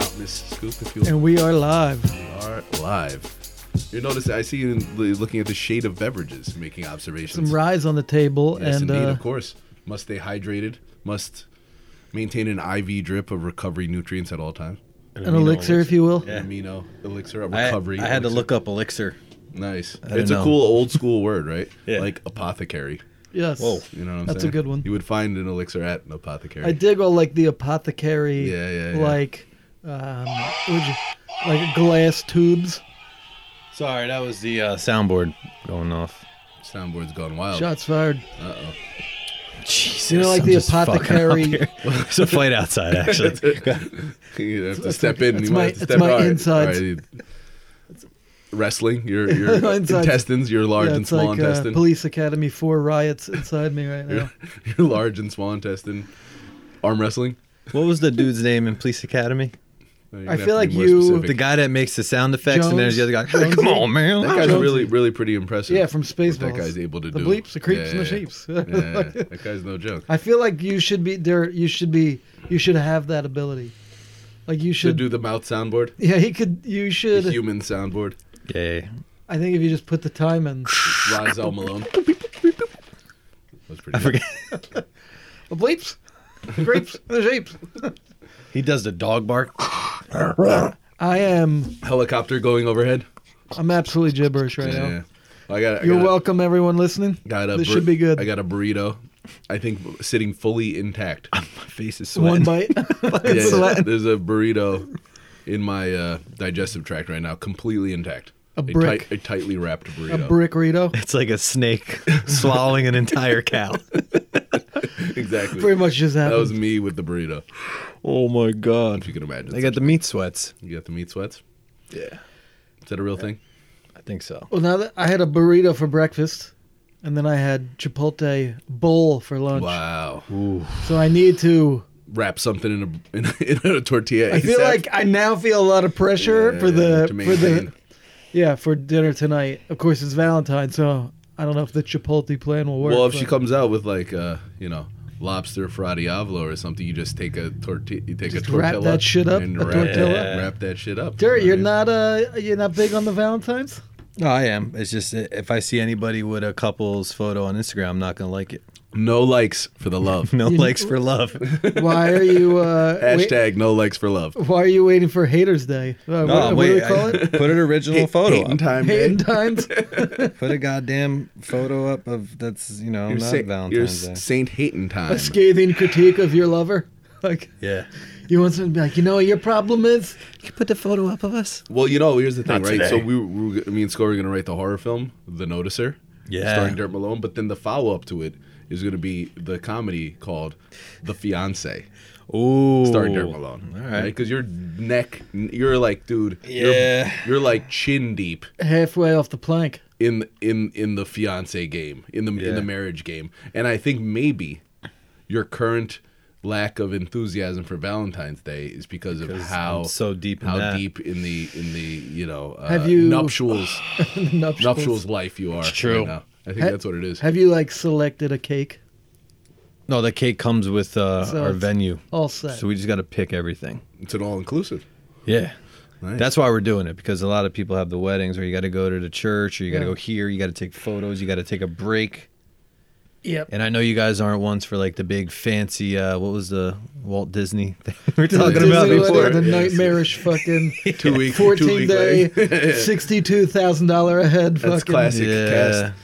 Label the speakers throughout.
Speaker 1: Scoop if you
Speaker 2: And we are live.
Speaker 1: are live. You notice I see you in- looking at the shade of beverages, making observations.
Speaker 2: Some rise on the table
Speaker 1: yes,
Speaker 2: and
Speaker 1: indeed,
Speaker 2: uh,
Speaker 1: of course. Must stay hydrated. Must maintain an IV drip of recovery nutrients at all times.
Speaker 2: an elixir, if you will.
Speaker 3: Yeah.
Speaker 1: Amino elixir of
Speaker 3: I,
Speaker 1: recovery.
Speaker 3: I had to
Speaker 1: elixir.
Speaker 3: look up elixir.
Speaker 1: Nice.
Speaker 3: don't
Speaker 1: It's a
Speaker 3: know.
Speaker 1: cool old school word, right?
Speaker 3: Yeah.
Speaker 1: Like apothecary.
Speaker 2: Yes.
Speaker 3: Whoa.
Speaker 1: You know what I'm
Speaker 2: That's a
Speaker 1: saying?
Speaker 2: good one.
Speaker 1: You would find an elixir at an apothecary.
Speaker 2: I dig all like the apothecary,
Speaker 1: Yeah, yeah, yeah.
Speaker 2: like, um, would you, like glass tubes.
Speaker 3: Sorry, that was the uh, soundboard going off.
Speaker 1: Soundboard's gone wild.
Speaker 2: Shots fired.
Speaker 3: Jesus,
Speaker 2: You know, like
Speaker 3: I'm
Speaker 2: the
Speaker 3: just fucking up
Speaker 2: apothecary-
Speaker 3: here. There's a fight outside, actually.
Speaker 1: you have to step in.
Speaker 2: that's
Speaker 1: You might
Speaker 2: my-
Speaker 1: have to
Speaker 2: that's
Speaker 1: step
Speaker 2: my
Speaker 1: out.
Speaker 2: insides.
Speaker 1: All right. Wrestling, your your
Speaker 2: Insides.
Speaker 1: intestines, your large
Speaker 2: yeah,
Speaker 1: and
Speaker 2: it's
Speaker 1: small
Speaker 2: like uh,
Speaker 1: intestine,
Speaker 2: Police Academy 4 riots inside me right now.
Speaker 1: your large and small intestine, arm wrestling.
Speaker 3: what was the dude's name in Police Academy?
Speaker 1: No, you're
Speaker 2: I
Speaker 1: gonna
Speaker 2: feel
Speaker 1: have to be
Speaker 2: like
Speaker 1: more
Speaker 2: you-
Speaker 1: specific.
Speaker 3: The guy that makes the sound effects, and there's the other guy.
Speaker 2: Jones-
Speaker 3: Hey, come on, man.
Speaker 1: That guy's
Speaker 2: Jones-
Speaker 1: really, really pretty impressive.
Speaker 2: Yeah, from
Speaker 1: what
Speaker 2: Spaceballs.
Speaker 1: That guy's able to
Speaker 2: The
Speaker 1: do
Speaker 2: bleeps, the creeps,
Speaker 1: Yeah,
Speaker 2: and the
Speaker 1: yeah, yeah.
Speaker 2: sheeps.
Speaker 1: Yeah, yeah, yeah. that guy's no joke.
Speaker 2: I feel like you should be there. You should be. You should have that ability. Like you
Speaker 1: Should
Speaker 2: should.
Speaker 1: do the mouth soundboard,
Speaker 2: yeah, he could. You
Speaker 1: the
Speaker 2: should.
Speaker 1: human soundboard.
Speaker 3: Yeah.
Speaker 2: I think if you just put the time in.
Speaker 1: Rozelle Malone. That's pretty.
Speaker 3: I forget.
Speaker 2: The bleeps, the grapes, and the shapes.
Speaker 3: He does the dog bark.
Speaker 2: I am.
Speaker 1: good. Helicopter going overhead.
Speaker 2: I'm absolutely gibberish right now.
Speaker 1: I got. I
Speaker 2: You're
Speaker 1: got-
Speaker 2: welcome, everyone listening.
Speaker 1: Got a
Speaker 2: This
Speaker 1: bur-
Speaker 2: should be good.
Speaker 1: I got a burrito. I think sitting fully intact.
Speaker 3: My face is
Speaker 2: One
Speaker 3: sweating.
Speaker 2: bite.
Speaker 1: Yeah, yeah.
Speaker 2: sweating.
Speaker 1: There's a burrito in my uh, digestive tract right now, completely intact.
Speaker 2: A brick.
Speaker 1: tight- a tightly wrapped
Speaker 2: a
Speaker 1: burrito.
Speaker 2: brick Rito.
Speaker 3: It's like a snake swallowing an entire cow.
Speaker 1: exactly.
Speaker 2: Pretty much just
Speaker 1: That
Speaker 2: happened.
Speaker 1: was me with the burrito.
Speaker 3: oh my
Speaker 1: If
Speaker 3: god.
Speaker 1: you can imagine.
Speaker 3: They got the meat sweats.
Speaker 1: you got the meat sweats.
Speaker 3: Yeah.
Speaker 1: Is that a real thing?
Speaker 3: I think so.
Speaker 2: Well, now that I had a burrito for breakfast, and then I had Chipotle bowl for lunch.
Speaker 1: Wow.
Speaker 2: So I need to.
Speaker 1: Wrap something in a in a, in a tortilla.
Speaker 2: I feel
Speaker 1: ASAP.
Speaker 2: like I now feel a lot of pressure for
Speaker 1: Yeah, to
Speaker 2: the for the
Speaker 1: maintain.
Speaker 2: yeah for dinner tonight. Of course, it's Valentine, so I don't know if the Chipotle plan will work.
Speaker 1: Well, if she
Speaker 2: but-
Speaker 1: comes out with like uh, you know, lobster fradiavolo or something, you just take a tortilla, you take
Speaker 2: Just
Speaker 1: a
Speaker 2: wrap
Speaker 1: tortilla,
Speaker 2: that shit up,
Speaker 1: and
Speaker 2: a
Speaker 1: wrap,
Speaker 2: tortilla.
Speaker 1: yeah, wrap that shit up.
Speaker 2: Dirt,
Speaker 1: I
Speaker 2: you're
Speaker 1: mean,
Speaker 2: not uh you're not big on the Valentines.
Speaker 3: No, I am. It's just i- if I see anybody with a couple's photo on Instagram, I'm not gonna like it.
Speaker 1: no likes for the love.
Speaker 3: No likes for love.
Speaker 2: Why are you uh wait-
Speaker 1: Hashtag no likes for love.
Speaker 2: Why are you waiting for Haters Day? Uh, what, what do we call
Speaker 3: I-
Speaker 2: it?
Speaker 3: Put an original photo.
Speaker 1: Hating
Speaker 3: Up.
Speaker 1: time.
Speaker 2: Hating
Speaker 1: man.
Speaker 2: times.
Speaker 3: Put a goddamn photo up of that's you know
Speaker 1: You're,
Speaker 3: not
Speaker 1: sa- you're
Speaker 3: Valentine's Day.
Speaker 1: Saint Hating time.
Speaker 2: A scathing critique of your lover. Like
Speaker 3: yeah.
Speaker 2: you want someone to be like, you know what your problem is?
Speaker 3: You put the photo up of us.
Speaker 1: Well, you know, here's the thing,
Speaker 3: Not
Speaker 1: right? So
Speaker 3: today.
Speaker 1: we, we, were- me and Score were gonna write the horror film, The Noticer,
Speaker 3: Yeah.
Speaker 1: starring Dirt Malone. But then the follow up to it is gonna be the comedy called The Fiance.
Speaker 3: Ooh.
Speaker 1: starring Dirt Malone.
Speaker 3: All
Speaker 1: right,
Speaker 3: right.
Speaker 1: because your neck, you're like, dude, you're-
Speaker 3: Yeah.
Speaker 1: you're, like chin deep
Speaker 2: Halfway off the plank.
Speaker 1: in in in the fiance game, in the in
Speaker 3: Yeah.
Speaker 1: the marriage game, and I think maybe your current lack of enthusiasm for Valentine's Day is because of how
Speaker 3: I'm so deep in
Speaker 1: how
Speaker 3: that.
Speaker 1: deep in the in the you know uh,
Speaker 2: Have you-
Speaker 1: nuptials
Speaker 2: Nuptials.
Speaker 1: nuptials life you are.
Speaker 3: true.
Speaker 1: right now. I think
Speaker 2: Ha-
Speaker 1: that's what it is.
Speaker 2: Have you like selected a cake?
Speaker 3: No, the cake comes with uh,
Speaker 2: So
Speaker 3: our
Speaker 2: it's-
Speaker 3: venue,
Speaker 2: All set.
Speaker 3: so we just got to pick everything.
Speaker 1: It's an all inclusive.
Speaker 3: Yeah.
Speaker 1: Nice.
Speaker 3: That's why we're doing it because a lot of people have the weddings where you got to go to the church or you got to
Speaker 2: Yeah.
Speaker 3: go here, you got to take photos, you got to take a break.
Speaker 2: Yep.
Speaker 3: And I know you guys aren't ones for like the big fancy. Uh, what was the Walt Disney thing we were talking
Speaker 2: Disney
Speaker 3: about
Speaker 2: wedding,
Speaker 3: before?
Speaker 2: The
Speaker 1: Yeah.
Speaker 2: nightmarish fucking
Speaker 1: two week, two
Speaker 2: 14
Speaker 1: week
Speaker 2: day,
Speaker 1: wedding.
Speaker 2: sixty-two thousand dollar a head.
Speaker 1: That's
Speaker 2: fucking
Speaker 1: classic
Speaker 3: Yeah.
Speaker 1: cast.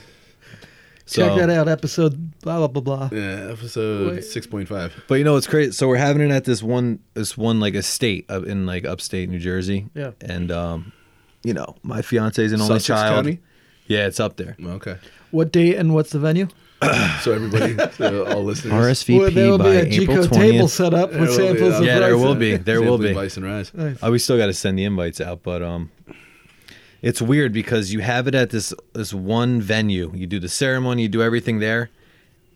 Speaker 2: Check
Speaker 3: So-
Speaker 2: that out. Episode blah blah blah blah.
Speaker 1: Yeah, episode
Speaker 2: Wait.
Speaker 1: six point five.
Speaker 3: But you know it's crazy. So we're having it at this one, this one like estate up in like upstate New Jersey.
Speaker 2: Yeah.
Speaker 3: And um, you know my fiance's an only
Speaker 1: Sussex
Speaker 3: child.
Speaker 1: County?
Speaker 3: Yeah, it's up there.
Speaker 1: Okay.
Speaker 2: What date and what's the venue?
Speaker 1: So everybody, so all listeners,
Speaker 3: RSVP
Speaker 2: Well, there will
Speaker 3: by
Speaker 2: be a
Speaker 3: April
Speaker 2: Gico table
Speaker 3: twentieth.
Speaker 2: set up with
Speaker 1: There will be,
Speaker 2: samples
Speaker 1: uh,
Speaker 2: of
Speaker 3: Yeah, there
Speaker 2: rice
Speaker 3: will
Speaker 2: in it.
Speaker 3: be. There
Speaker 1: Sample
Speaker 3: will be.
Speaker 1: Vice and Rise.
Speaker 2: Nice.
Speaker 3: Oh, we still got to send the invites out, but um, it's weird because you have it at this this one venue. You do the ceremony, you do everything there,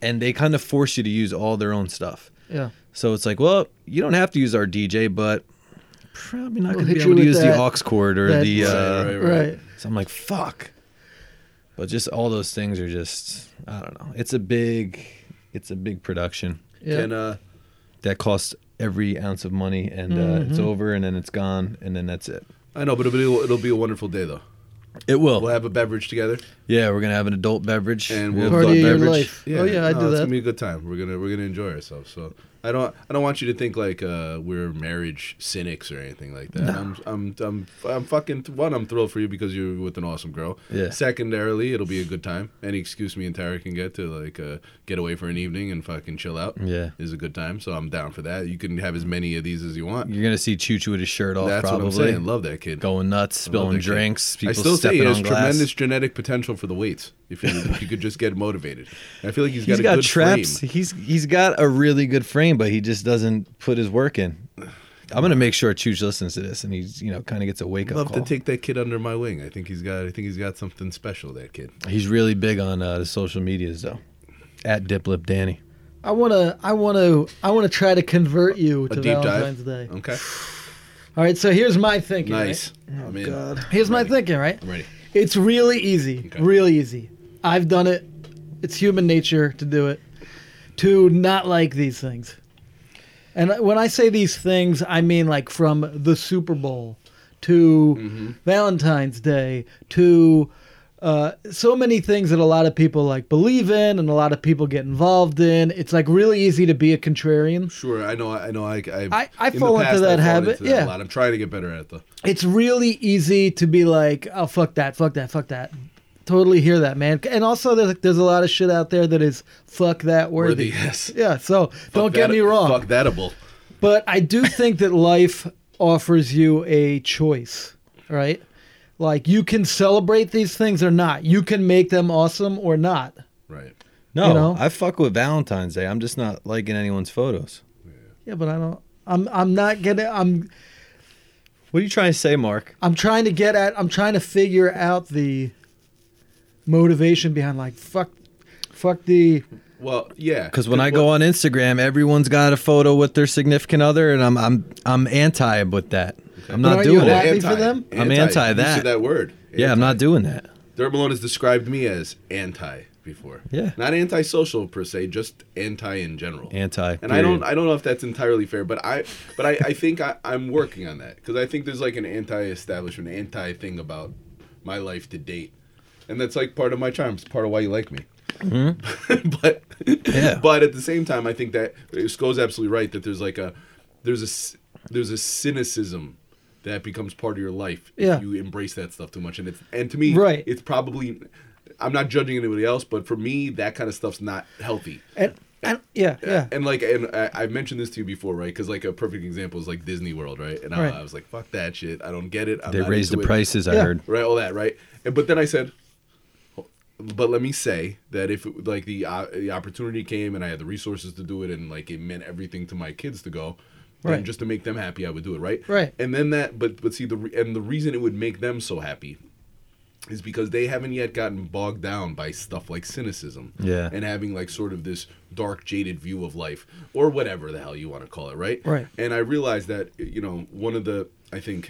Speaker 3: and they kind of force you to use all their own stuff.
Speaker 2: Yeah.
Speaker 3: So it's like, well, you don't have to use our DJ, but probably not
Speaker 2: We'll
Speaker 3: going to
Speaker 2: hit
Speaker 3: be
Speaker 2: you
Speaker 3: able to
Speaker 2: with
Speaker 3: use
Speaker 2: that-
Speaker 3: the aux cord or
Speaker 2: that-
Speaker 3: the.
Speaker 2: Right,
Speaker 3: Uh,
Speaker 1: right,
Speaker 2: Right.
Speaker 3: So I'm like, fuck. But just all those things are just, I don't know. It's a big, it's a big production.
Speaker 2: Yeah.
Speaker 1: Can uh,
Speaker 3: that costs every ounce of money, and uh,
Speaker 2: Mm-hmm.
Speaker 3: it's over, and then it's gone, and then that's it.
Speaker 1: I know, but it'll be, it'll be a wonderful day though.
Speaker 3: It will.
Speaker 1: We'll have a beverage together,
Speaker 3: Yeah, we're gonna have an adult beverage.
Speaker 1: and
Speaker 3: We
Speaker 1: we'll
Speaker 3: have
Speaker 2: Party
Speaker 3: adult
Speaker 2: of your
Speaker 3: beverage.
Speaker 2: life. Oh, yeah, I'd do
Speaker 1: It's
Speaker 2: that.
Speaker 1: gonna be a good time. We're gonna we're gonna enjoy ourselves. So I don't I don't want you to think like uh, we're marriage cynics or anything like that. I'm I'm I'm I'm fucking one. I'm thrilled for you because you're with an awesome girl.
Speaker 3: Yeah.
Speaker 1: Secondarily, it'll be a good time. Any excuse me and Tara can get to like uh, get away for an evening and fucking chill out.
Speaker 3: Yeah.
Speaker 1: is a good time. So I'm down for that. You can have as many of these as you want.
Speaker 3: You're gonna see Choo Choo with his shirt off.
Speaker 1: That's
Speaker 3: probably.
Speaker 1: what I'm saying. Love that kid.
Speaker 3: Going nuts,
Speaker 1: Love
Speaker 3: spilling
Speaker 1: that kid.
Speaker 3: drinks. People
Speaker 1: I still say
Speaker 3: stepping
Speaker 1: he has
Speaker 3: on glass.
Speaker 1: tremendous genetic potential for the weights. If you, if you could just get motivated, I feel like he's got
Speaker 3: He's
Speaker 1: a
Speaker 3: got
Speaker 1: good
Speaker 3: traps.
Speaker 1: frame.
Speaker 3: He's he's got a really good frame, but he just doesn't put his work in. I'm gonna make sure Chooch listens to this, and he's you know kind of gets a wake
Speaker 1: I'd
Speaker 3: up
Speaker 1: love to
Speaker 3: call.
Speaker 1: take that kid under my wing. I think he's got. I think he's got something special. That kid.
Speaker 3: he's really big on uh, the social medias though. At Dip Lip Danny.
Speaker 2: I wanna, I wanna, I wanna try to convert you to
Speaker 1: a deep
Speaker 2: Valentine's
Speaker 1: dive.
Speaker 2: Day.
Speaker 1: Okay.
Speaker 2: All right, so here's my thinking. right?
Speaker 1: Nice. I'm in.
Speaker 2: Oh, Here's my thinking, right?
Speaker 1: I'm ready.
Speaker 2: It's really easy.
Speaker 1: Okay.
Speaker 2: Really easy. I've done it. It's human nature to do it. To not like these things. And when I say these things, I mean like from the Super Bowl to Valentine's Day to uh, so many things that a lot of people like believe in and a lot of people get involved in. It's like really easy to be a contrarian.
Speaker 1: Sure. I know. I know. I. I,
Speaker 2: I- I
Speaker 1: in the
Speaker 2: fall into
Speaker 1: past, I've fallen
Speaker 2: that habit,
Speaker 1: into that
Speaker 2: yeah.
Speaker 1: A lot. I'm trying to get better at it though.
Speaker 2: it's really easy to be like, oh fuck that, fuck that, fuck that. Totally hear that, man. And also, there's there's a lot of shit out there that is fuck that
Speaker 1: Worthy.
Speaker 2: worthy.
Speaker 1: Yes.
Speaker 2: Yeah, so don't
Speaker 1: Fuck
Speaker 2: get
Speaker 1: that-
Speaker 2: me wrong.
Speaker 1: Fuck thatable.
Speaker 2: But I do think that life offers you a choice, right? Like you can celebrate these things or not. You can make them awesome or not.
Speaker 1: Right.
Speaker 3: No,
Speaker 2: You know?
Speaker 3: I fuck with Valentine's Day. I'm just not liking anyone's photos.
Speaker 2: Yeah, but I don't. I'm I'm not gonna. I'm
Speaker 3: What are you trying to say, Mark?
Speaker 2: I'm trying to get at. I'm trying to figure out the motivation behind like fuck, fuck the
Speaker 1: Well, yeah.
Speaker 3: Because when I go on Instagram, everyone's got a photo with their significant other, and I'm I'm I'm anti with that. I'm
Speaker 2: But
Speaker 3: not
Speaker 2: are
Speaker 3: doing
Speaker 2: you
Speaker 3: it.
Speaker 2: happy for them?
Speaker 3: I'm anti
Speaker 1: You
Speaker 3: that.
Speaker 1: said that word.
Speaker 3: Yeah, I'm not doing that.
Speaker 1: Dermalone has described me as anti before.
Speaker 3: Yeah.
Speaker 1: Not antisocial per se, just anti in general.
Speaker 3: Anti.
Speaker 1: and I don't
Speaker 3: period.
Speaker 1: I don't know if that's entirely fair, but I but I, I think I, I'm working on that because I think there's like an anti-establishment, anti thing about my life to date, and that's like part of my charm. It's part of why you like me. but
Speaker 3: Mm-hmm. Yeah.
Speaker 1: but at the same time, I think that Sko's absolutely right that there's like a there's a c- there's a cynicism that becomes part of your life
Speaker 2: Yeah.
Speaker 1: if you embrace that stuff too much, and it's and to me
Speaker 2: Right.
Speaker 1: it's probably I'm not judging anybody else, but for me that kind of stuff's not healthy.
Speaker 2: and, and yeah yeah.
Speaker 1: And like, and I, I mentioned this to you before, right? Because like a perfect example is like Disney World, right? And
Speaker 2: Right.
Speaker 1: I, I was like, "Fuck that shit! I don't get it." I'm
Speaker 3: They
Speaker 1: not
Speaker 3: raised the
Speaker 1: into it."
Speaker 3: prices. I
Speaker 2: Yeah.
Speaker 3: heard.
Speaker 1: right? All that, right? And but then I said, but let me say that if it, like the uh, the opportunity came and I had the resources to do it, and like it meant everything to my kids to go. then
Speaker 2: Right.
Speaker 1: just to make them happy, I would do it, right?
Speaker 2: Right.
Speaker 1: And then that, but but see the re- and the reason it would make them so happy is because they haven't yet gotten bogged down by stuff like cynicism
Speaker 3: Yeah.
Speaker 1: and having like sort of this dark jaded view of life or whatever the hell you want to call it right
Speaker 2: Right.
Speaker 1: and i realized that you know one of the i think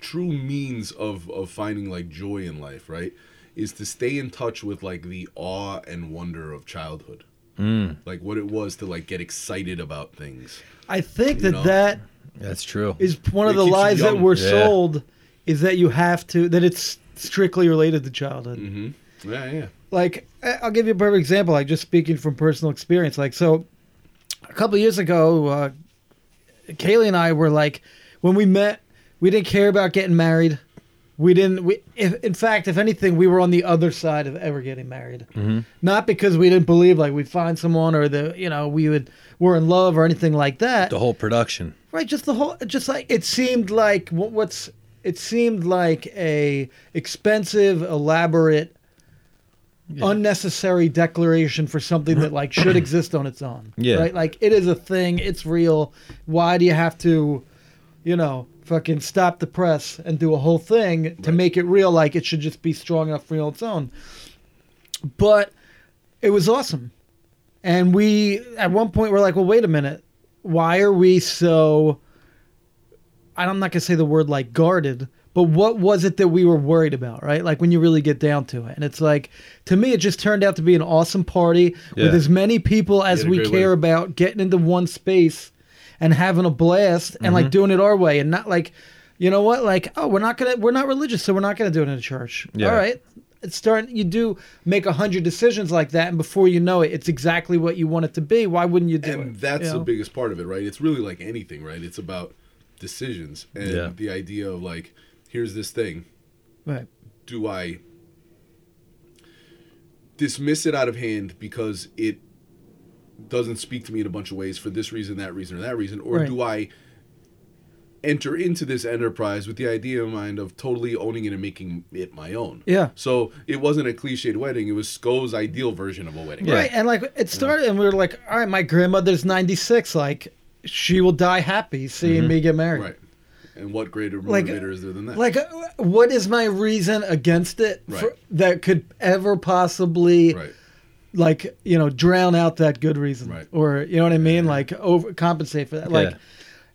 Speaker 1: true means of of finding like joy in life right is to stay in touch with like the awe and wonder of childhood like what it was to like get excited about things
Speaker 2: I think that
Speaker 1: know.
Speaker 2: that
Speaker 3: That's true.
Speaker 2: is one of
Speaker 1: It
Speaker 2: the
Speaker 1: keeps you
Speaker 2: lies that
Speaker 1: young.
Speaker 2: we're
Speaker 3: Yeah.
Speaker 2: sold is that you have to that it's strictly related to childhood.
Speaker 1: Mm. Mm-hmm. yeah yeah
Speaker 2: Like I- I'll give you a perfect example. Like just speaking from personal experience. Like so, a couple of years ago, uh, Kaylee and I were like, when we met, we didn't care about getting married. We didn't. We, if, in fact, if anything, we were on the other side of ever getting married.
Speaker 3: Mm-hmm.
Speaker 2: Not because we didn't believe like we'd find someone or the you know we would were in love or anything like that.
Speaker 3: the whole production.
Speaker 2: Right, just the whole, just like it seemed like wh- what's it seemed like a expensive, elaborate, unnecessary declaration for something that like should exist on its own.
Speaker 3: Yeah.
Speaker 2: right. Like it is a thing. It's real. Why do you have to, you know, fucking stop the press and do a whole thing to make it real? Like it should just be strong enough for its own. But it was awesome. And we, at one point, were like, well, wait a minute. Why are we so, I'm not going to say the word like guarded, But what was it that we were worried about, right? Like when you really get down to it. And it's like, to me, it just turned out to be an awesome party
Speaker 3: Yeah.
Speaker 2: with as many people as
Speaker 1: had a
Speaker 2: we
Speaker 1: great
Speaker 2: care
Speaker 1: week.
Speaker 2: about getting into one space and having a blast and
Speaker 3: Mm-hmm.
Speaker 2: like doing it our way and not like, you know what? Like, oh, we're not going to, we're not religious, so we're not going to do it in a church.
Speaker 3: Yeah.
Speaker 2: All right. It's starting, you do make a hundred decisions like that. And before you know it, it's exactly what you want it to be. Why wouldn't you do it?
Speaker 1: and that's
Speaker 2: you
Speaker 1: the
Speaker 2: know?
Speaker 1: biggest part of it right it's really like anything right it's about decisions and
Speaker 3: Yeah.
Speaker 1: the idea of like here's this thing
Speaker 2: Right.
Speaker 1: do i dismiss it out of hand because it doesn't speak to me in a bunch of ways for this reason that reason or that reason or
Speaker 2: Right.
Speaker 1: do i enter into this enterprise with the idea in mind of totally owning it and making it my own
Speaker 2: Yeah.
Speaker 1: so it wasn't a cliched wedding it was sco's ideal version of a wedding
Speaker 3: Yeah.
Speaker 2: Right. And like it started, and we were like, all right, my grandmother's 96. Like, she will die happy seeing
Speaker 3: Mm-hmm.
Speaker 2: me get married.
Speaker 1: Right. And what greater motivator
Speaker 2: Like-
Speaker 1: is there than that?
Speaker 2: Like, uh, what is my reason against it
Speaker 1: Right.
Speaker 2: that could ever possibly,
Speaker 1: right.
Speaker 2: like, you know, drown out that good reason?
Speaker 1: Right.
Speaker 2: Or, you know what I mean? Like, overcompensate for that. Like,
Speaker 3: Yeah.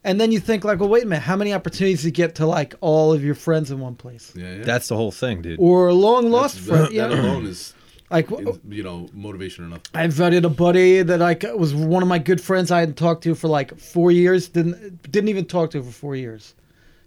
Speaker 2: and then you think, like, well, wait a minute, how many opportunities to get to, like, all of your friends in one place?
Speaker 1: Yeah, yeah.
Speaker 3: That's the whole thing, dude.
Speaker 2: Or long
Speaker 1: That's-
Speaker 2: lost Oh. friend.
Speaker 1: that,
Speaker 2: you
Speaker 1: that
Speaker 2: know?
Speaker 1: alone is
Speaker 2: Like,
Speaker 1: is, you know motivation enough.
Speaker 2: I've had a buddy that like was one of my good friends I hadn't talked to for like four years. Didn't didn't even talk to for four years.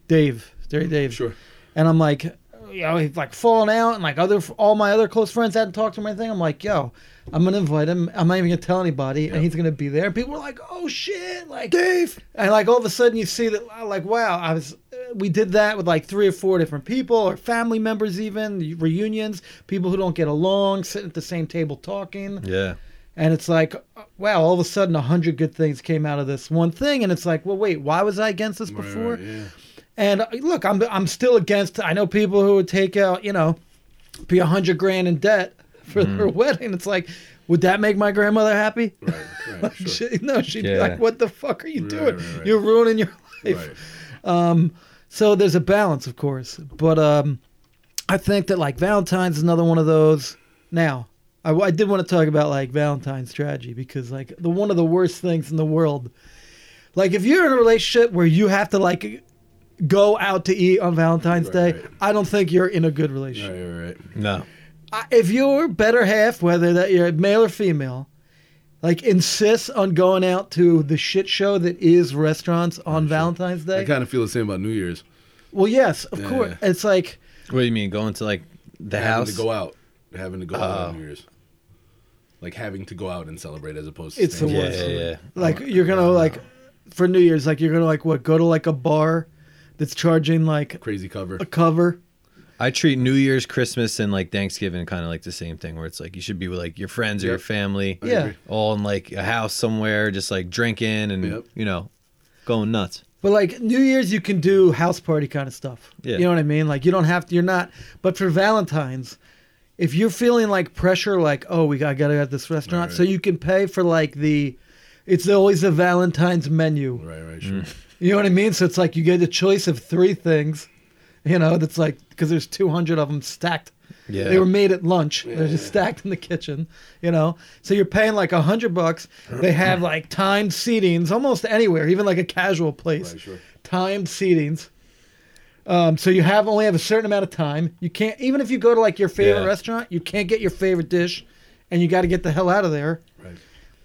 Speaker 2: Dave, Dave, Dave.
Speaker 1: Sure.
Speaker 2: And I'm like, you know, he's like falling out, and like other all my other close friends hadn't talked to him or anything. I'm like, yo, I'm gonna invite him. I'm not even gonna tell anybody,
Speaker 1: Yeah.
Speaker 2: and he's gonna be there. And people are like, oh shit, like Dave. And like all of a sudden you see that, like wow, I was. We did that with like three or four different people or family members, even reunions, people who don't get along, sitting at the same table talking
Speaker 3: Yeah.
Speaker 2: and it's like wow all of a sudden a hundred good things came out of this one thing and it's like well wait why was i against this
Speaker 1: Right,
Speaker 2: before
Speaker 1: right, yeah.
Speaker 2: and uh, look i'm i'm still against i know people who would take out you know be a hundred grand in debt for their wedding it's like would that make my grandmother happy
Speaker 1: Mm. Right. Right. Sure.
Speaker 2: She- no she'd be
Speaker 3: Yeah.
Speaker 2: like what the fuck are you
Speaker 1: Right,
Speaker 2: doing
Speaker 1: right, right.
Speaker 2: you're ruining your life
Speaker 1: Right.
Speaker 2: so there's a balance of course but um i think that like valentine's is another one of those now I, I did want to talk about like valentine's strategy because like the one of the worst things in the world like if you're in a relationship where you have to like go out to eat on valentine's
Speaker 1: Right,
Speaker 2: day
Speaker 1: right.
Speaker 2: i don't think you're in a good
Speaker 1: Right.
Speaker 2: relationship
Speaker 1: Right. Right.
Speaker 3: No.
Speaker 2: I, if your better half whether that you're male or female like insists on going out to the shit show that is restaurants
Speaker 1: Oh,
Speaker 2: on valentine's
Speaker 1: I
Speaker 2: day
Speaker 1: kind of feel the same about New Year's.
Speaker 2: well yes of
Speaker 1: Yeah,
Speaker 2: course
Speaker 1: yeah.
Speaker 2: it's like
Speaker 3: What do you mean? Going to like the
Speaker 1: having
Speaker 3: house?
Speaker 1: to go out, having to go out
Speaker 3: Oh.
Speaker 1: on New Year's, like having to go out and celebrate as opposed to
Speaker 2: It's the
Speaker 1: staying home.
Speaker 3: yeah,
Speaker 2: worst.
Speaker 3: yeah, yeah.
Speaker 2: like you're gonna like for New Year's, like you're gonna like what go to like a bar that's charging like
Speaker 1: crazy cover.
Speaker 2: a cover.
Speaker 3: I treat New Year's, Christmas, and like Thanksgiving kind of like the same thing, where it's like you should be with like your friends or your
Speaker 1: Yep.
Speaker 3: family,
Speaker 2: Yeah. agree.
Speaker 3: all in like a house somewhere, just like drinking and
Speaker 1: Yep.
Speaker 3: you know, going nuts.
Speaker 2: But like New Year's, you can do house party kind of stuff.
Speaker 3: Yeah.
Speaker 2: You know what I mean? Like you don't have to. You're not. But for Valentine's, if you're feeling like pressure, like oh we gotta, gotta go to this restaurant,
Speaker 1: Right.
Speaker 2: so you can pay for like the. It's always a Valentine's menu.
Speaker 1: Right. Right. Sure.
Speaker 2: You know what I mean? So it's like you get a choice of three things. You know, that's like because there's 200 of them stacked.
Speaker 3: Yeah.
Speaker 2: They were made at lunch. They're just stacked in the kitchen. You know, so you're paying like a hundred bucks. They have like timed seatings almost anywhere, even like a casual place.
Speaker 1: Right, sure.
Speaker 2: Timed seatings. Um, so you have only have a certain amount of time. You can't even if you go to like your favorite
Speaker 3: Yeah.
Speaker 2: restaurant, you can't get your favorite dish, and you got to get the hell out of there.
Speaker 1: Right.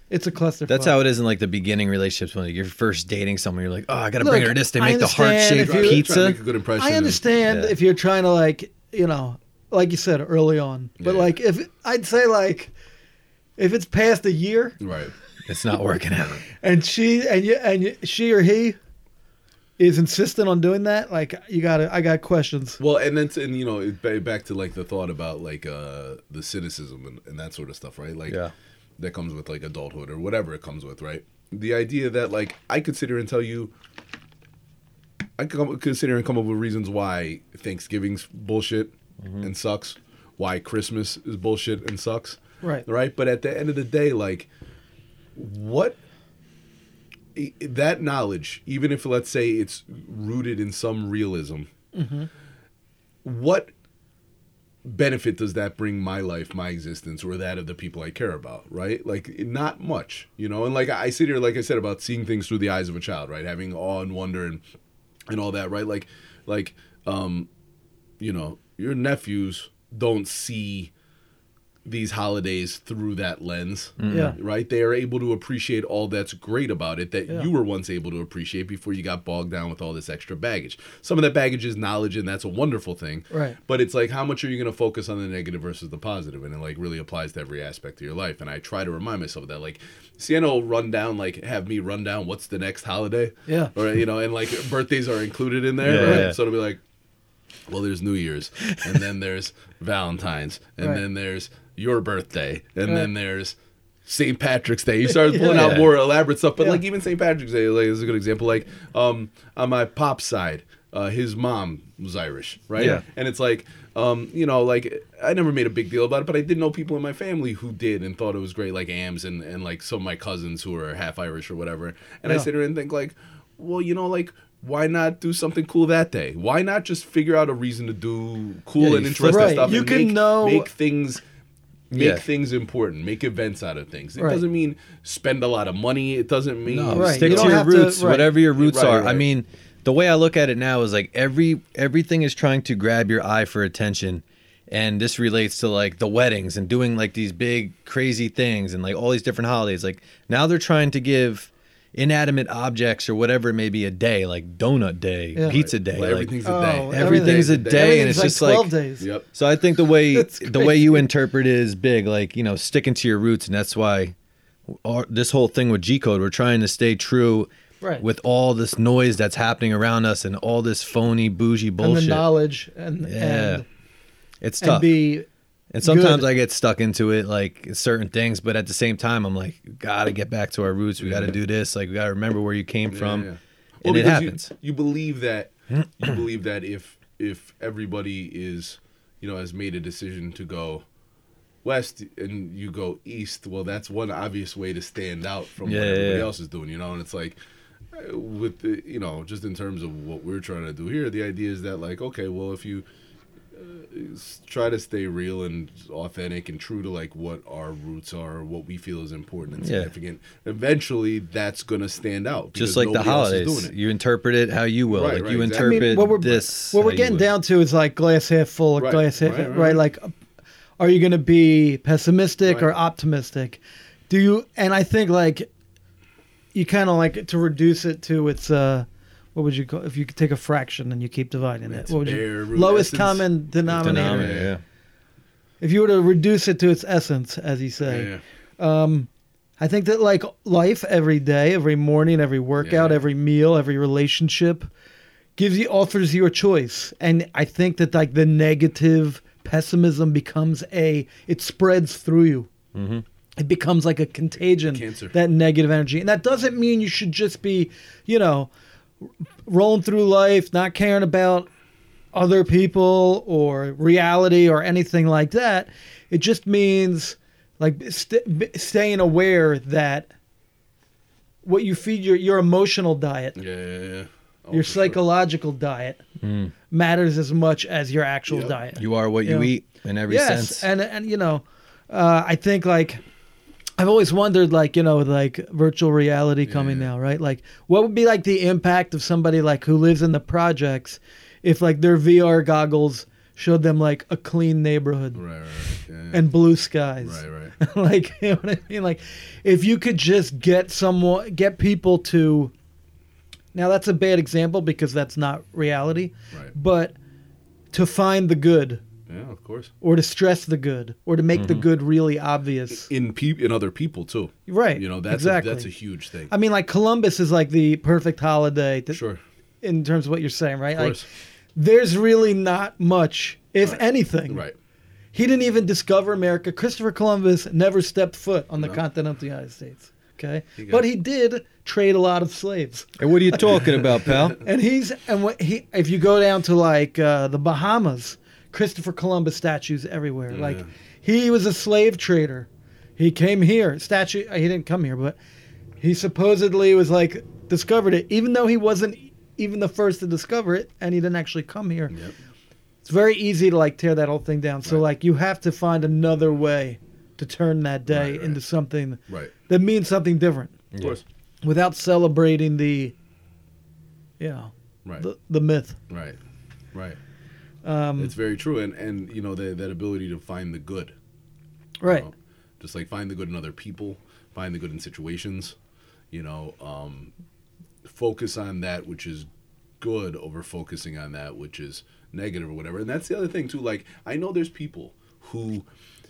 Speaker 2: It's a cluster.
Speaker 3: That's how it is in like the beginning relationships when you're first dating someone. You're like, oh, I gotta bring
Speaker 2: Look,
Speaker 3: her this. They
Speaker 2: I
Speaker 3: make the heart
Speaker 2: understand
Speaker 3: shaped
Speaker 2: if you-
Speaker 1: Try to
Speaker 3: pizza.
Speaker 1: make a good impression.
Speaker 2: I
Speaker 1: and-
Speaker 2: understand
Speaker 3: Yeah.
Speaker 2: if you're trying to like, you know, like you said early on, but
Speaker 1: Yeah.
Speaker 2: like if I'd say like if it's past a year
Speaker 1: Right.
Speaker 3: It's not working out.
Speaker 2: and she and you and you, she or he is insistent on doing that, like you got to I got questions.
Speaker 1: Well, and then and you know it, ba- back to like the thought about like uh the cynicism and, and that sort of stuff, right? Like
Speaker 3: Yeah.
Speaker 1: that comes with like adulthood or whatever it comes with, right? The idea that like I could sit here and tell you, I could come- consider and come up with reasons why Thanksgiving's bullshit and sucks, why Christmas is bullshit and sucks,
Speaker 2: Right.
Speaker 1: Right, but at the end of the day, like what i- that knowledge, even if let's say it's rooted in some realism, what benefit does that bring my life, my existence, or that of the people I care about, right? Like, not much, you know? And like, I sit here, like I said, about seeing things through the eyes of a child, right? Having awe and wonder and, and all that, right? Like, like, um, you know, your nephews don't see these holidays through that lens.
Speaker 2: Yeah.
Speaker 1: Right? They are able to appreciate all that's great about it that
Speaker 2: Yeah.
Speaker 1: you were once able to appreciate before you got bogged down with all this extra baggage. Some of that baggage is knowledge and that's a wonderful thing.
Speaker 2: Right.
Speaker 1: But it's like how much are you going to focus on the negative versus the positive and it like really applies to every aspect of your life and I try to remind myself of that like Sienna will run down like have me run down what's the next holiday?
Speaker 2: Yeah.
Speaker 1: Or you know and like birthdays are included in there,
Speaker 3: Yeah,
Speaker 1: right?
Speaker 3: yeah.
Speaker 1: So it'll be like well, there's New Year's, and then there's Valentine's, and
Speaker 2: Right.
Speaker 1: then there's your birthday, and
Speaker 2: Right.
Speaker 1: then there's St. Patrick's Day. You start pulling out
Speaker 3: Yeah.
Speaker 1: more elaborate stuff, but
Speaker 2: Yeah.
Speaker 1: like even St. Patrick's Day like, is a good example. Like um, on my pop's side, uh, his mom was Irish, right?
Speaker 3: Yeah.
Speaker 1: And it's like, um, you know, like I never made a big deal about it, but I did know people in my family who did and thought it was great, like Ams and, and like some of my cousins who are half Irish or whatever. And I
Speaker 2: Yeah.
Speaker 1: sit there and think like, well, you know, like why not do something cool that day? Why not just figure out a reason to do cool
Speaker 3: Yeah,
Speaker 1: and
Speaker 3: you
Speaker 1: interesting
Speaker 2: flip it.
Speaker 1: stuff?
Speaker 2: Right, you
Speaker 1: and
Speaker 2: can
Speaker 1: make,
Speaker 2: know-
Speaker 1: make things make
Speaker 3: Yeah.
Speaker 1: things important. Make events out of things. It
Speaker 2: Right.
Speaker 1: doesn't mean spend a lot of money. It doesn't mean
Speaker 3: No,
Speaker 2: Right,
Speaker 3: stick
Speaker 2: you
Speaker 3: to
Speaker 2: don't
Speaker 3: your
Speaker 2: have to-
Speaker 3: roots,
Speaker 2: right.
Speaker 3: whatever your roots
Speaker 1: Right,
Speaker 3: are. I
Speaker 1: right.
Speaker 3: mean, the way I look at it now is like every everything is trying to grab your eye for attention, and this relates to like the weddings and doing like these big crazy things and like all these different holidays. Like now they're trying to give inanimate objects or whatever it may be a day, like donut day,
Speaker 2: Yeah.
Speaker 3: pizza day,
Speaker 1: Well,
Speaker 3: like-
Speaker 1: everything's a
Speaker 2: Oh,
Speaker 1: day.
Speaker 2: everything's
Speaker 3: Everything's a day, and
Speaker 2: Everything's
Speaker 3: it's just like
Speaker 2: 12 days.
Speaker 1: Yep.
Speaker 3: So I think the way
Speaker 2: That's
Speaker 3: the way you interpret it is big, like you know, sticking to your roots, and that's why our, this whole thing with G code, we're trying to stay true
Speaker 2: Right.
Speaker 3: with all this noise that's happening around us and all this phony bougie
Speaker 2: and the
Speaker 3: bullshit.
Speaker 2: knowledge and
Speaker 3: Yeah.
Speaker 2: and,
Speaker 3: it's
Speaker 2: and
Speaker 3: tough, and,
Speaker 2: be
Speaker 3: sometimes
Speaker 2: good.
Speaker 3: I get stuck into it, like certain things, but at the same time, I'm like, gotta get back to our roots. We gotta do this. Like we gotta remember where you came from,
Speaker 1: Yeah, yeah.
Speaker 3: and it
Speaker 1: because you-
Speaker 3: happens.
Speaker 1: You, believe that you believe that if if everybody is you know has made a decision to go west and you go east, well, that's one obvious way to stand out from
Speaker 3: Yeah,
Speaker 1: what
Speaker 3: yeah,
Speaker 1: everybody
Speaker 3: yeah.
Speaker 1: else is doing. You know, and it's like uh, with the you know just in terms of what we're trying to do here, the idea is that like okay, well, if you uh, s- try to stay real and authentic and true to like what our roots are, what we feel is important and
Speaker 3: Yeah.
Speaker 1: significant. Eventually, that's gonna stand out. because
Speaker 3: Just like the
Speaker 1: nobody else is
Speaker 3: holidays,
Speaker 1: doing it.
Speaker 3: you interpret it how you will.
Speaker 1: Right,
Speaker 3: like
Speaker 1: right, exactly.
Speaker 3: you
Speaker 1: I mean,
Speaker 3: interpret
Speaker 2: what we're-
Speaker 3: this.
Speaker 2: what
Speaker 3: how
Speaker 2: we're
Speaker 3: you
Speaker 2: getting
Speaker 3: would.
Speaker 2: down to is like glass half full or
Speaker 1: Right,
Speaker 2: glass half
Speaker 1: right, right,
Speaker 2: right,
Speaker 1: right.
Speaker 2: like are you going to be pessimistic or
Speaker 1: Right.
Speaker 2: optimistic do you and i think like you kind of like to reduce it to its uh what would you call if you could take a fraction and you keep dividing it
Speaker 1: It's
Speaker 2: what would
Speaker 1: bare
Speaker 2: you
Speaker 1: root
Speaker 2: lowest
Speaker 1: essence.
Speaker 2: common denominator
Speaker 3: Denominator,
Speaker 1: Yeah.
Speaker 3: yeah.
Speaker 2: if you were to reduce it to its essence as you
Speaker 1: Yeah,
Speaker 2: say
Speaker 1: yeah.
Speaker 2: I think that like life every day, every morning, every workout,
Speaker 1: yeah.
Speaker 2: every meal, every relationship gives you offers you a choice. And I think that like the negative pessimism becomes a it spreads through you. It becomes like a contagion.
Speaker 1: Mm-hmm. cancer.
Speaker 2: That negative energy. And that doesn't mean you should just be, you know, rolling through life, not caring about other people or reality or anything like that. It just means like st- b- staying aware that what you feed your your emotional diet,
Speaker 1: Yeah, yeah, yeah. Oh, for sure.
Speaker 2: your psychological diet matters as much as your actual
Speaker 1: Yep.
Speaker 2: diet.
Speaker 3: You are what you
Speaker 2: Yeah.
Speaker 3: eat in every
Speaker 2: yes,
Speaker 3: sense.
Speaker 2: and and you know, uh, I think like. I've always wondered, like you know, like virtual reality coming now, right? Like, what would be like the impact of somebody like who lives in the projects, if like their VR goggles showed them like a clean neighborhood
Speaker 1: Right, right, right. Yeah, yeah.
Speaker 2: and blue skies,
Speaker 1: right, right.
Speaker 2: like you know what I mean? Like if you could just get someone get people to now that's a bad example because that's not reality.
Speaker 1: Right.
Speaker 2: But to find the good
Speaker 1: Yeah, of course.
Speaker 2: or to stress the good or to make the
Speaker 1: Mm-hmm.
Speaker 2: good really obvious.
Speaker 1: In peop in other people too.
Speaker 2: Right,
Speaker 1: You know that's
Speaker 2: exactly.
Speaker 1: a, that's a huge thing.
Speaker 2: I mean like Columbus is like the perfect holiday to,
Speaker 1: sure.
Speaker 2: in terms of what you're saying, right?
Speaker 1: Of
Speaker 2: Like
Speaker 1: course.
Speaker 2: there's really not much if
Speaker 1: Right.
Speaker 2: anything.
Speaker 1: right.
Speaker 2: He didn't even discover America. Christopher Columbus never stepped foot on the
Speaker 1: No.
Speaker 2: continent of the United States. Okay,
Speaker 1: got
Speaker 2: but
Speaker 1: it.
Speaker 2: he did trade a lot of slaves,
Speaker 3: And what are you talking about, pal?
Speaker 2: and he's and what he if you go down to like uh, the Bahamas, Christopher Columbus statues everywhere. Like
Speaker 1: Yeah.
Speaker 2: he was a slave trader. He came here. Statue. He didn't come here, but he supposedly was like discovered it, even though he wasn't even the first to discover it, and he didn't actually come here
Speaker 1: Yep.
Speaker 2: it's very easy to like tear that whole thing down. So
Speaker 1: Right.
Speaker 2: like you have to find another way to turn that day
Speaker 1: Right, right.
Speaker 2: into something
Speaker 1: Right.
Speaker 2: that means something different
Speaker 1: Of course.
Speaker 2: without celebrating the Um, you know
Speaker 1: Right.
Speaker 2: the, the myth.
Speaker 1: Right. Right. it's very true, and and you know the, that ability to find the good, you
Speaker 2: Right.
Speaker 1: know? Just like find the good in other people, find the good in situations, you know. Um, focus on that which is good over focusing on that which is negative or whatever. And that's the other thing too. Like I know there's people who,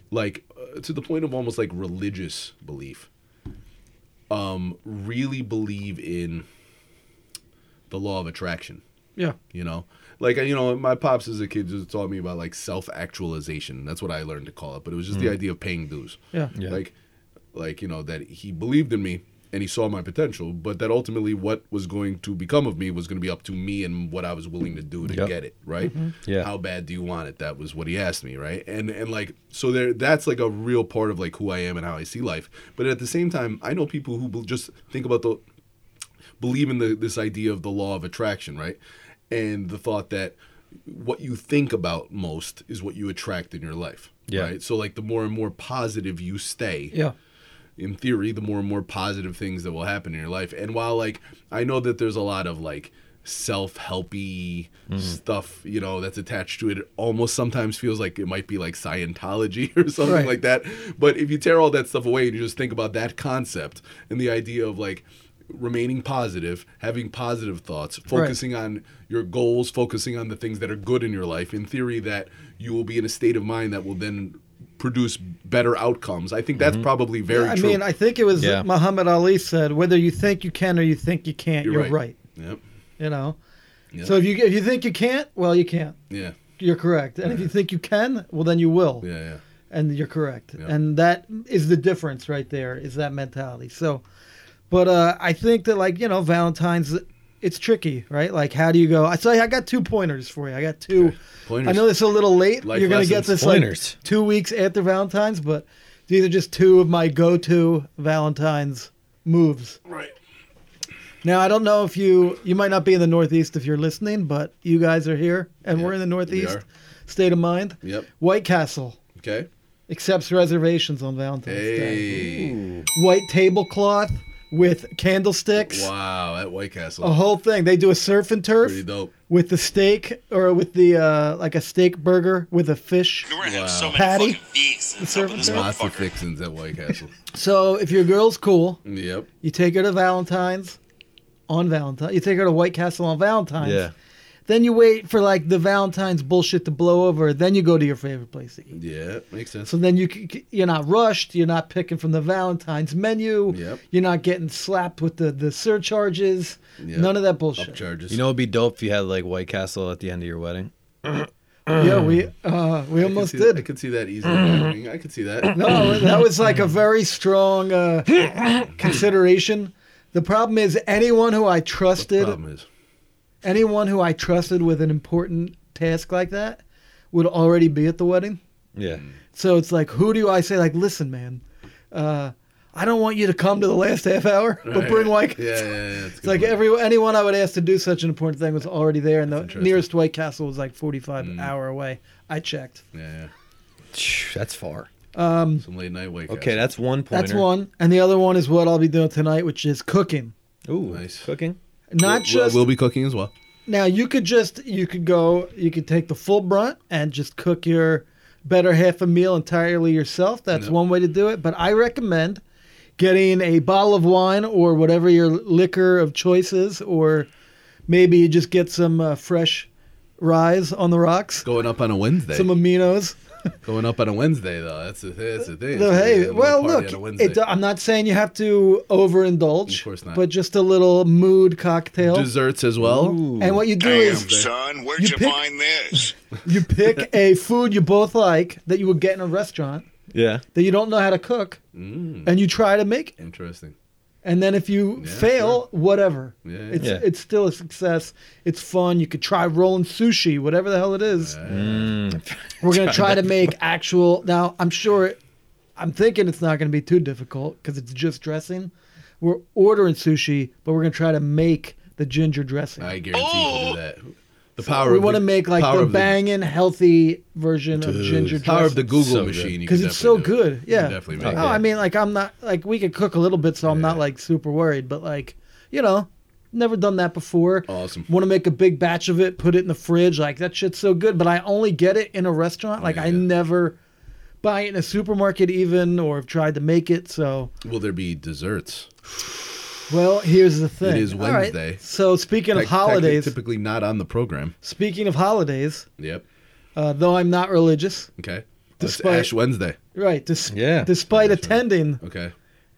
Speaker 1: like, uh, to the point of almost like religious belief, um, really believe in the law of attraction
Speaker 2: Yeah.
Speaker 1: you know like you know my pops as a kid just taught me about like self-actualization that's what i learned to call it but it was just the idea of paying dues
Speaker 2: Yeah.
Speaker 3: Yeah.
Speaker 1: like like you know that he believed in me and he saw my potential but that ultimately what was going to become of me was going to be up to me and what i was willing to do to
Speaker 3: Yep.
Speaker 1: get it right
Speaker 3: Yeah.
Speaker 1: how bad do you want it that was what he asked me right and and like so there that's like a real part of like who i am and how i see life but at the same time i know people who will just think about the believe in the, this idea of the law of attraction, right? And the thought that what you think about most is what you attract in your life.
Speaker 3: Yeah.
Speaker 1: Right. So like the more and more positive you stay,
Speaker 2: Yeah.
Speaker 1: in theory, the more and more positive things that will happen in your life. And while like I know that there's a lot of like self-helpy stuff, you know, that's attached to it. It almost sometimes feels like it might be like Scientology or something
Speaker 2: Right.
Speaker 1: like that. But if you tear all that stuff away and you just think about that concept and the idea of like remaining positive, having positive thoughts, focusing on your goals, focusing on the things that are good in your life, in theory that you will be in a state of mind that will then produce better outcomes. I think that's probably very
Speaker 2: I
Speaker 1: true.
Speaker 2: mean, I think it was
Speaker 3: Yeah.
Speaker 2: Muhammad Ali said, "Whether you think you can or you think you can't, you're, right.
Speaker 1: Yep.
Speaker 2: You know.
Speaker 1: Yeah.
Speaker 2: So if you if you think you can't, well, you can't.
Speaker 1: Yeah.
Speaker 2: You're correct. And if you think you can, well, then you will.
Speaker 1: Yeah. Yeah.
Speaker 2: and you're correct
Speaker 1: Yeah.
Speaker 2: and that is the difference right there is that mentality so but uh i think that like you know valentine's it's tricky right like how do you go i say i got two pointers for you i got two
Speaker 1: Pointers.
Speaker 2: i know it's a little late
Speaker 1: Life
Speaker 2: you're gonna get
Speaker 1: lessons.
Speaker 2: this like,
Speaker 3: Pointers.
Speaker 2: two weeks after valentine's but these are just two of my go-to valentine's moves
Speaker 1: Right.
Speaker 2: now i don't know if you you might not be in the northeast if you're listening but you guys are here and
Speaker 1: Yeah,
Speaker 2: we're in the
Speaker 1: we
Speaker 2: northeast
Speaker 1: are.
Speaker 2: state of mind
Speaker 1: Yep.
Speaker 2: white castle
Speaker 1: Okay.
Speaker 2: accepts reservations on Valentine's Day.
Speaker 1: Hey.
Speaker 2: White tablecloth with candlesticks,
Speaker 1: Wow. At White Castle.
Speaker 2: a whole thing. They do a surf and turf
Speaker 1: Pretty dope.
Speaker 2: with the steak or with the uh, like a steak burger with a fish.
Speaker 4: We're gonna have so many
Speaker 2: Patty?
Speaker 4: fucking fixings up
Speaker 2: Servant
Speaker 4: in this
Speaker 2: there?
Speaker 1: Lots of
Speaker 4: motherfucker.
Speaker 1: fixings at White Castle.
Speaker 2: So if your girl's cool,
Speaker 1: yep.
Speaker 2: you take her to Valentine's on Valentine. You take her to White Castle on Valentine's.
Speaker 3: Yeah.
Speaker 2: Then you wait for like the Valentine's bullshit to blow over. Then you go to your favorite place to eat.
Speaker 1: Yeah. Makes sense.
Speaker 2: So then you c- c- you're not rushed. You're not picking from the Valentine's menu.
Speaker 1: Yep.
Speaker 2: You're not getting slapped with the the surcharges.
Speaker 1: Yep.
Speaker 2: None of that bullshit.
Speaker 1: Upcharges.
Speaker 3: You know, it'd be dope if you had like White Castle at the end of your wedding.
Speaker 2: Yeah, we uh, we
Speaker 1: I could
Speaker 2: almost
Speaker 1: see that- I
Speaker 2: did. Mm.
Speaker 1: could see that easily happening. I could see that.
Speaker 2: No, that was like a very strong uh, consideration. The problem is anyone who I trusted,
Speaker 1: Problem is.
Speaker 2: anyone who I trusted with an important task like that, would already be at the wedding.
Speaker 3: Yeah.
Speaker 2: So it's like, who do I say? Like, listen, man, uh, I don't want you to come to the last half hour, but bring like.
Speaker 1: Yeah. Yeah. yeah
Speaker 2: It's like every anyone I would ask to do such an important thing was already there, and the
Speaker 1: interesting. Mm.
Speaker 2: nearest White Castle was like 45 hour away. I checked.
Speaker 1: Yeah.
Speaker 3: Phew, That's far.
Speaker 1: yeah. Some late night White Castle.
Speaker 3: Okay, that's one pointer.
Speaker 2: That's one, and the other one is what I'll be doing tonight, which is cooking.
Speaker 3: Ooh,
Speaker 1: Nice.
Speaker 3: cooking.
Speaker 2: Not
Speaker 1: We'll-
Speaker 2: just
Speaker 1: We'll be cooking as well.
Speaker 2: now. You could just you could go you could take the full brunt and just cook your better half a meal entirely yourself. That's
Speaker 1: Yeah.
Speaker 2: one way to do it. But I recommend getting a bottle of wine or whatever your liquor of choice is, or maybe you just get some uh, fresh rye on the rocks,
Speaker 1: Going up on a Wednesday.
Speaker 2: some aminos.
Speaker 1: Going up on a Wednesday though. That's the that's the thing.
Speaker 2: No,
Speaker 1: It's gonna be a
Speaker 2: hey,
Speaker 1: little
Speaker 2: well,
Speaker 1: party
Speaker 2: look,
Speaker 1: on a Wednesday.
Speaker 2: it, I'm not saying you have to overindulge,
Speaker 1: Of course not.
Speaker 2: but just a little mood cocktail.
Speaker 1: desserts as well.
Speaker 3: Ooh.
Speaker 2: and what you do
Speaker 4: Damn,
Speaker 2: is
Speaker 4: son, where'd
Speaker 2: You
Speaker 4: you,
Speaker 2: pick-
Speaker 4: find this?
Speaker 2: you pick a food you both like that you would get in a restaurant
Speaker 3: Yeah.
Speaker 2: that you don't know how to cook, and you try to make it.
Speaker 1: Mm, Interesting.
Speaker 2: And then if you
Speaker 1: Yeah,
Speaker 2: fail, whatever,
Speaker 1: Yeah, yeah,
Speaker 2: it's
Speaker 3: yeah.
Speaker 2: it's still a success. It's fun. You could try rolling sushi, whatever the hell it is. We're gonna try to make actual. Now I'm sure, I'm thinking it's not gonna be too difficult because it's just dressing. We're ordering sushi, but we're gonna try to make the ginger dressing.
Speaker 1: I guarantee you can do that. The power
Speaker 2: we
Speaker 1: of
Speaker 2: want to
Speaker 1: the-
Speaker 2: make like
Speaker 1: power
Speaker 2: the
Speaker 1: of
Speaker 2: banging healthy version of ginger
Speaker 1: the power of the
Speaker 2: dressing.
Speaker 1: Google
Speaker 3: So good.
Speaker 1: machine you
Speaker 2: because
Speaker 1: can
Speaker 2: it's so
Speaker 1: definitely do it.
Speaker 2: good.
Speaker 1: You can
Speaker 2: Yeah.
Speaker 1: definitely
Speaker 2: Oh,
Speaker 1: make
Speaker 3: yeah.
Speaker 1: it.
Speaker 2: I mean, like I'm not like we could cook a little bit, so I'm not
Speaker 1: Yeah.
Speaker 2: like super worried. But like you know, Never done that before.
Speaker 1: Awesome.
Speaker 2: Want to make a big batch of it, put it in the fridge. Like that shit's so good, but I only get it in a restaurant. Like
Speaker 1: yeah,
Speaker 2: I
Speaker 1: yeah.
Speaker 2: never buy it in a supermarket even or have tried to make it. So,
Speaker 1: Will there be desserts?
Speaker 2: well, here's the thing.
Speaker 1: is
Speaker 2: All right,
Speaker 1: Wednesday.
Speaker 2: So, speaking
Speaker 1: Tec-
Speaker 2: of holidays,
Speaker 1: technically- Typically not on the program.
Speaker 2: speaking of holidays,
Speaker 1: Yep.
Speaker 2: uh, though I'm not religious,
Speaker 1: Okay.
Speaker 2: Despite-
Speaker 1: It's Ash Wednesday.
Speaker 2: right? Dis-
Speaker 3: Yeah.
Speaker 2: Despite attending
Speaker 1: Okay.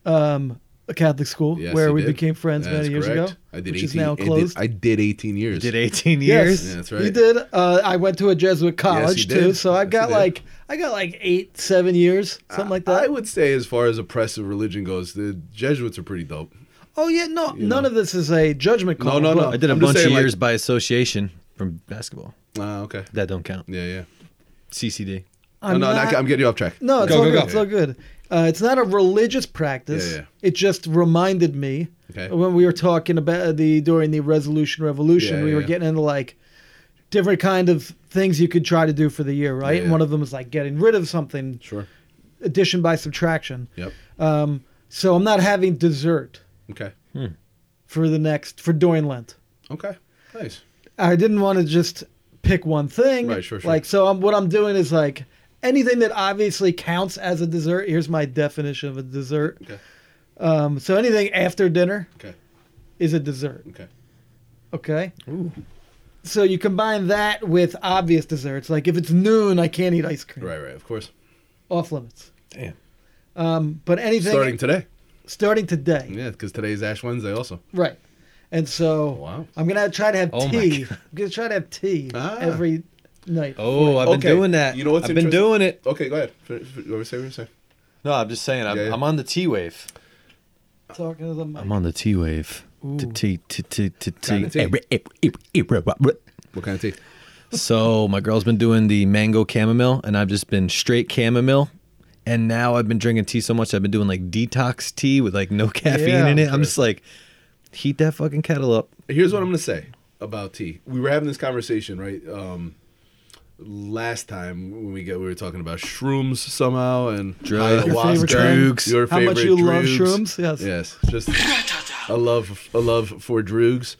Speaker 2: um, a Catholic school
Speaker 1: Yes,
Speaker 2: where
Speaker 1: you
Speaker 2: we
Speaker 1: did.
Speaker 2: became friends
Speaker 1: That's
Speaker 2: many years
Speaker 1: correct.
Speaker 2: ago,
Speaker 1: I did
Speaker 2: which
Speaker 1: 18,
Speaker 2: is now
Speaker 1: I did-
Speaker 2: closed.
Speaker 1: I did 18 years.
Speaker 3: Did 18 years.
Speaker 1: Yeah, that's right.
Speaker 2: You did. Uh, I went to a Jesuit college
Speaker 1: did.
Speaker 2: too, so I've
Speaker 1: Yes, you
Speaker 2: got
Speaker 1: did. Uh,
Speaker 2: like I got like eight, seven years, something like that.
Speaker 1: I would say, as far as oppressive religion goes, the Jesuits are pretty dope.
Speaker 2: oh yeah, no,
Speaker 1: You
Speaker 2: none
Speaker 1: know.
Speaker 2: of this is a judgment call.
Speaker 1: no, no,
Speaker 2: but
Speaker 3: I did a
Speaker 1: I'm just
Speaker 3: bunch
Speaker 1: saying,
Speaker 3: of
Speaker 1: like-
Speaker 3: years by association from basketball.
Speaker 1: Ah, okay.
Speaker 3: That don't count.
Speaker 1: Yeah, yeah.
Speaker 3: CCD.
Speaker 1: No,
Speaker 2: I'm
Speaker 1: no,
Speaker 2: not-
Speaker 1: not, I'm getting you off track.
Speaker 2: no, it's
Speaker 3: Go,
Speaker 2: all
Speaker 3: go,
Speaker 2: good.
Speaker 3: go.
Speaker 2: It's all good. Uh, it's not a religious practice.
Speaker 1: Yeah, yeah.
Speaker 2: It just reminded me
Speaker 1: Okay.
Speaker 2: when we were talking about the during the resolution revolution,
Speaker 1: Yeah,
Speaker 2: we were
Speaker 1: yeah.
Speaker 2: getting into like different kind of things you could try to do for the year, right?
Speaker 1: Yeah,
Speaker 2: And
Speaker 1: yeah.
Speaker 2: one of them was like getting rid of something,
Speaker 1: Sure.
Speaker 2: addition by subtraction.
Speaker 1: Yep.
Speaker 2: Um, so I'm not having dessert
Speaker 1: Okay.
Speaker 2: for the next for during Lent.
Speaker 1: Okay. Nice.
Speaker 2: I didn't want to just pick one thing.
Speaker 1: Right, sure, sure.
Speaker 2: Like so, I'm, what I'm doing is like anything that obviously counts as a dessert. Here's my definition of a dessert.
Speaker 1: Okay.
Speaker 2: Um, so anything after dinner
Speaker 1: Okay.
Speaker 2: is a dessert.
Speaker 1: Okay.
Speaker 2: Okay. So you combine that with obvious desserts. Like if it's noon, I can't eat ice cream.
Speaker 1: Right, right. Of course.
Speaker 2: Off limits.
Speaker 3: Damn.
Speaker 2: Um, but anything
Speaker 1: Starting today.
Speaker 2: starting today.
Speaker 1: Yeah, because today's Ash Wednesday also.
Speaker 2: Right. And so
Speaker 1: Wow.
Speaker 2: I'm gonna try to have
Speaker 3: Oh my
Speaker 2: tea. I'm gonna try to have tea
Speaker 1: Ah.
Speaker 2: every night.
Speaker 3: Oh, I've been
Speaker 1: Okay.
Speaker 3: doing that.
Speaker 1: You know what's
Speaker 3: I've been
Speaker 1: interesting?
Speaker 3: doing it.
Speaker 1: Okay, go ahead. F- f- what were you saying? What were you saying?
Speaker 3: No, I'm just saying. I'm,
Speaker 1: Yeah, yeah.
Speaker 3: I'm on the T wave.
Speaker 2: Talking to the mic.
Speaker 3: I'm on the T wave. T T T T T
Speaker 1: Kinda tea.
Speaker 3: T.
Speaker 1: What kind of tea?
Speaker 3: So my girl's been doing the mango chamomile, and I've just been straight chamomile. And now I've been drinking tea so much, I've been doing like detox tea with like no caffeine
Speaker 2: Yeah.
Speaker 3: in it. I'm just like, heat that fucking kettle up.
Speaker 1: Here's what I'm gonna say about tea. We were having this conversation, right? Um, last time when we get we were talking about shrooms somehow and
Speaker 3: Drugs. Your
Speaker 1: ayahuasca,
Speaker 2: favorite drugs.
Speaker 1: Your
Speaker 2: How much
Speaker 1: favorite
Speaker 2: you love
Speaker 1: drugs.
Speaker 2: shrooms, yes.
Speaker 1: Yes. Just a love a love for drugs.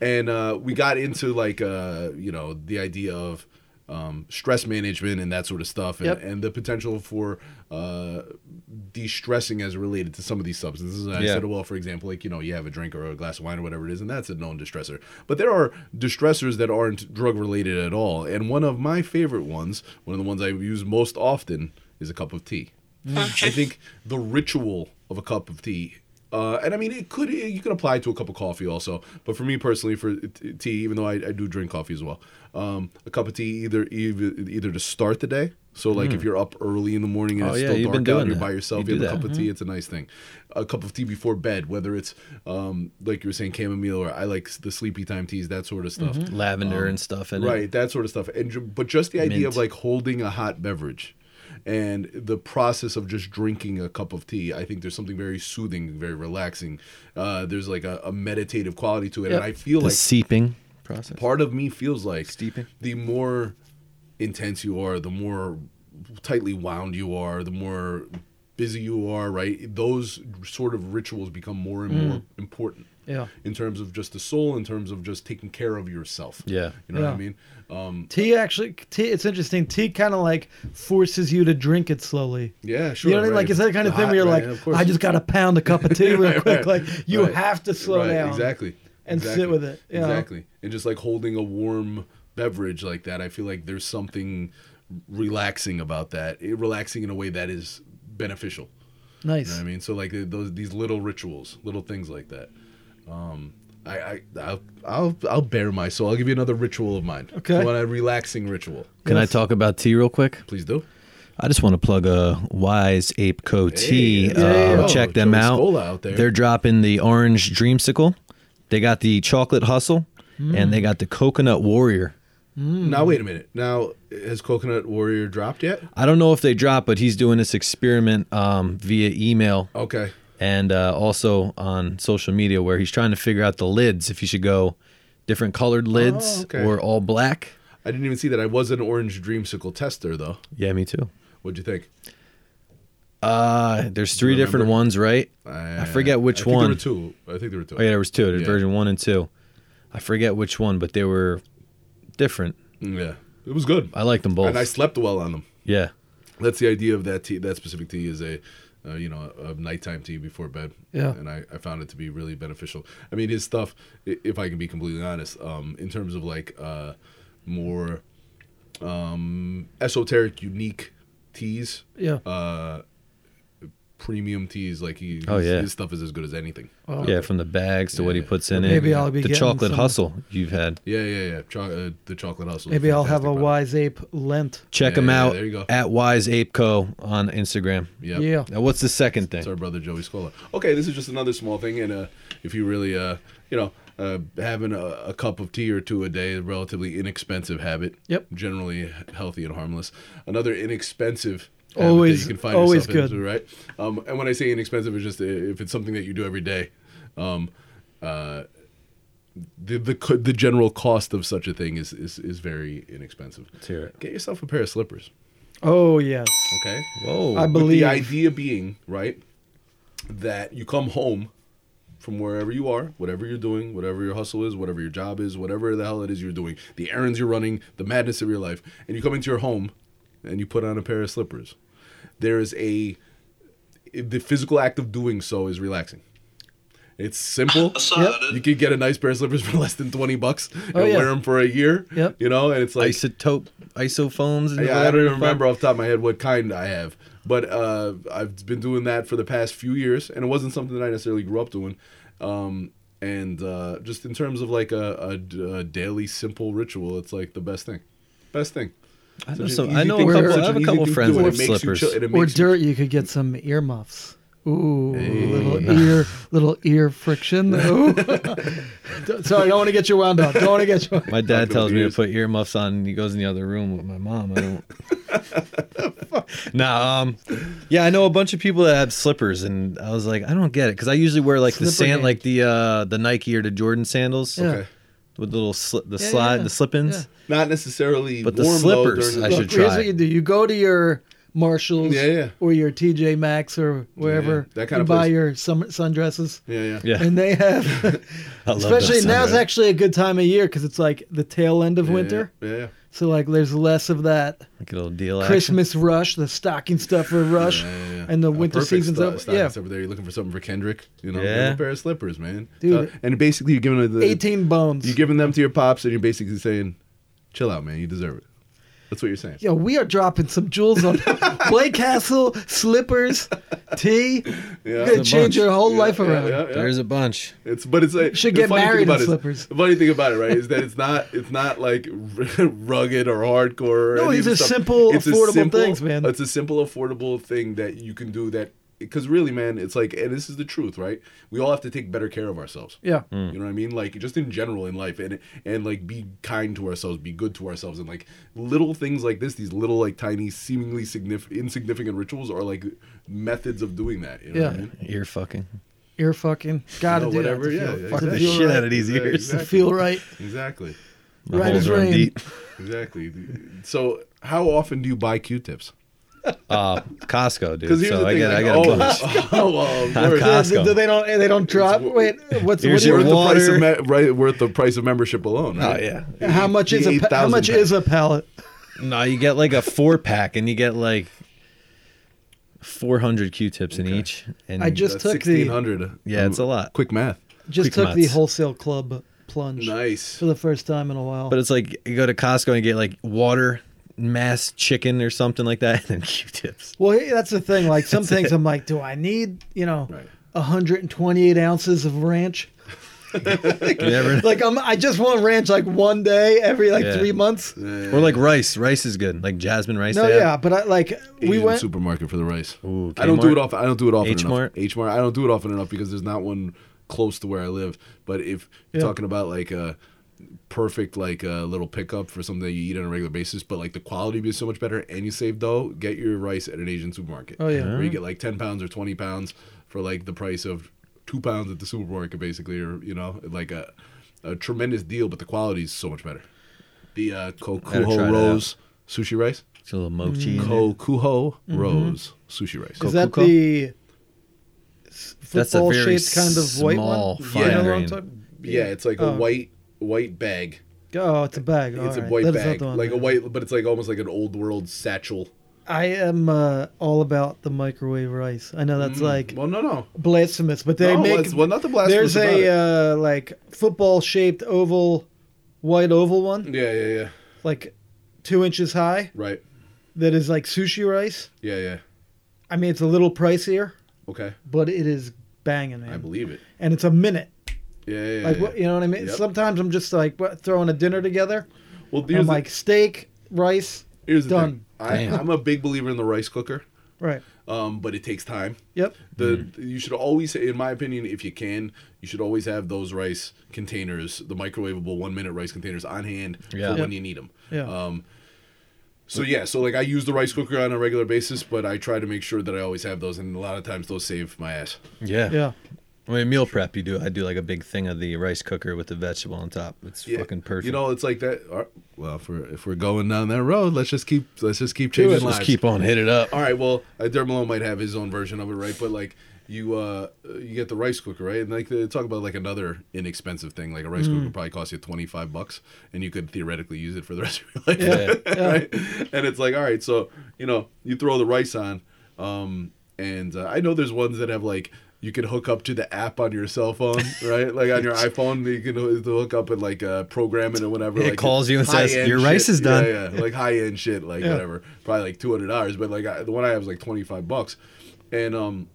Speaker 1: And uh, we got into like uh, you know, the idea of um, stress management and that sort of stuff and,
Speaker 2: Yep.
Speaker 1: and the potential for uh, de-stressing as related to some of these substances. And I
Speaker 3: Yeah.
Speaker 1: said, well, for example, like you know, you have a drink or a glass of wine or whatever it is, and that's a known distressor. But there are distressors that aren't drug related at all. And one of my favorite ones, one of the ones I use most often, is a cup of tea.
Speaker 3: Mm.
Speaker 1: I think the ritual of a cup of tea. Uh, and I mean, it could you can apply it to a cup of coffee also, but for me personally, for t- tea, even though I, I do drink coffee as well, um, a cup of tea either either, either to start the day. So like if you're up early in the morning and
Speaker 3: Mm. Oh,
Speaker 1: it's
Speaker 3: yeah,
Speaker 1: still
Speaker 3: you've
Speaker 1: dark
Speaker 3: been
Speaker 1: out,
Speaker 3: doing
Speaker 1: you're
Speaker 3: that.
Speaker 1: by yourself,
Speaker 3: You
Speaker 1: you,
Speaker 3: do
Speaker 1: have a
Speaker 3: that.
Speaker 1: cup of tea. It's a nice thing. A cup of tea before bed, whether it's um, like you were saying chamomile or I like the sleepy time teas, that sort of stuff.
Speaker 3: Mm-hmm. Lavender and stuff in
Speaker 1: Um, Right,
Speaker 3: it.
Speaker 1: that sort of stuff. And ju- but just the idea
Speaker 3: Mint.
Speaker 1: of like holding a hot beverage and the process of just drinking a cup of tea, I think there's something very soothing, very relaxing. Uh, there's like a, a meditative quality to it,
Speaker 2: Yep.
Speaker 1: and I feel
Speaker 3: The
Speaker 1: like
Speaker 3: seeping process.
Speaker 1: part of me feels like
Speaker 3: Steeping.
Speaker 1: the more intense you are, the more tightly wound you are, the more busy you are, right? Those sort of rituals become more and
Speaker 3: Mm.
Speaker 1: more important
Speaker 2: Yeah.
Speaker 1: in terms of just the soul, in terms of just taking care of yourself.
Speaker 3: Yeah.
Speaker 1: You know what
Speaker 2: Yeah.
Speaker 1: I mean? Um,
Speaker 2: Tea actually, tea. It's interesting. Tea kind of like forces you to drink it slowly.
Speaker 1: yeah, sure.
Speaker 2: you know what I mean?
Speaker 1: right.
Speaker 2: Like it's that kind of
Speaker 1: The
Speaker 2: thing
Speaker 1: hot-
Speaker 2: where you're
Speaker 1: right,
Speaker 2: like,
Speaker 1: of course.
Speaker 2: I just got to pound a cup of tea real
Speaker 1: Right, right,
Speaker 2: quick. Like you
Speaker 1: right,
Speaker 2: have to slow
Speaker 1: right,
Speaker 2: down.
Speaker 1: Exactly.
Speaker 2: and sit
Speaker 1: exactly,
Speaker 2: with it, you know?
Speaker 1: Exactly. And just like holding a warm beverage like that, I feel like there's something relaxing about that. It- relaxing in a way that is beneficial.
Speaker 2: Nice.
Speaker 1: You know what I mean, so like those these little rituals, little things like that. Um, I, I I'll, I'll I'll bear my soul. I'll give you another ritual of mine.
Speaker 2: Okay.
Speaker 1: You want a relaxing ritual?
Speaker 3: Can
Speaker 2: Yes.
Speaker 3: I talk about tea real quick?
Speaker 1: Please do.
Speaker 3: I just want to plug a Wise Ape Co. Tea.
Speaker 1: there you
Speaker 3: um,
Speaker 1: go.
Speaker 3: check them
Speaker 1: Joey
Speaker 3: out.
Speaker 1: Scola out there.
Speaker 3: They're dropping the orange dreamsicle. They got the chocolate hustle,
Speaker 1: Mm.
Speaker 3: and they got the coconut warrior.
Speaker 2: Hmm.
Speaker 1: Now wait a minute. Now has Coconut Warrior dropped yet?
Speaker 3: I don't know if they drop, but he's doing this experiment um, via email
Speaker 1: Okay.
Speaker 3: and uh, also on social media, where he's trying to figure out the lids if you should go different colored lids
Speaker 1: Oh, okay.
Speaker 3: or all black.
Speaker 1: I didn't even see that. I was an orange dreamsicle tester though.
Speaker 3: Yeah, me too.
Speaker 1: What'd you think?
Speaker 3: Uh, there's three different
Speaker 1: Remember?
Speaker 3: ones, right?
Speaker 1: I,
Speaker 3: forget which
Speaker 1: I think
Speaker 3: one.
Speaker 1: There were two. I think there were two.
Speaker 3: Oh yeah, there was two. There was
Speaker 1: Yeah.
Speaker 3: Version one and two. I forget which one, but they were different.
Speaker 1: Yeah. It was good.
Speaker 3: I like them both.
Speaker 1: And I slept well on them.
Speaker 3: yeah,
Speaker 1: That's the idea of that tea. That specific tea is a, uh, you know, a nighttime tea before bed.
Speaker 2: Yeah.
Speaker 1: And I, I found it to be really beneficial. I mean, his stuff, i- if I can be completely honest, um, in terms of like uh, more um, esoteric, unique teas,
Speaker 2: Yeah.
Speaker 1: uh, premium teas, like he,
Speaker 3: Oh,
Speaker 1: his,
Speaker 3: yeah.
Speaker 1: his stuff is as good as anything.
Speaker 2: Wow.
Speaker 3: yeah. From the bags to what he
Speaker 1: Oh, Yeah.
Speaker 3: puts in
Speaker 2: Maybe
Speaker 3: it.
Speaker 2: I'll be
Speaker 3: the
Speaker 2: getting
Speaker 3: chocolate
Speaker 2: some-
Speaker 3: hustle you've had.
Speaker 1: Yeah, yeah, yeah. Cho- uh, the chocolate hustle. is
Speaker 2: Maybe I'll have a
Speaker 1: fantastic product.
Speaker 2: wise ape Lent.
Speaker 3: Check
Speaker 1: Yeah,
Speaker 3: them
Speaker 1: yeah,
Speaker 3: out
Speaker 1: there you go.
Speaker 3: at Wise Ape Co on Instagram.
Speaker 1: Yep.
Speaker 2: Yeah.
Speaker 3: Now, what's the second
Speaker 1: It's
Speaker 3: thing?
Speaker 1: our brother Joey Scola. Okay, this is just another small thing, and uh, if you really, uh, you know, uh, having a, a cup of tea or two a day, a relatively inexpensive habit.
Speaker 2: Yep.
Speaker 1: Generally healthy and harmless. Another inexpensive. habit that
Speaker 2: Always- always
Speaker 1: yourself
Speaker 2: good.
Speaker 1: into, right? Um, and when I say inexpensive, it's just uh, if it's something that you do every day. Um, uh, the, the co- the general cost of such a thing is is, is very inexpensive.
Speaker 3: Let's hear it.
Speaker 1: Get yourself a pair of slippers,
Speaker 2: Oh yes.
Speaker 1: okay?
Speaker 3: Whoa.
Speaker 2: I
Speaker 1: But
Speaker 2: believe.
Speaker 1: the idea being, right, that you come home from wherever you are, whatever you're doing, whatever your hustle is, whatever your job is, whatever the hell it is you're doing, the errands you're running, the madness of your life, and you come into your home and you put on a pair of slippers. There is a the physical act of doing so is relaxing. It's simple. You could get a nice pair of slippers for less than twenty bucks and
Speaker 2: Oh, yeah.
Speaker 1: wear them for a year.
Speaker 2: Yep.
Speaker 1: You know, and it's like
Speaker 3: Isotope, isofoams. And
Speaker 1: yeah, I
Speaker 3: whatever
Speaker 1: don't
Speaker 3: the
Speaker 1: even
Speaker 3: fuck.
Speaker 1: remember off the top of my head what kind I have, but uh, I've been doing that for the past few years, and it wasn't something that I necessarily grew up doing. Um, and uh, just in terms of like a, a d- a daily simple ritual, it's like the best thing, best thing.
Speaker 3: I know,
Speaker 1: Such an
Speaker 3: some,
Speaker 1: easy
Speaker 3: I know a
Speaker 1: thing to do,
Speaker 3: couple. I
Speaker 1: such
Speaker 3: have a
Speaker 1: an
Speaker 3: couple
Speaker 1: easy thing to
Speaker 3: friends
Speaker 1: do,
Speaker 3: that
Speaker 1: and it makes
Speaker 3: have
Speaker 1: you
Speaker 3: slippers.
Speaker 1: chill- and it
Speaker 2: or
Speaker 1: makes you-
Speaker 2: dirt, you could get some earmuffs. Ooh,
Speaker 1: Hey.
Speaker 2: little ear, little ear friction. Ooh. Don't- Sorry, I don't want to get you wound up. Don't want to get you.
Speaker 3: My dad
Speaker 1: Talking
Speaker 3: tells
Speaker 1: about
Speaker 3: me to
Speaker 1: ears.
Speaker 3: put earmuffs on. and He goes in the other room with my mom. I don't. nah, um, yeah, I know a bunch of people that have slippers, and I was like, I don't get it because I usually wear like the
Speaker 2: Slipper
Speaker 3: sand,
Speaker 2: game.
Speaker 3: like the uh, the Nike or the Jordan sandals
Speaker 2: Yeah.
Speaker 1: Okay.
Speaker 3: with the little sli- the
Speaker 2: Yeah,
Speaker 3: slide,
Speaker 2: yeah,
Speaker 3: the slip-ins.
Speaker 2: yeah.
Speaker 1: Not necessarily,
Speaker 3: But the
Speaker 1: warm,
Speaker 3: slippers,
Speaker 1: Though, during
Speaker 3: I
Speaker 1: the-
Speaker 3: should
Speaker 2: Look, Here's
Speaker 3: try.
Speaker 2: what you do: you go to your Marshalls,
Speaker 1: Yeah, yeah.
Speaker 2: or your TJ Maxx, or wherever
Speaker 1: yeah, that kind
Speaker 2: you
Speaker 1: of
Speaker 2: buy
Speaker 1: place.
Speaker 2: your summer sundresses,
Speaker 1: Yeah, yeah,
Speaker 3: Yeah,
Speaker 2: and they have.
Speaker 3: I love that
Speaker 2: especially
Speaker 3: sound,
Speaker 2: now's
Speaker 3: right?
Speaker 2: actually a good time of year because it's like the tail end of
Speaker 1: Yeah,
Speaker 2: winter,
Speaker 1: Yeah, yeah.
Speaker 2: so like there's less of that
Speaker 3: like a little deal. action.
Speaker 2: Christmas rush, the stocking stuffer rush,
Speaker 1: Yeah, yeah.
Speaker 2: and the
Speaker 1: A
Speaker 2: winter
Speaker 1: perfect
Speaker 2: season's
Speaker 1: sto-
Speaker 2: over.
Speaker 1: stocking
Speaker 2: Yeah.
Speaker 1: stuffer there. You're looking for something for Kendrick. You know,
Speaker 3: Yeah.
Speaker 1: give him a pair of slippers, man.
Speaker 2: Dude.
Speaker 1: So- and basically, you're giving her the
Speaker 2: 18 bones.
Speaker 1: You're giving them to your pops, and you're basically saying, "Chill out, man. You deserve it." That's what you're saying.
Speaker 2: Yo, we are dropping some jewels on Blake Castle, slippers, tea. You're gonna
Speaker 3: It's a bunch.
Speaker 2: change your whole
Speaker 1: Yeah,
Speaker 2: life
Speaker 1: yeah,
Speaker 2: around.
Speaker 1: yeah, yeah.
Speaker 3: There's a bunch.
Speaker 1: It's but it's like
Speaker 2: Should
Speaker 1: the
Speaker 2: get
Speaker 1: funny thing
Speaker 2: married in
Speaker 1: about it is-
Speaker 2: slippers.
Speaker 1: The funny thing about it, right, is that it's not it's not like rugged or hardcore. Or
Speaker 2: No,
Speaker 1: any
Speaker 2: these
Speaker 1: of
Speaker 2: are
Speaker 1: the stuff.
Speaker 2: simple,
Speaker 1: a
Speaker 2: affordable things, man.
Speaker 1: It's a simple, affordable thing that you can do that because really, man, it's like, and this is the truth, right? We all have to take better care of ourselves.
Speaker 2: Yeah.
Speaker 3: Mm.
Speaker 1: You know what I mean? Like just in general in life, and and like be kind to ourselves, be good to ourselves, and like little things like this, these little like tiny, seemingly significant, insignificant rituals are like methods of doing that. You know what
Speaker 2: Yeah.
Speaker 1: I mean?
Speaker 3: Ear fucking.
Speaker 2: Ear fucking. Gotta
Speaker 1: No,
Speaker 2: do
Speaker 1: whatever,
Speaker 2: that. to
Speaker 1: yeah,
Speaker 2: feel-
Speaker 1: yeah,
Speaker 2: fucking
Speaker 1: exactly.
Speaker 3: The
Speaker 2: feel
Speaker 3: shit
Speaker 2: right.
Speaker 3: out of these
Speaker 1: Yeah,
Speaker 3: ears.
Speaker 1: exactly.
Speaker 2: Feel right.
Speaker 1: Exactly.
Speaker 3: My
Speaker 2: Right
Speaker 3: holes
Speaker 2: as
Speaker 3: are on
Speaker 2: rain.
Speaker 3: deep.
Speaker 1: Exactly. So, how often do you buy Q-tips?
Speaker 3: Uh, Costco, dude.
Speaker 1: Because here's
Speaker 3: So
Speaker 1: the
Speaker 3: I
Speaker 1: thing.
Speaker 3: get, I
Speaker 1: like,
Speaker 3: got a bunch.
Speaker 1: oh, oh, well, of
Speaker 3: I'm
Speaker 1: course.
Speaker 3: con-
Speaker 2: Do,
Speaker 3: Costco.
Speaker 2: do they don't? They don't drop.
Speaker 1: It's-
Speaker 2: Wait, what's
Speaker 3: Here's
Speaker 2: what,
Speaker 3: your
Speaker 1: worth, the price
Speaker 3: water.
Speaker 1: of me- right, worth the price of membership alone.
Speaker 3: Oh
Speaker 1: Right?
Speaker 3: yeah.
Speaker 2: how much is a pa- how
Speaker 1: 8,000
Speaker 2: much is a pallet?
Speaker 3: No, you get like a four pack, and you get like four hundred Q-tips in each. And
Speaker 2: I
Speaker 3: you-
Speaker 2: just
Speaker 1: That's
Speaker 2: took the-
Speaker 1: 1600.
Speaker 3: Yeah, it's a lot.
Speaker 1: Quick math.
Speaker 2: Just
Speaker 3: Quick
Speaker 2: took the
Speaker 3: maths.
Speaker 2: wholesale club plunge
Speaker 1: Nice.
Speaker 2: for the first time in a while.
Speaker 3: but it's like you go to Costco and get like water, mass chicken or something like that, and then Q-tips.
Speaker 2: Well, hey, that's the thing. Like some things, I'm like, do I need you know,
Speaker 1: Right.
Speaker 2: 128 ounces of ranch?
Speaker 3: You never-
Speaker 2: Like I'm, I just want ranch like one day every like
Speaker 3: Yeah.
Speaker 2: three months.
Speaker 3: or like rice. Rice is good. Like jasmine rice.
Speaker 2: No,
Speaker 3: they have.
Speaker 2: yeah, but I like we
Speaker 1: Asian
Speaker 2: went.
Speaker 1: supermarket for the rice.
Speaker 3: Ooh,
Speaker 1: I don't do
Speaker 3: Kmart?
Speaker 1: it often. I don't do it often
Speaker 3: H-Mart?
Speaker 1: enough. H Mart. I don't do it often enough because there's not one close to where I live. But if you're
Speaker 2: Yeah.
Speaker 1: talking about like a perfect like a little pickup for something that you eat on a regular basis, but like the quality would be so much better and you save dough, get your rice at an Asian supermarket.
Speaker 2: Oh, yeah.
Speaker 1: where you get like ten pounds or twenty pounds for like the price of two pounds at the supermarket, basically, or you know, like a a tremendous deal. But the quality is so much better. The uh,
Speaker 3: Gotta try
Speaker 1: Kokuho
Speaker 3: it
Speaker 1: Rose sushi rice.
Speaker 3: It's a little mochi. in there.
Speaker 1: Ko Kuho
Speaker 2: Mm-hmm.
Speaker 1: Rose sushi rice.
Speaker 2: Is that
Speaker 3: Coca-Cola?
Speaker 2: the
Speaker 3: That's a
Speaker 2: football
Speaker 3: very
Speaker 2: shaped kind of white
Speaker 3: small,
Speaker 2: one?
Speaker 3: fine
Speaker 2: You know what I'm
Speaker 3: grain.
Speaker 2: talking-
Speaker 1: yeah, it's like
Speaker 2: Oh.
Speaker 1: a white white bag.
Speaker 2: Oh, it's a bag.
Speaker 1: It's a
Speaker 2: alright.
Speaker 1: white
Speaker 2: That is not
Speaker 1: bag,
Speaker 2: the one
Speaker 1: like a
Speaker 2: there.
Speaker 1: white, but it's like almost like an old world satchel.
Speaker 2: I am uh, all about the microwave rice. I know that's like
Speaker 1: Mm, Well, no, no,
Speaker 2: blasphemous, but they
Speaker 1: no,
Speaker 2: make
Speaker 1: it's- well, not the blasphemous
Speaker 2: there's
Speaker 1: about it.
Speaker 2: a uh, like football shaped oval, white oval one,
Speaker 1: yeah, yeah, yeah,
Speaker 2: like two inches high.
Speaker 1: right,
Speaker 2: That is like sushi rice.
Speaker 1: yeah, yeah,
Speaker 2: I mean, it's a little pricier,
Speaker 1: okay,
Speaker 2: but it is banging, man.
Speaker 1: I believe it.
Speaker 2: And it's a minute.
Speaker 1: Yeah, yeah, yeah.
Speaker 2: Like
Speaker 1: yeah.
Speaker 2: what you know what I mean?
Speaker 1: Yep.
Speaker 2: Sometimes I'm just like what, throwing a dinner together.
Speaker 1: well,
Speaker 2: I'm
Speaker 1: here's the,
Speaker 2: like steak, rice,
Speaker 1: here's the
Speaker 2: done.
Speaker 1: thing. I,
Speaker 3: Damn.
Speaker 1: I'm a big believer in the rice cooker,
Speaker 2: right?
Speaker 1: um, but it takes time.
Speaker 2: Yep.
Speaker 1: The
Speaker 3: Mm-hmm.
Speaker 1: you should always, in my opinion, if you can, you should always have those rice containers, the microwavable one minute rice containers on hand
Speaker 3: Yeah.
Speaker 1: for when
Speaker 2: Yep.
Speaker 1: you need them.
Speaker 2: Yeah.
Speaker 1: Um, so yeah, so like I use the rice cooker on a regular basis, but I try to make sure that I always have those, and a lot of times those save my ass.
Speaker 3: Yeah.
Speaker 2: Yeah.
Speaker 3: I mean, meal prep, you do. I do like a big thing of the rice cooker with the vegetable on top. It's fucking perfect.
Speaker 1: You know, it's like that. all right, Well, if we're if we're going down that road, let's just keep let's just keep
Speaker 3: Dude,
Speaker 1: changing
Speaker 3: let's
Speaker 1: lives.
Speaker 3: keep on hit it up.
Speaker 1: All right. Well, uh, Derek Malone might have his own version of it, right? But like you, uh, you get the rice cooker, right? And like they talk about like another inexpensive thing, like a
Speaker 3: Mm-hmm.
Speaker 1: rice cooker probably costs you twenty five bucks, and you could theoretically use it for the rest of your life,
Speaker 3: Yeah.
Speaker 1: right? And it's like, all right, so you know, you throw the rice on, um, and uh, I know there's ones that have like. You could hook up to the app on your cell phone, right? Like on your iPhone, you can hook up and like uh, program it or whatever.
Speaker 3: It
Speaker 1: like
Speaker 3: calls you and says,
Speaker 1: high-end
Speaker 3: "Your rice
Speaker 1: shit."
Speaker 3: is done.
Speaker 1: Yeah, yeah, yeah, like high end shit, like
Speaker 2: Yeah.
Speaker 1: whatever. Probably like two hundred dollars, but like I, the one I have was like twenty five bucks, and um,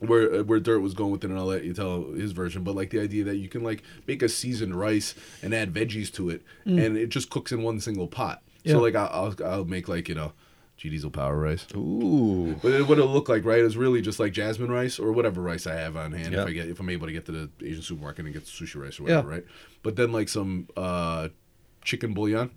Speaker 1: where uh, where Dirt was going with it, and I'll let you tell his version. But like the idea that you can like make a seasoned rice and add veggies to it, and it just cooks in one single pot.
Speaker 2: Mm. Yeah.
Speaker 1: So like I, I'll I'll make like you know, G diesel power rice.
Speaker 3: Ooh.
Speaker 1: But it- what it'll look like, right, is really just like jasmine rice or whatever rice I have on hand
Speaker 3: Yeah.
Speaker 1: if I get if I'm able to get to the Asian supermarket and get sushi rice or whatever,
Speaker 2: Yeah.
Speaker 1: right? But then like some uh, chicken bouillon,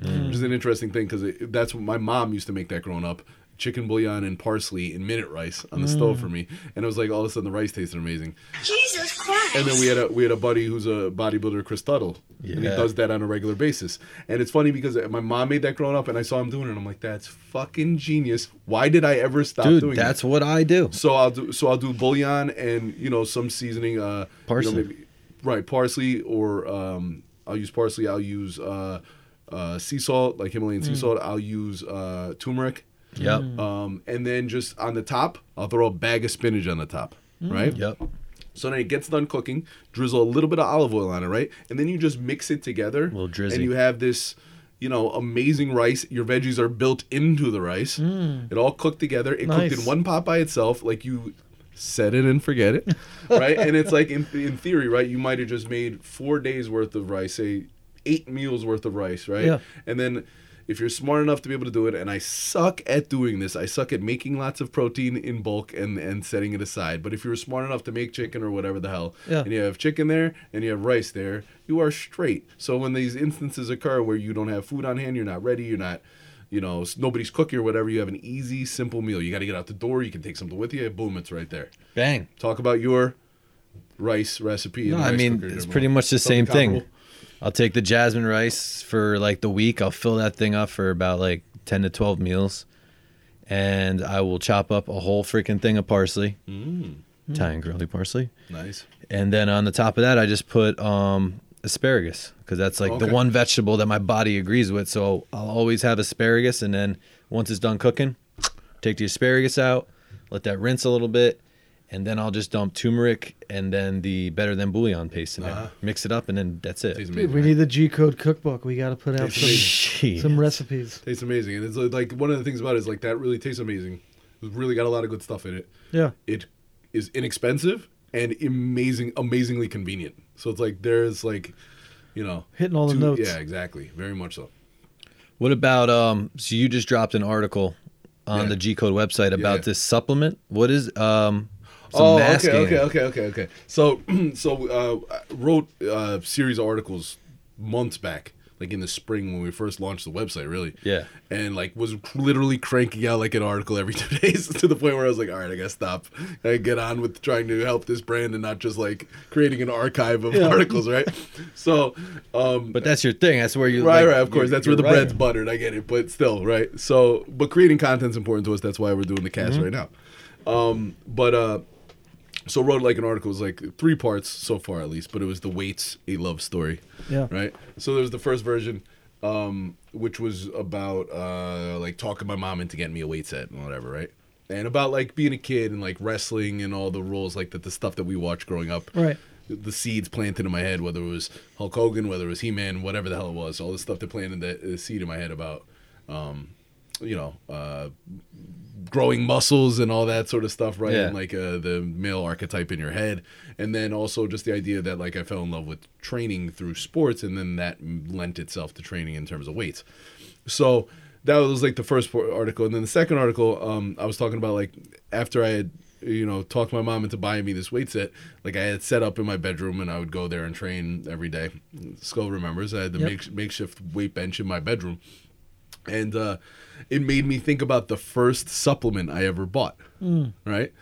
Speaker 3: Mm.
Speaker 1: which is an interesting thing because that's what my mom used to make that growing up. Chicken bouillon and parsley and minute rice on the stove
Speaker 3: Mm.
Speaker 1: for me, and it was like all of a sudden the rice tasted amazing.
Speaker 4: Jesus Christ.
Speaker 1: And then we had a we had a buddy who's a bodybuilder, Chris Tuttle, and he
Speaker 3: Yeah.
Speaker 1: does that on a regular basis. And it's funny because my mom made that growing up, and I saw him doing it. and I'm like, that's fucking genius. Why did I ever stop doing
Speaker 3: Dude,
Speaker 1: it?
Speaker 3: that's what I do.
Speaker 1: So I'll do so I'll do bouillon and you know some seasoning uh you know,
Speaker 3: Parsley.
Speaker 1: maybe- right, parsley or um I'll use parsley, I'll use uh uh sea salt, like Himalayan sea salt, I'll use uh turmeric.
Speaker 3: Mm. Yep.
Speaker 1: Um and then just on the top, I'll throw a bag of spinach on the top, right?
Speaker 3: Yep.
Speaker 1: So then it gets done cooking, drizzle a little bit of olive oil on it, right? And then you just mix it together.
Speaker 3: little drizzy.
Speaker 1: And you have this, you know, amazing rice. Your veggies are built into the rice. It all cooked together. It cooked
Speaker 2: Nice.
Speaker 1: in one pot by itself, like you set it and forget it, right? and it's like in, in theory, right? You might have just made four days worth of rice, say eight meals worth of rice, right?
Speaker 2: Yeah.
Speaker 1: And then if you're smart enough to be able to do it, and I suck at doing this, I suck at making lots of protein in bulk and, and setting it aside. But if you're smart enough to make chicken or whatever the hell,
Speaker 2: Yeah.
Speaker 1: and you have chicken there and you have rice there, you are straight. So when these instances occur where you don't have food on hand, you're not ready, you're not, you know, s- nobody's cooking or whatever, you have an easy, simple meal. You got to get out the door, you can take something with you, boom, it's right there.
Speaker 3: Bang.
Speaker 1: Talk about your rice recipe.
Speaker 3: No,
Speaker 1: the
Speaker 3: I
Speaker 1: rice
Speaker 3: mean,
Speaker 1: cooker
Speaker 3: it's
Speaker 1: tomorrow.
Speaker 3: pretty much the
Speaker 1: Something
Speaker 3: same thing.
Speaker 1: comparable.
Speaker 3: I'll take the jasmine rice for like the week. I'll fill that thing up for about like 10 to 12 meals. And I will chop up a whole freaking thing of parsley,
Speaker 1: Mm.
Speaker 3: Italian girly parsley.
Speaker 1: Nice.
Speaker 3: And then on the top of that, I just put um, asparagus because that's like
Speaker 1: Okay.
Speaker 3: the one vegetable that my body agrees with. So I'll always have asparagus. And then once it's done cooking, take the asparagus out, let that rinse a little bit. And then I'll just dump turmeric and then the better than bouillon paste in there. Mix it up, and then that's it.
Speaker 1: Uh-huh. Tastes amazing.
Speaker 2: Dude, we need the G code cookbook. We got to put out some,
Speaker 3: Shit.
Speaker 2: some recipes.
Speaker 1: Tastes amazing, and it's like one of the things about it is like that really tastes amazing. It's really got a lot of good stuff in it.
Speaker 2: Yeah.
Speaker 1: It is inexpensive and amazing, amazingly convenient. So it's like there's like, you know,
Speaker 2: Hitting all the notes.
Speaker 1: Yeah, exactly. Very much so.
Speaker 3: What about um? So you just dropped an article on
Speaker 1: Yeah.
Speaker 3: the G Code website about
Speaker 1: yeah.
Speaker 3: this supplement. What is um? Some
Speaker 1: oh,
Speaker 3: masking.
Speaker 1: okay, okay, okay, okay, okay. So, so uh, I wrote uh, series of articles months back, like in the spring when we first launched the website, really.
Speaker 3: Yeah.
Speaker 1: And like was literally cranking out like an article every two days to the point where I was like, all right, I gotta stop. I get on with trying to help this brand and not just like creating an archive of articles, right? So, um,
Speaker 3: But that's your thing. That's where you.
Speaker 1: right,
Speaker 3: like,
Speaker 1: right. Of course,
Speaker 3: you're-
Speaker 1: that's where the
Speaker 3: you're a
Speaker 1: bread's
Speaker 3: writer.
Speaker 1: buttered. I get it, but still, right. So, but creating content's important to us. That's why we're doing the cast
Speaker 3: Mm-hmm.
Speaker 1: right now. Um, but uh, so wrote like an article. It was like three parts so far, at least. But it was the Waits a love story.
Speaker 2: Yeah.
Speaker 1: Right. So there was the first version, um, which was about uh, like talking my mom into getting me a weight set and whatever, right? And about like being a kid and like wrestling and all the rules, like that the stuff that we watched growing up
Speaker 2: Right.
Speaker 1: the seeds planted in my head, whether it was Hulk Hogan, whether it was He Man, whatever the hell it was, all the stuff that planted the, the seed in my head about, um, you know, uh, growing muscles and all that sort of stuff, right?
Speaker 3: Yeah.
Speaker 1: And like uh, the male archetype in your head, and then also just the idea that like I fell in love with training through sports, and then that lent itself to training in terms of weights. So that was like the first por- article, and then the second article, um, I was talking about like after I had you know talked my mom into buying me this weight set, like I had set up in my bedroom, and I would go there and train every day. Skull remembers I had the
Speaker 2: Yep.
Speaker 1: make- makeshift weight bench in my bedroom, and uh, it made me think about the first supplement I ever bought.
Speaker 2: Mm.
Speaker 1: Right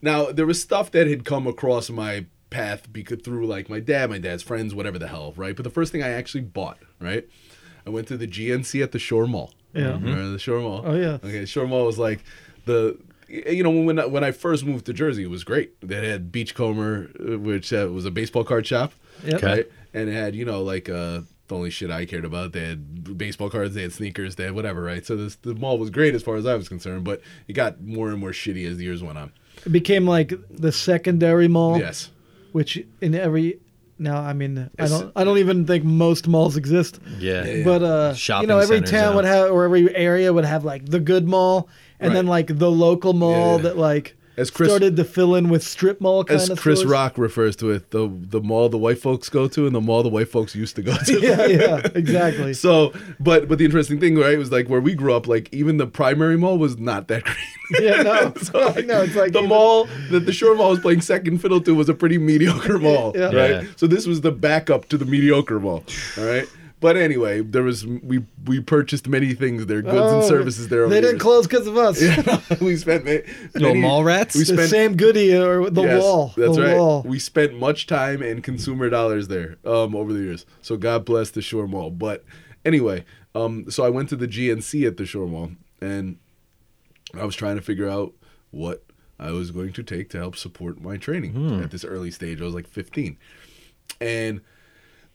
Speaker 1: now, there was stuff that had come across my path because through like my dad, my dad's friends, whatever the hell, right? But the first thing I actually bought, right, I went to the GNC at the Shore Mall.
Speaker 2: Yeah.
Speaker 1: Remember the Shore Mall.
Speaker 2: Oh, yeah.
Speaker 1: Okay, Shore Mall was like the. You know, when I, when I first moved to Jersey, it was great. They had Beachcomber, uh, which uh, was a baseball card shop,
Speaker 2: Yep.
Speaker 1: right? And it had you know like uh, the only shit I cared about. They had baseball cards, they had sneakers, they had whatever, right? So this, the mall was great as far as I was concerned, but it got more and more shitty as the years went on.
Speaker 2: It became like the secondary mall.
Speaker 1: Yes,
Speaker 2: Which in every now, I mean, I
Speaker 1: It's-
Speaker 2: don't, I don't even think most malls exist.
Speaker 3: Yeah.
Speaker 2: But uh, you
Speaker 3: Shopping
Speaker 2: know, every
Speaker 3: centers
Speaker 2: town
Speaker 3: now.
Speaker 2: would have, or every area would have like the good mall, and then
Speaker 1: Right.
Speaker 2: like the local mall
Speaker 1: Yeah.
Speaker 2: that like
Speaker 1: As Chris-
Speaker 2: started to fill in with strip mall kind
Speaker 1: as
Speaker 2: of
Speaker 1: Chris
Speaker 2: stores.
Speaker 1: Rock refers to it, the the mall the white folks go to and the mall the white folks used to go to.
Speaker 2: yeah, yeah, exactly.
Speaker 1: So, but but the interesting thing, right, was like where we grew up, like even the primary mall was not that great.
Speaker 2: yeah, no,
Speaker 1: So,
Speaker 2: I know. It's like
Speaker 1: the
Speaker 2: even-
Speaker 1: mall that the Shore Mall was playing second fiddle to was a pretty mediocre mall,
Speaker 2: Yeah.
Speaker 1: right?
Speaker 3: Yeah.
Speaker 1: So this was the backup to the mediocre mall, all right. But anyway, there was we we purchased many things there, goods and
Speaker 2: Oh,
Speaker 1: services there. Over
Speaker 2: They
Speaker 1: the
Speaker 2: didn't
Speaker 1: years.
Speaker 2: close because of us.
Speaker 1: we spent ma-
Speaker 3: No mall rats?
Speaker 1: We
Speaker 2: the
Speaker 1: spent
Speaker 2: Sam Goody or the
Speaker 1: Yes,
Speaker 2: wall.
Speaker 1: That's
Speaker 2: the
Speaker 1: right.
Speaker 2: wall.
Speaker 1: We spent much time and consumer dollars there um, over the years. So God bless the Shore Mall. But anyway, um, so I went to the GNC at the Shore Mall, and I was trying to figure out what I was going to take to help support my training
Speaker 2: Hmm.
Speaker 1: at this early stage. I was like 15, and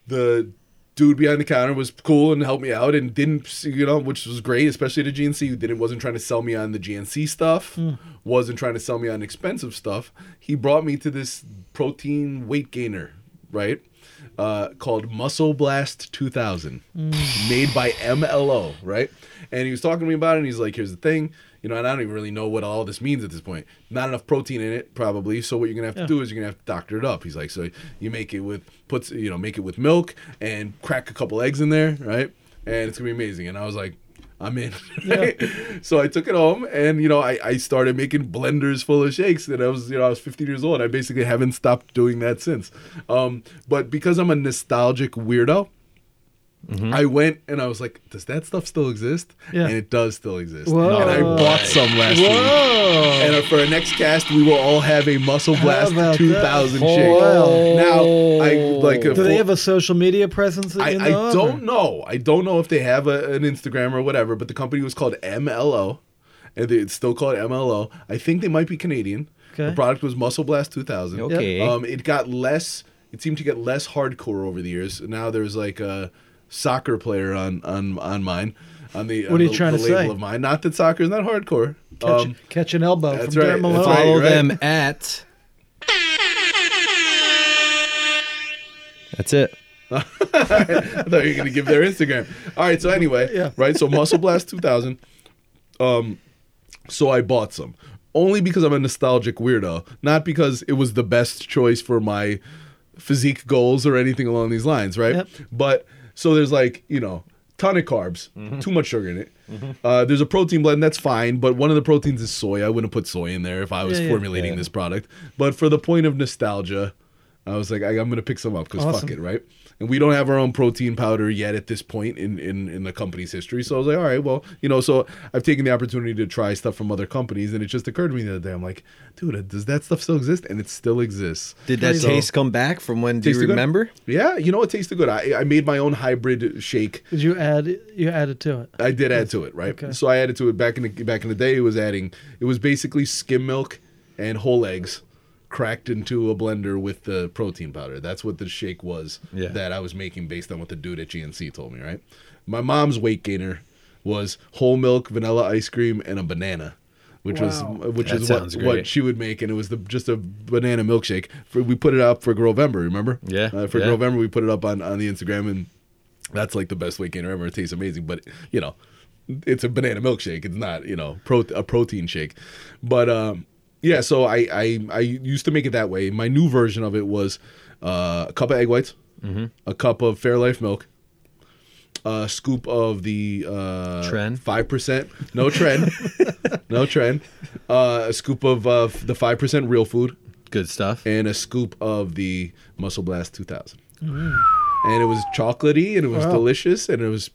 Speaker 1: the dude behind the counter was cool and helped me out and didn't you know which was great especially at a GNC who didn't wasn't trying to sell me on the GNC stuff wasn't trying to sell me on expensive stuff he brought me to this protein weight gainer right uh, called Muscle Blast 2000 made by MLO right and he was talking to me about it and he's like here's the thing you know and I don't even really know what all this means at this point not enough protein in it probably so what you're gonna have to do is you're gonna have to doctor it up he's like so you make it with puts you know make it with milk and crack a couple eggs in there right and it's gonna be amazing and i was like i'm in so i took it home and you know I, I started making blenders full of shakes and i was you know i was 15 years old i basically haven't stopped doing that since um, but because i'm a nostalgic weirdo I went and I was like, "Does that stuff still exist?"
Speaker 2: Yeah.
Speaker 1: And it does still exist.
Speaker 2: Whoa.
Speaker 1: And I bought some last week.
Speaker 2: Whoa.
Speaker 1: And for our next cast, we will all have a Muscle Blast
Speaker 2: about that?
Speaker 1: 2000 shake.
Speaker 2: Wow.
Speaker 1: Now, I like.
Speaker 2: Do they have a social media presence? That
Speaker 1: I,
Speaker 2: you
Speaker 1: I
Speaker 2: know of, or-
Speaker 1: don't know. I don't know if they have a, an Instagram or whatever, but the company was called MLO, and they, it's still called MLO. I think they might be Canadian.
Speaker 2: Okay.
Speaker 1: The product was Muscle Blast 2000.
Speaker 3: Okay.
Speaker 1: Um, it got less. It seemed to get less hardcore over the years. Now there's like a soccer player on on on mine, on the
Speaker 2: What
Speaker 1: on
Speaker 2: are you
Speaker 1: the,
Speaker 2: trying
Speaker 1: the
Speaker 2: to
Speaker 1: label
Speaker 2: say?
Speaker 1: of mine. Not that soccer is not hardcore.
Speaker 2: Catch,
Speaker 1: Um,
Speaker 2: catch an elbow
Speaker 1: that's
Speaker 2: from
Speaker 1: right, that's
Speaker 2: Darren Malone.
Speaker 1: right.
Speaker 3: Follow them at. That's it.
Speaker 1: I thought you were gonna give their Instagram. All right, so anyway,
Speaker 2: Yeah.
Speaker 1: right? So Muscle Blast 2000. Um, so I bought some only because I'm a nostalgic weirdo, not because it was the best choice for my physique goals or anything along these lines, right?
Speaker 2: Yep.
Speaker 1: But so there's like you know, ton of carbs,
Speaker 2: Mm-hmm.
Speaker 1: too much sugar in it. Uh, there's a protein blend that's fine, but one of the proteins is soy. I wouldn't put soy in there if I was
Speaker 2: Yeah, yeah.
Speaker 1: formulating
Speaker 3: Yeah.
Speaker 1: this product. But for the point of nostalgia, I was like, I, I'm gonna pick some up because
Speaker 2: Awesome.
Speaker 1: fuck it, right? And we don't have our own protein powder yet at this point in, in in the company's history. So I was like, all right, well, you know, so I've taken the opportunity to try stuff from other companies, and it just occurred to me the other day. I'm like, dude, uh, does that stuff still exist? And it still exists.
Speaker 3: Did that
Speaker 1: So-
Speaker 3: taste come back from when? Do you
Speaker 1: Tasted good.
Speaker 3: remember?
Speaker 1: Yeah, you know, it tasted good. I, I made my own hybrid shake.
Speaker 2: Did you add you added to it?
Speaker 1: I did add to it, right?
Speaker 2: Okay.
Speaker 1: So I added to it back in the back in the day. It was adding. It was basically skim milk and whole eggs, cracked into a blender with the protein powder. That's what the shake was
Speaker 3: Yeah.
Speaker 1: that I was making based on what the dude at GNC told me. Right. My mom's weight gainer was whole milk, vanilla ice cream, and a banana. Which
Speaker 2: Wow.
Speaker 1: was which
Speaker 3: That
Speaker 1: is
Speaker 3: sounds
Speaker 1: what,
Speaker 3: great.
Speaker 1: what she would make, and it was the just a banana milkshake. For, we put it up for Grovember, remember?
Speaker 3: Yeah,
Speaker 1: Uh, for
Speaker 3: yeah.
Speaker 1: Grovember, we put it up on on the Instagram, and that's like the best weight gainer ever. It tastes amazing, but you know, it's a banana milkshake. It's not you know pro- a protein shake, but um, yeah. So I, I I used to make it that way. My new version of it was uh, a cup of egg whites,
Speaker 3: Mm-hmm.
Speaker 1: a cup of Fairlife milk, a scoop of the uh,
Speaker 3: Trend?
Speaker 1: five percent no trend, no trend, uh, a scoop of uh, f- the five percent real food,
Speaker 3: Good stuff.
Speaker 1: and a scoop of the Muscle Blast 2000. And it was chocolatey and it was
Speaker 2: Wow.
Speaker 1: delicious and it was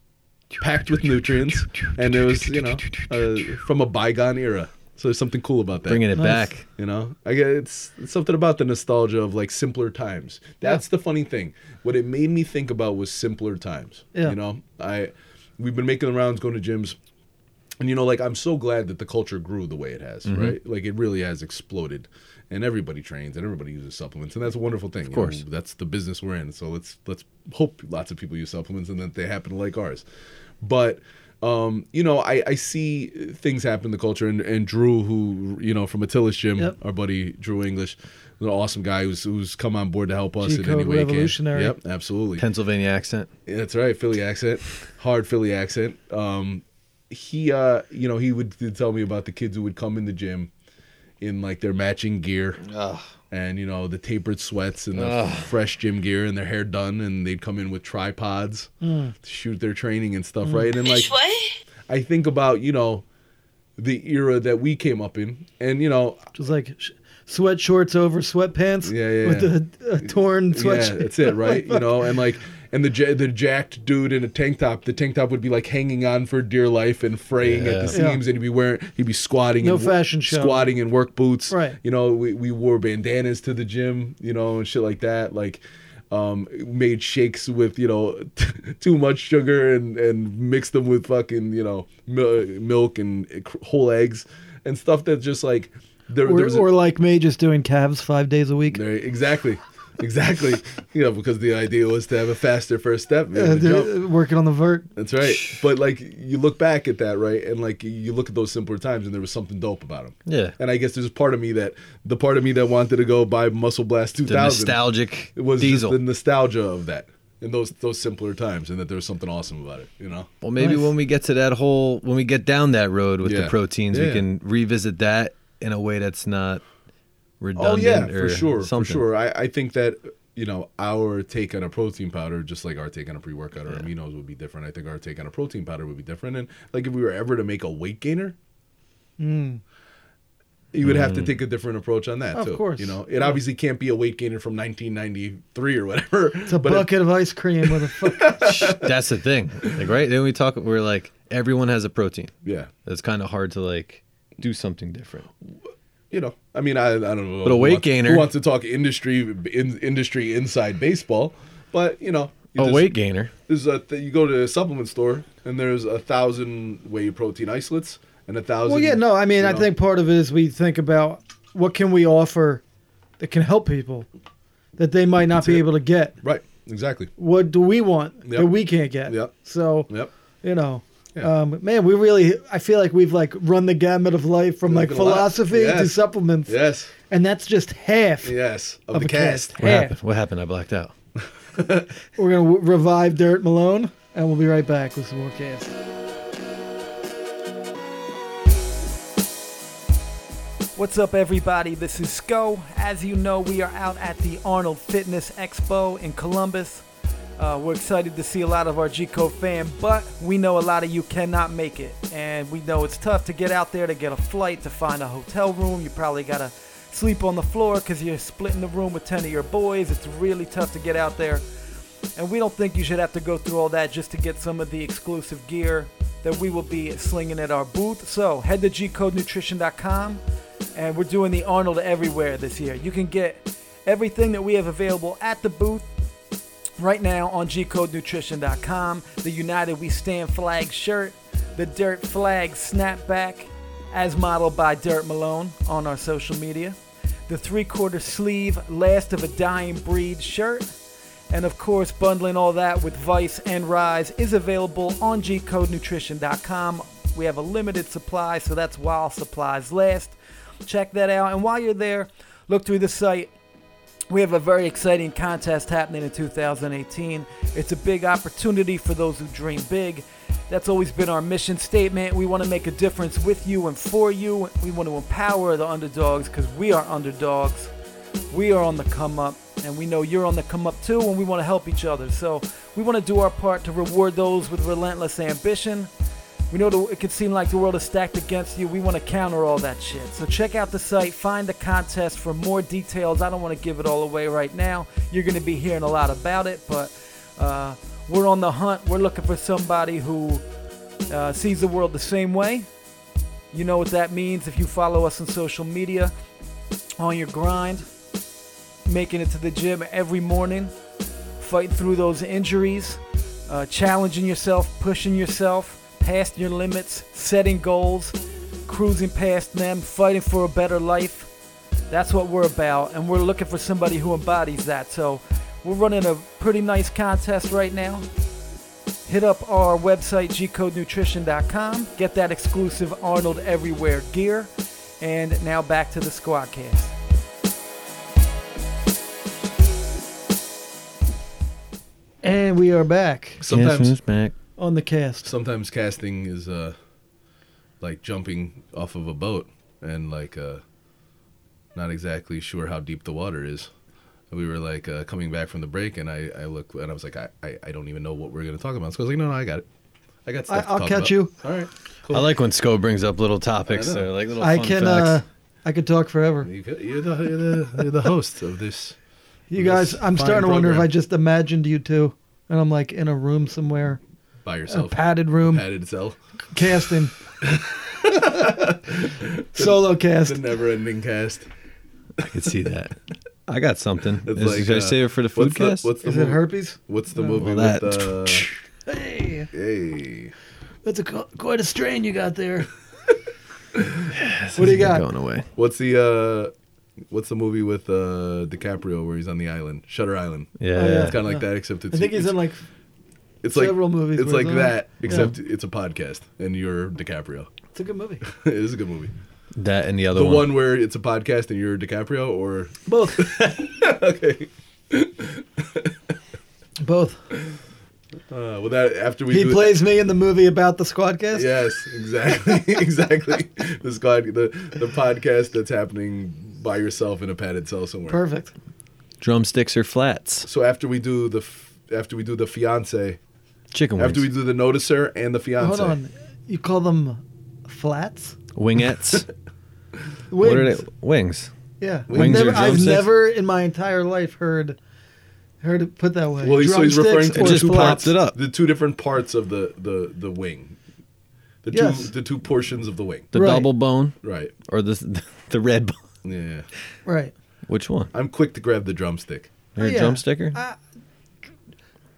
Speaker 1: packed with nutrients and it was, you know, uh, from a bygone era. So there's something cool about that.
Speaker 3: Bringing it
Speaker 2: Nice.
Speaker 3: back.
Speaker 1: You know, I get it's, it's something about the nostalgia of like simpler times. That's the funny thing. What it made me think about was simpler times.
Speaker 2: Yeah.
Speaker 1: You know, I we've been making the rounds, going to gyms, and you know, like I'm so glad that the culture grew the way it has, right? Like it really has exploded, and everybody trains and everybody uses supplements, and that's a wonderful thing. Of
Speaker 3: course.
Speaker 1: that's the business we're in. So let's let's hope lots of people use supplements and that they happen to like ours. But um, you know, I, I see things happen in the culture, and, and Drew, who you know from Attila's gym,
Speaker 2: Yep.
Speaker 1: our buddy Drew English, an awesome guy who's who's come on board to help us in
Speaker 2: G-code
Speaker 1: any way he can.
Speaker 2: revolutionary.
Speaker 1: Yep, absolutely.
Speaker 3: Pennsylvania accent.
Speaker 1: Yeah, That's right, Philly accent, hard Philly accent. Um, he, uh, you know, he would he'd tell me about the kids who would come in the gym in like their matching gear and you know the tapered sweats and the f- fresh gym gear and their hair done, and they'd come in with tripods to shoot their training and stuff, right? And like,
Speaker 4: what?
Speaker 1: I think about you know the era that we came up in, and you know,
Speaker 2: Just like sh- sweat shorts over sweatpants.
Speaker 1: Yeah, yeah,
Speaker 2: With a, a torn
Speaker 1: yeah,
Speaker 2: sweatshirt.
Speaker 1: that's it, right? you know, and like, and the ja- the jacked dude in a tank top, the tank top would be like hanging on for dear life and fraying at
Speaker 3: Yeah.
Speaker 1: the
Speaker 2: Yeah.
Speaker 1: seams, and he'd be wearing, he'd be squatting,
Speaker 2: No
Speaker 1: in wo-
Speaker 2: fashion show.
Speaker 1: squatting in work boots,
Speaker 2: Right.
Speaker 1: You know, we we wore bandanas to the gym, you know, and shit like that, like. Um, made shakes with you know too much sugar and and mixed them with fucking you know mil- milk and whole eggs and stuff that just like there, there
Speaker 2: Or,
Speaker 1: was a-
Speaker 2: or like me, just doing calves five days a week.
Speaker 1: there, exactly, exactly. you know, because the idea was to have a faster first step. you know,
Speaker 2: Uh,
Speaker 1: the
Speaker 2: they're,
Speaker 1: jump.
Speaker 2: uh, working on the vert.
Speaker 1: That's right. But like, you look back at that, right, and like you look at those simpler times, and there was something dope about them.
Speaker 3: Yeah.
Speaker 1: And I guess there's a part of me that the part of me that wanted to go buy Muscle Blast
Speaker 3: The
Speaker 1: 2000
Speaker 3: nostalgic
Speaker 1: it was
Speaker 3: diesel.
Speaker 1: just the nostalgia of that and those those simpler times, and that there was something awesome about it. You know.
Speaker 3: Well, maybe
Speaker 2: Nice.
Speaker 3: when we get to that whole, when we get down that road with the
Speaker 1: Yeah.
Speaker 3: proteins, we
Speaker 1: Yeah.
Speaker 3: can revisit that in a way that's not
Speaker 1: Oh
Speaker 3: redundant.
Speaker 1: yeah, for
Speaker 3: or
Speaker 1: sure,
Speaker 3: something.
Speaker 1: for sure. I, I think that you know our take on a protein powder, just like our take on a pre workout or aminos, would be different. I think our take on a protein powder would be different. And like if we were ever to make a weight gainer,
Speaker 3: Hmm.
Speaker 1: you would have to take a different approach on that
Speaker 2: Of
Speaker 1: too.
Speaker 2: course.
Speaker 1: you know it obviously can't be a weight gainer from 1993 or whatever.
Speaker 2: It's a
Speaker 1: but it-
Speaker 2: bucket of ice cream with a fuck.
Speaker 3: That's the thing. Like, right? Then we talk, we're like, everyone has a protein.
Speaker 1: yeah,
Speaker 3: It's kind of hard to like do something different.
Speaker 1: you know, I mean, I, I don't know.
Speaker 3: But a
Speaker 1: who
Speaker 3: weight
Speaker 1: wants-
Speaker 3: gainer-
Speaker 1: who wants to talk industry in, industry inside baseball, but you know, you
Speaker 3: A
Speaker 1: just-
Speaker 3: weight Oh, gainer.
Speaker 1: There's a th- you go to a supplement store and there's a thousand whey protein isolates and a thousand.
Speaker 2: well, yeah, no, I mean,
Speaker 1: you
Speaker 2: I
Speaker 1: know.
Speaker 2: think part of it is we think about what can we offer that can help people that they might not be
Speaker 1: it.
Speaker 2: able to get.
Speaker 1: Right. Exactly.
Speaker 2: What do we want that
Speaker 1: Yep.
Speaker 2: we can't get?
Speaker 1: Yep.
Speaker 2: So,
Speaker 1: Yep.
Speaker 2: you know.
Speaker 1: Yeah.
Speaker 2: Um, man, we really, I feel like we've like run the gamut of life from
Speaker 1: We've
Speaker 2: like
Speaker 1: been a lot.
Speaker 2: philosophy to
Speaker 1: Yes.
Speaker 2: supplements.
Speaker 1: Yes.
Speaker 2: And that's just half
Speaker 1: Yes. Of,
Speaker 2: of
Speaker 1: the
Speaker 2: a
Speaker 1: cast.
Speaker 2: cast.
Speaker 3: What
Speaker 2: Half.
Speaker 3: happened? What happened? I blacked out.
Speaker 2: We're going to w- revive Dirt Malone, and we'll be right back with some more cast.
Speaker 5: What's up, everybody? This is Sko. As you know, we are out at the Arnold Fitness Expo in Columbus. Uh, we're excited to see a lot of our GCO fam, but we know a lot of you cannot make it, and we know it's tough to get out there to get a flight to find a hotel room. You probably gotta
Speaker 2: sleep on the floor because you're splitting the room with 10 of your boys. It's really tough to get out there. And we don't think you should have to go through all that just to get some of the exclusive gear that we will be slinging at our booth. So head to gcodenutrition.com and we're doing the Arnold everywhere this year. You can get everything that we have available at the booth right now on gcodenutrition.com. The United We Stand flag shirt, the Dirt flag snapback, as modeled by Dirt Malone on our social media, the three quarter sleeve Last of a Dying Breed shirt, and of course, bundling all that with Vice and Rise is available on gcodenutrition.com. We have a limited supply, so that's while supplies last. Check that out. And while you're there, look through the site. We have a very exciting contest happening in 2018. It's a big opportunity for those who dream big. That's always been our mission statement. We want to make a difference with you and for you. We want to empower the underdogs because we are underdogs. We are on the come up, and we know you're on the come up too, and we want to help each other. So we want to do our part to reward those with relentless ambition. We know that it can seem like the world is stacked against you. We want to counter all that shit. So check out the site, find the contest for more details. I don't want to give it all away right now. You're going to be hearing a lot about it, but uh, we're on the hunt. We're looking for somebody who uh, sees the world the same way. You know what that means if you follow us on social media, on your grind, making it to the gym every morning, fighting through those injuries, uh, challenging yourself, pushing yourself past your limits, setting goals, cruising past them, fighting for a better life. That's what we're about, and we're looking for somebody who embodies that. So we're running a pretty nice contest right now. Hit up our website, gcodenutrition.com, get that exclusive Arnold Everywhere gear. And now back to the Squadcast.
Speaker 6: And we are back
Speaker 1: Sometimes
Speaker 3: back.
Speaker 6: on the cast.
Speaker 1: sometimes casting is uh like jumping off of a boat and like uh not exactly sure how deep the water is we were like uh, coming back from the break and i i look and i was like i i, I don't even know what we're gonna talk about so i was like no no i got it i got stuff
Speaker 6: I-
Speaker 1: to
Speaker 6: I'll
Speaker 1: talk
Speaker 6: catch
Speaker 1: about.
Speaker 6: you.
Speaker 1: all right cool
Speaker 3: I like when Sco brings up little topics,
Speaker 1: I know.
Speaker 3: or like little
Speaker 6: I
Speaker 3: fun
Speaker 6: can
Speaker 3: facts.
Speaker 6: uh, I could talk forever.
Speaker 1: you, go- you're the you're the, you're the host of this
Speaker 6: You guys,
Speaker 1: This
Speaker 6: I'm
Speaker 1: fine
Speaker 6: starting to wonder if
Speaker 1: program.
Speaker 6: I just imagined you two, and I'm like in a room somewhere,
Speaker 1: by
Speaker 6: a
Speaker 1: yourself
Speaker 6: padded room,
Speaker 1: padded cell
Speaker 6: casting, solo cast.
Speaker 1: the never-ending cast
Speaker 3: I could see that. I got something.
Speaker 1: It's
Speaker 3: Is-
Speaker 1: like,
Speaker 3: should I
Speaker 1: uh,
Speaker 3: save it for the
Speaker 1: what's
Speaker 3: food
Speaker 1: the,
Speaker 3: cast?
Speaker 1: what's the
Speaker 6: Is it
Speaker 1: movie-
Speaker 6: herpes?
Speaker 1: what's the
Speaker 6: No.
Speaker 1: movie
Speaker 3: Oh, Well, that-
Speaker 1: with uh,
Speaker 6: Hey,
Speaker 1: hey
Speaker 6: that's a co- quite a strain you got there. what do you got?
Speaker 3: Going away.
Speaker 1: What's the uh what's the movie with uh DiCaprio where he's on the island? Shutter Island.
Speaker 3: Yeah.
Speaker 6: Oh, yeah.
Speaker 1: It's kind of like
Speaker 6: Yeah.
Speaker 1: that except it's
Speaker 6: I think he's
Speaker 1: it's,
Speaker 6: in like
Speaker 1: it's like-
Speaker 6: several movies
Speaker 1: It's
Speaker 6: where
Speaker 1: like
Speaker 6: he's on
Speaker 1: that
Speaker 6: it.
Speaker 1: except it's a podcast and you're DiCaprio.
Speaker 6: it's a good movie.
Speaker 1: it is a good movie.
Speaker 3: That and the other
Speaker 1: The
Speaker 3: one.
Speaker 1: one where it's a podcast and you're DiCaprio or
Speaker 6: Both.
Speaker 1: okay.
Speaker 6: Both.
Speaker 1: Uh, well that after we
Speaker 6: He
Speaker 1: do
Speaker 6: plays me in the movie about the Squadcast.
Speaker 1: Yes, exactly. exactly. The squad the the podcast that's happening by yourself in a padded cell somewhere.
Speaker 6: Perfect.
Speaker 3: Drumsticks or flats?
Speaker 1: So after we do the f- after we do the fiance,
Speaker 3: Chicken wings.
Speaker 1: after we do the noticer and the fiance.
Speaker 6: Hold on. You call them flats?
Speaker 3: Wingettes.
Speaker 6: Wings.
Speaker 3: What are they? Wings.
Speaker 6: Yeah.
Speaker 3: Wings
Speaker 6: I've,
Speaker 3: or
Speaker 6: never, I've
Speaker 3: drumsticks?
Speaker 6: never in my entire life heard heard it put that way.
Speaker 1: Well, he's, so he's referring
Speaker 6: Drumsticks
Speaker 1: to
Speaker 6: or
Speaker 3: It
Speaker 1: the
Speaker 3: just
Speaker 1: two
Speaker 6: flats.
Speaker 1: parts,
Speaker 3: popped it up.
Speaker 1: the two different parts of the the the wing, the two
Speaker 6: Yes.
Speaker 1: the two portions of the wing.
Speaker 3: The
Speaker 6: Right.
Speaker 3: double bone
Speaker 1: Right.
Speaker 3: or the the red bone?
Speaker 1: Yeah.
Speaker 6: Right.
Speaker 3: Which one?
Speaker 1: I'm quick to grab the drumstick.
Speaker 3: You're a
Speaker 6: Yeah.
Speaker 3: drumsticker?
Speaker 6: I-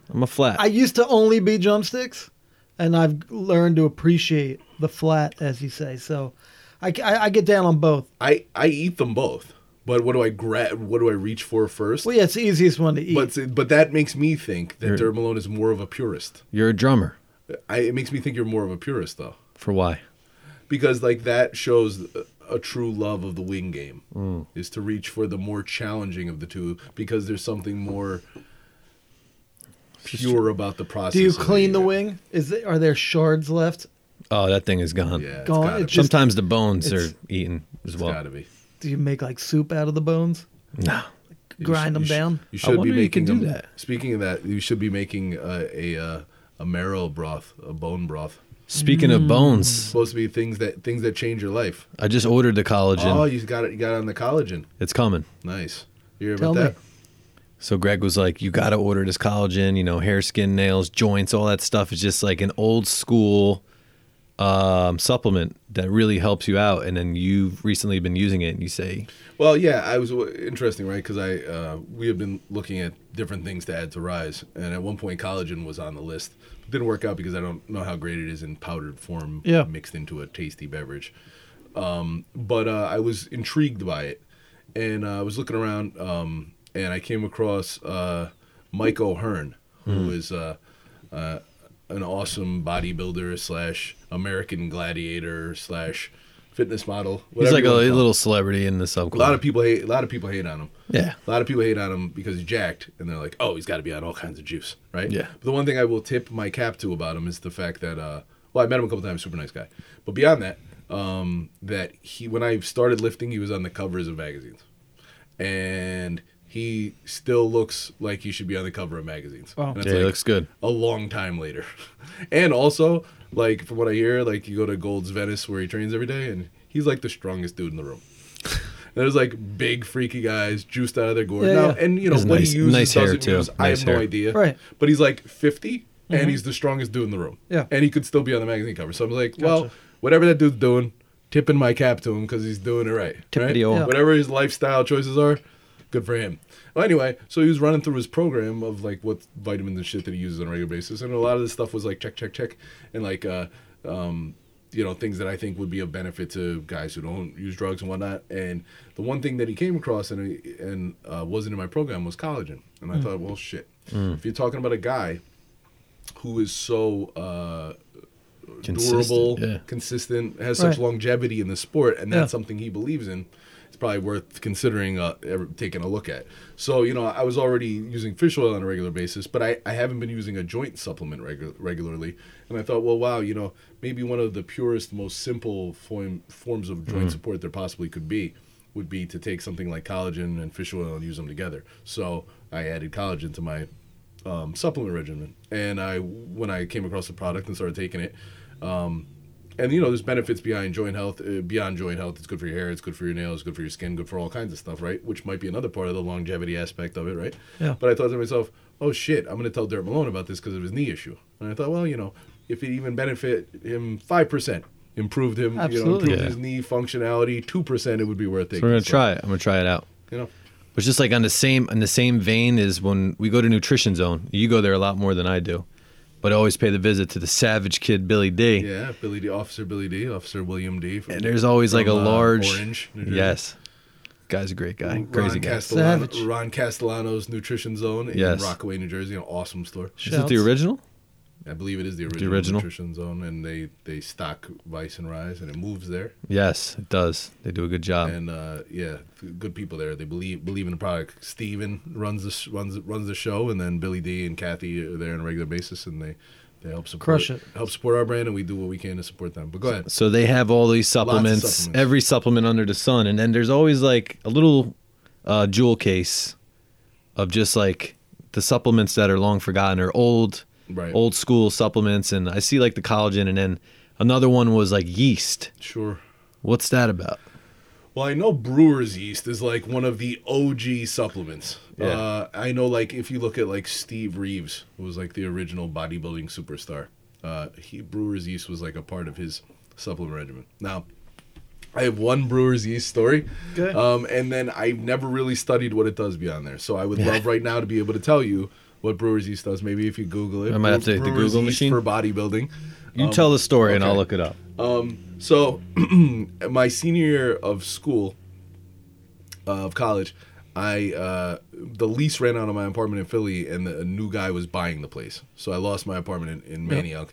Speaker 3: I'm a flat.
Speaker 6: I used to only be drumsticks, and I've learned to appreciate the flat, as you say. So I, I, I get down on both.
Speaker 1: I I eat them both, but what do I grab? What do I reach for first?
Speaker 6: Well, yeah, it's the easiest one to eat.
Speaker 1: But but that makes me think that
Speaker 3: You're-
Speaker 1: Dermalone Malone is more of a purist.
Speaker 3: You're a drummer.
Speaker 1: I, it makes me think you're more of a purist though,
Speaker 3: For why?
Speaker 1: because like that shows a, a true love of the wing game is to reach for the more challenging of the two because there's something more pure about the process.
Speaker 6: Do you
Speaker 1: of
Speaker 6: clean the
Speaker 1: eating it.
Speaker 6: wing? Is there, are there shards left?
Speaker 3: Oh, that thing is gone.
Speaker 1: Yeah, it's
Speaker 6: Gone.
Speaker 1: gotta
Speaker 6: It
Speaker 1: be.
Speaker 6: just-
Speaker 3: Sometimes the bones are
Speaker 6: it's-
Speaker 3: eaten as
Speaker 1: It's
Speaker 3: well.
Speaker 1: gotta be.
Speaker 6: Do you make like soup out of the bones?
Speaker 3: No.
Speaker 1: You
Speaker 6: Grind
Speaker 1: sh-
Speaker 6: them
Speaker 1: you sh-
Speaker 6: down?
Speaker 1: You should be
Speaker 3: wonder
Speaker 1: making
Speaker 3: you can do
Speaker 1: them-
Speaker 3: that.
Speaker 1: Speaking of that, you should be making uh, a uh, a marrow broth, a bone broth.
Speaker 3: Speaking of bones,
Speaker 1: Supposed to be things that things that change your life.
Speaker 3: I just ordered the collagen.
Speaker 1: Oh, you got it. You got on the collagen.
Speaker 3: It's coming.
Speaker 1: Nice. You hear
Speaker 2: Tell
Speaker 1: about
Speaker 2: me.
Speaker 1: that?
Speaker 3: So Greg was like, "You got to order this collagen. You know, hair, skin, nails, joints, all that stuff is just like an old school um, supplement that really helps you out." And then you've recently been using it, and you say,
Speaker 1: Well, yeah, I was interesting, right? Because I uh, we have been looking at different things to add to Rise, and at one point, collagen was on the list. didn't work out because I don't know how great it is in powdered form,
Speaker 2: Yeah.
Speaker 1: mixed into a tasty beverage. Um, but uh, I was intrigued by it, and uh, I was looking around, um, and I came across uh, Mike O'Hearn,
Speaker 3: Hmm.
Speaker 1: who is uh, uh, an awesome bodybuilder slash American gladiator slash fitness model.
Speaker 3: "He's
Speaker 1: whatever
Speaker 3: like
Speaker 1: you
Speaker 3: a
Speaker 1: wanna call him.
Speaker 3: little celebrity in the
Speaker 1: A
Speaker 3: subculture."
Speaker 1: lot of people hate. A lot of people hate on him.
Speaker 3: Yeah.
Speaker 1: A lot of people hate on him because he's jacked, and they're like, "Oh, he's got to be on all kinds of juice, right?"
Speaker 3: Yeah.
Speaker 1: But the one thing I will tip my cap to about him is the fact that, uh, well, I met him a couple times, super nice guy. But beyond that, um, that he, when I started lifting, he was on the covers of magazines, and he still looks like he should be on the cover of magazines.
Speaker 2: Wow.
Speaker 1: And it's
Speaker 3: yeah,
Speaker 1: like,
Speaker 3: it looks good.
Speaker 1: a long time later. and also, like from what I hear, like you go to Gold's Venice where he trains every day, and he's like the strongest dude in the room. There's like big freaky guys juiced out of their gourd.
Speaker 2: Yeah,
Speaker 1: now,
Speaker 2: yeah.
Speaker 1: and you know
Speaker 3: He has
Speaker 1: what
Speaker 3: nice-
Speaker 1: he uses
Speaker 3: nice hair,
Speaker 1: doesn't
Speaker 3: too.
Speaker 1: use, I
Speaker 3: Nice
Speaker 1: have no
Speaker 3: hair.
Speaker 1: idea.
Speaker 2: Right. Mm-hmm.
Speaker 1: But he's like 50, and he's the strongest dude in the room.
Speaker 2: Yeah.
Speaker 1: And he could still be on the magazine cover. So I'm like, well, whatever that dude's doing, tipping my cap to him because he's doing it right.
Speaker 3: Tippity
Speaker 1: right?
Speaker 3: o. Yeah.
Speaker 1: Whatever his lifestyle choices are, good for him. Well, anyway, so he was running through his program of like what vitamins and shit that he uses on a regular basis, and a lot of this stuff was like check, check, check, and like uh, um, you know things that I think would be of benefit to guys who don't use drugs and whatnot. And the one thing that he came across and and uh, wasn't in my program was collagen, and I thought, well, shit,
Speaker 3: Mm.
Speaker 1: if you're talking about a guy who is so uh, durable,
Speaker 3: Consistent, yeah.
Speaker 1: consistent, has
Speaker 2: Right.
Speaker 1: such longevity in the sport, and that's
Speaker 2: Yeah.
Speaker 1: something he believes in. It's probably worth considering uh, ever- taking a look at. So, you know, I was already using fish oil on a regular basis, but I, I haven't been using a joint supplement regu- regularly. And I thought, well, wow, you know, maybe one of the purest, most simple form- forms of joint support there possibly could be would be to take something like collagen and fish oil and use them together. So I added collagen to my um, supplement regimen. And I, when I came across the product and started taking it, um, and you know, there's benefits behind joint health. Uh, beyond joint health, it's good for your hair, it's good for your nails, it's good for your skin, good for all kinds of stuff, right? Which might be another part of the longevity aspect of it, right?
Speaker 2: Yeah.
Speaker 1: But I thought to myself, oh shit, I'm gonna tell Dirt Malone about this because of his knee issue. And I thought, well, you know, if it even benefit him five percent, improved him, you know,
Speaker 2: Absolutely.
Speaker 1: improved
Speaker 3: Yeah.
Speaker 1: his knee functionality two percent, it would be worth it.
Speaker 3: So we're gonna try it. I'm gonna try it out.
Speaker 1: You know,
Speaker 3: But just like on the same on the same vein is when we go to Nutrition Zone. You go there a lot more than I do, but I always pay the visit to the Savage Kid Billy D.
Speaker 1: yeah, Billy D, Officer Billy D, Officer William D. From,
Speaker 3: And there's always like a
Speaker 1: from, uh,
Speaker 3: large
Speaker 1: Orange, New Jersey.
Speaker 3: yes, guy's a great guy,
Speaker 1: Ron
Speaker 3: crazy guy.
Speaker 1: Castellano,
Speaker 2: Savage.
Speaker 1: Ron Castellano's Nutrition Zone in
Speaker 3: Yes.
Speaker 1: Rockaway, New Jersey, an awesome store.
Speaker 3: Is it the
Speaker 2: Shouts.
Speaker 3: original?
Speaker 1: I believe it is the original,
Speaker 3: original.
Speaker 1: Nutrition Zone, and they they stock Vice and Rise, and it moves there.
Speaker 3: Yes, it does. They do a good job.
Speaker 1: and uh, yeah, good people there. They believe believe in the product. Steven runs the sh- runs runs the show, and then Billy D and Kathy are there on a regular basis, and they they help support
Speaker 2: Crush it.
Speaker 1: help support our brand, and we do what we can to support them. But go ahead.
Speaker 3: So they have all these
Speaker 1: of
Speaker 3: supplements,
Speaker 1: supplements.
Speaker 3: every supplement under the sun, and then there's always like a little uh, jewel case of just like the supplements that are long forgotten or old,
Speaker 1: Right.
Speaker 3: old school supplements. And I see like the collagen, and then another one was like yeast.
Speaker 1: Sure.
Speaker 3: What's that about?
Speaker 1: Well, I know brewer's yeast is like one of the OG supplements.
Speaker 3: Yeah.
Speaker 1: Uh, I know, like, if you look at like Steve Reeves, who was like the original bodybuilding superstar, uh, he, brewer's yeast was like a part of his supplement regimen. Now, I have one brewer's yeast story,
Speaker 2: Okay.
Speaker 1: um, and then I've never really studied what it does beyond there. So I would love right now to be able to tell you what brewer's yeast does. Maybe if you Google it,
Speaker 3: I might have to take the
Speaker 1: Brewer's
Speaker 3: Google
Speaker 1: yeast
Speaker 3: machine.
Speaker 1: for bodybuilding.
Speaker 3: You tell the story, and I'll
Speaker 1: Um, okay.
Speaker 3: look it up.
Speaker 1: So, my senior year of school, uh, of college, I uh, the lease ran out of my apartment in Philly, and the, a new guy was buying the place. So I lost my apartment in, in Manioc.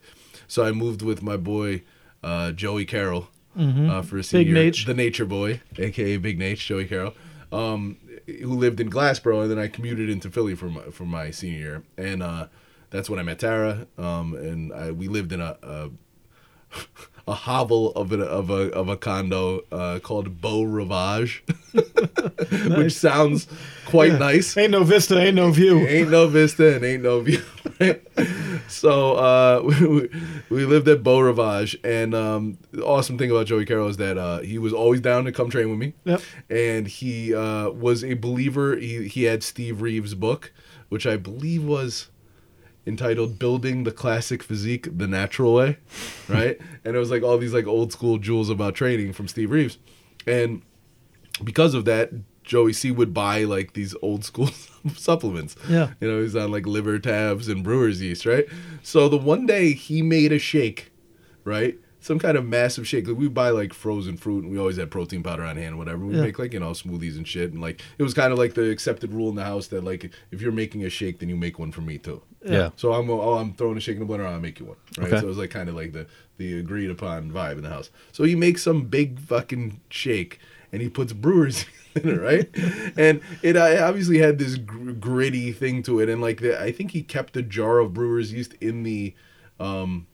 Speaker 1: So I moved with my boy uh, Joey Carroll uh, for a senior, year.
Speaker 2: Nate.
Speaker 1: the Nature Boy, aka Big Nate, Joey Carroll, um, who lived in Glassboro, and then I commuted into Philly for my, for my senior year, and uh, that's when I met Tara, um, and I, we lived in a, a a hovel of a of a of a condo uh, called Beau Rivage, which sounds quite nice.
Speaker 2: Ain't no vista, ain't no view.
Speaker 1: Ain't no vista and ain't no view. right? So uh, we, we lived at Beau Rivage, and um, the awesome thing about Joey Carroll is that uh, he was always down to come train with me.
Speaker 2: Yep.
Speaker 1: And he uh, was a believer. He, he had Steve Reeves' book, which I believe was entitled "Building the Classic Physique the Natural Way," right? and it was like all these like old school jewels about training from Steve Reeves, and because of that, Joey C would buy like these old school supplements.
Speaker 2: Yeah.
Speaker 1: You know, he's on like liver tabs and brewer's yeast, right? So the one day he made a shake, right? Some kind of massive shake. Like we buy like frozen fruit and we always had protein powder on hand, whatever. We
Speaker 2: Yeah.
Speaker 1: make like, you know, smoothies and shit. And like it was kind of like the accepted rule in the house that like if you're making a shake, then you make one for me too.
Speaker 3: Yeah.
Speaker 1: So I'm oh I'm throwing a shake in the blender, I'll make you one. Right.
Speaker 3: Okay.
Speaker 1: So it was like kind of like the the agreed upon vibe in the house. So he makes some big fucking shake and he puts brewers in it, right? and it uh, obviously had this gr- gritty thing to it, and like the, I think he kept a jar of brewers yeast in the um,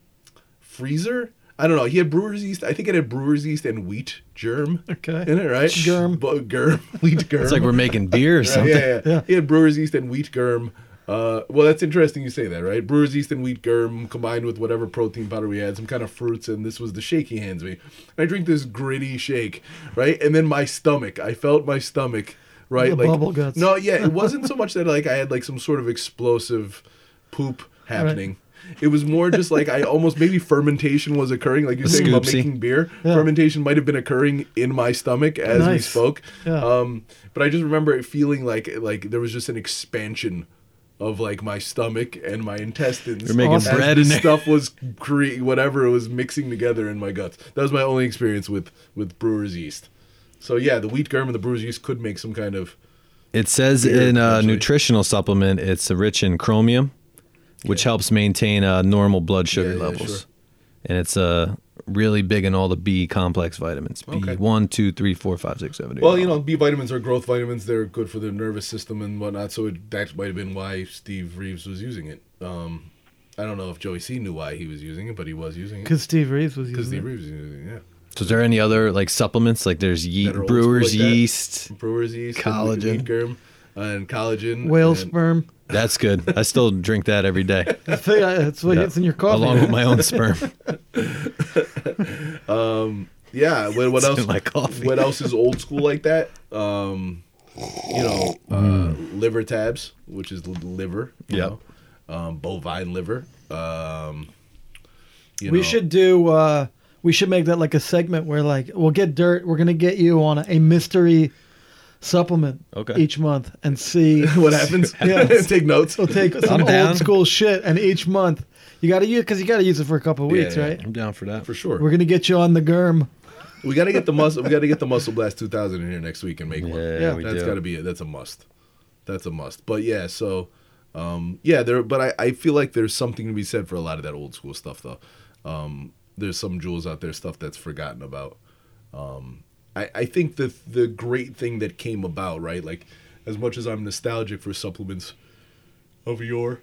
Speaker 1: freezer. I don't know. He had brewer's yeast. I think it had brewer's yeast and wheat germ
Speaker 2: Okay.
Speaker 1: in it, right?
Speaker 2: Germ.
Speaker 1: But germ. Wheat germ.
Speaker 3: It's like we're making beer or
Speaker 1: Right,
Speaker 3: something.
Speaker 1: Yeah, yeah. He had Brewers Yeast and wheat germ. Uh, well, that's interesting you say that, right? Brewers Yeast and wheat germ combined with whatever protein powder we had, some kind of fruits, and this was the shake he hands me. And I drink this gritty shake, right? And then my stomach, I felt my stomach, right?
Speaker 2: The bubble guts.
Speaker 1: No, yeah, it wasn't so much that like I had like some sort of explosive poop happening. It was more just like I almost maybe fermentation was occurring, like you say about
Speaker 3: scoopsie.
Speaker 1: making beer. Fermentation might have been occurring in my stomach as we
Speaker 2: Nice.
Speaker 1: spoke.
Speaker 2: Yeah.
Speaker 1: Um, but I just remember it feeling like like there was just an expansion of like my stomach and my intestines.
Speaker 3: You're making
Speaker 1: as
Speaker 3: bread
Speaker 1: this
Speaker 3: in there.
Speaker 1: stuff was cre- whatever it was mixing together in my guts. That was my only experience with with brewer's yeast. So yeah, the wheat germ and the brewer's yeast could make some kind of
Speaker 3: It says
Speaker 1: Beer,
Speaker 3: in a
Speaker 1: actually.
Speaker 3: nutritional supplement, it's rich in chromium, which helps maintain uh, normal blood sugar
Speaker 1: Yeah, yeah,
Speaker 3: levels.
Speaker 1: sure.
Speaker 3: And it's uh, really big in all the B complex vitamins B
Speaker 1: Okay.
Speaker 3: one, two, three, four, five, six, seven, eight.
Speaker 1: Well, you know, B vitamins are growth vitamins. They're good for the nervous system and whatnot. So it, that might have been why Steve Reeves was using it. Um, I don't know if Joey C knew why he was using it, but he was using it
Speaker 2: Because Steve Reeves was
Speaker 1: because
Speaker 2: using
Speaker 1: Steve
Speaker 2: it.
Speaker 1: Reeves was using it. Yeah,
Speaker 3: So, is there any other like supplements? Like there's ye-
Speaker 1: That are old
Speaker 3: brewer's
Speaker 1: school like that?
Speaker 3: yeast.
Speaker 1: brewer's yeast, and
Speaker 3: Collagen.
Speaker 1: wheat germ, and collagen,
Speaker 2: Whale
Speaker 1: and,
Speaker 2: sperm.
Speaker 3: That's good. I still drink that every day,
Speaker 2: I think That's what it's in your coffee.
Speaker 3: along with my own sperm.
Speaker 1: Yeah, what, what
Speaker 3: It's
Speaker 1: else?
Speaker 3: in my coffee.
Speaker 1: What else is old school like that? Um, you know, uh,
Speaker 2: Mm.
Speaker 1: liver tabs, which is l- liver. you
Speaker 3: Yeah.
Speaker 1: know, um, bovine liver. Um, you
Speaker 2: we
Speaker 1: know,
Speaker 2: should do. Uh, we should make that like a segment where like we'll get dirt. We're gonna get you on a, a mystery supplement
Speaker 3: Okay.
Speaker 2: each month and see
Speaker 1: What happens?
Speaker 2: Yeah.
Speaker 1: take notes.
Speaker 2: We'll take some
Speaker 3: down.
Speaker 2: old school shit, and each month you got to use because you got to use it for a couple of
Speaker 1: Yeah,
Speaker 2: weeks,
Speaker 1: yeah.
Speaker 2: right?
Speaker 3: I'm down for that.
Speaker 1: for sure.
Speaker 2: We're gonna get you on the germ.
Speaker 1: We gotta get the muscle. We gotta get the muscle blast 2000 in here next week and make one.
Speaker 3: Yeah,
Speaker 2: Yeah.
Speaker 3: we
Speaker 1: That's
Speaker 3: do.
Speaker 1: gotta be it. That's a must. That's a must. But yeah, so um, yeah, there. But I, I feel like there's something to be said for a lot of that old school stuff though. Um, there's some jewels out there, stuff that's forgotten about. Um, I I think the the great thing that came about, right? Like as much as I'm nostalgic for supplements of yore.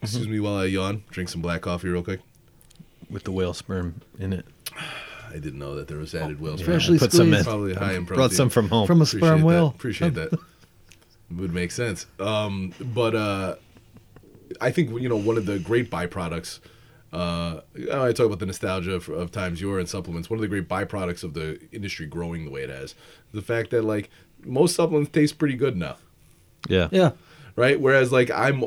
Speaker 1: Excuse
Speaker 3: Mm-hmm.
Speaker 1: me while I yawn. Drink some black coffee real quick.
Speaker 3: with the whale sperm in it.
Speaker 1: I didn't know that there was added
Speaker 3: Oh,
Speaker 1: whales.
Speaker 2: Freshly
Speaker 3: put some
Speaker 2: squeezed
Speaker 3: in.
Speaker 1: Probably high in protein.
Speaker 3: Brought some from home.
Speaker 2: from a
Speaker 1: Appreciate
Speaker 2: sperm
Speaker 1: that.
Speaker 2: whale.
Speaker 1: Appreciate that. Would make sense. Um, but uh, I think you know one of the great byproducts. Uh, I talk about the nostalgia of, of times you were in supplements. One of the great byproducts of the industry growing the way it has, the fact that like most supplements taste pretty good now
Speaker 3: yeah.
Speaker 2: Yeah,
Speaker 1: right? Whereas like I'm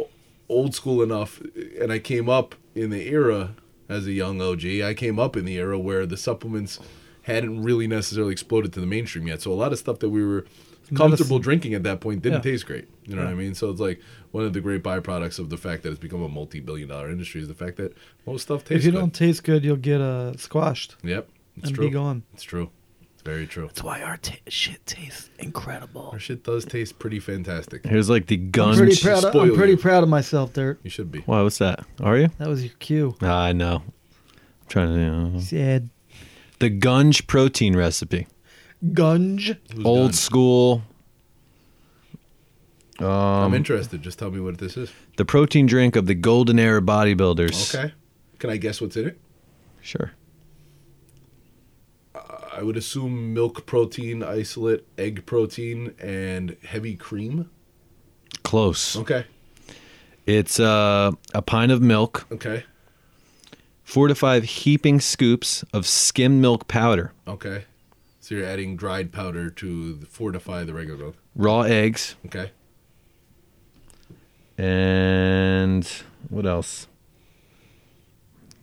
Speaker 1: old school enough, and I came up in the era as a young OG. I came up in the era where the supplements hadn't really necessarily exploded to the mainstream yet. So a lot of stuff that we were comfortable drinking at that point didn't
Speaker 2: Yeah.
Speaker 1: taste great. You know what I mean? So it's like one of the great byproducts of the fact that it's become a multi-billion-dollar industry is the fact that most stuff tastes.
Speaker 2: if you
Speaker 1: good.
Speaker 2: don't taste good, you'll get uh, squashed.
Speaker 1: yep, it's
Speaker 2: and
Speaker 1: true.
Speaker 2: be gone.
Speaker 1: It's true. It's very true.
Speaker 2: That's why our ta shit tastes incredible.
Speaker 1: Our shit does taste pretty fantastic.
Speaker 3: Here's like the gun.
Speaker 2: Pretty
Speaker 3: sh-
Speaker 2: proud. Of,
Speaker 1: spoil
Speaker 2: I'm pretty
Speaker 1: you.
Speaker 2: proud of myself, Dirt.
Speaker 1: You should be.
Speaker 3: Why? What's that? Are you?
Speaker 2: That was your cue.
Speaker 3: Ah, I know. I'm trying to. uh, You
Speaker 1: Mm.
Speaker 3: know.
Speaker 2: Sad.
Speaker 3: The gunge protein recipe.
Speaker 2: Gunge.
Speaker 1: Who's
Speaker 3: Old
Speaker 1: done?
Speaker 3: school.
Speaker 1: I'm interested. Just tell me what this is.
Speaker 3: The protein drink of the golden era bodybuilders.
Speaker 1: Okay. Can I guess what's in it?
Speaker 3: Sure.
Speaker 1: I would assume milk protein isolate, egg protein, and heavy cream.
Speaker 3: Close.
Speaker 1: Okay.
Speaker 3: It's uh, a pint of milk,
Speaker 1: Okay.
Speaker 3: four to five heaping scoops of skim milk powder,
Speaker 1: Okay. So you're adding dried powder to fortify the regular milk.
Speaker 3: raw eggs,
Speaker 1: Okay.
Speaker 3: and what else?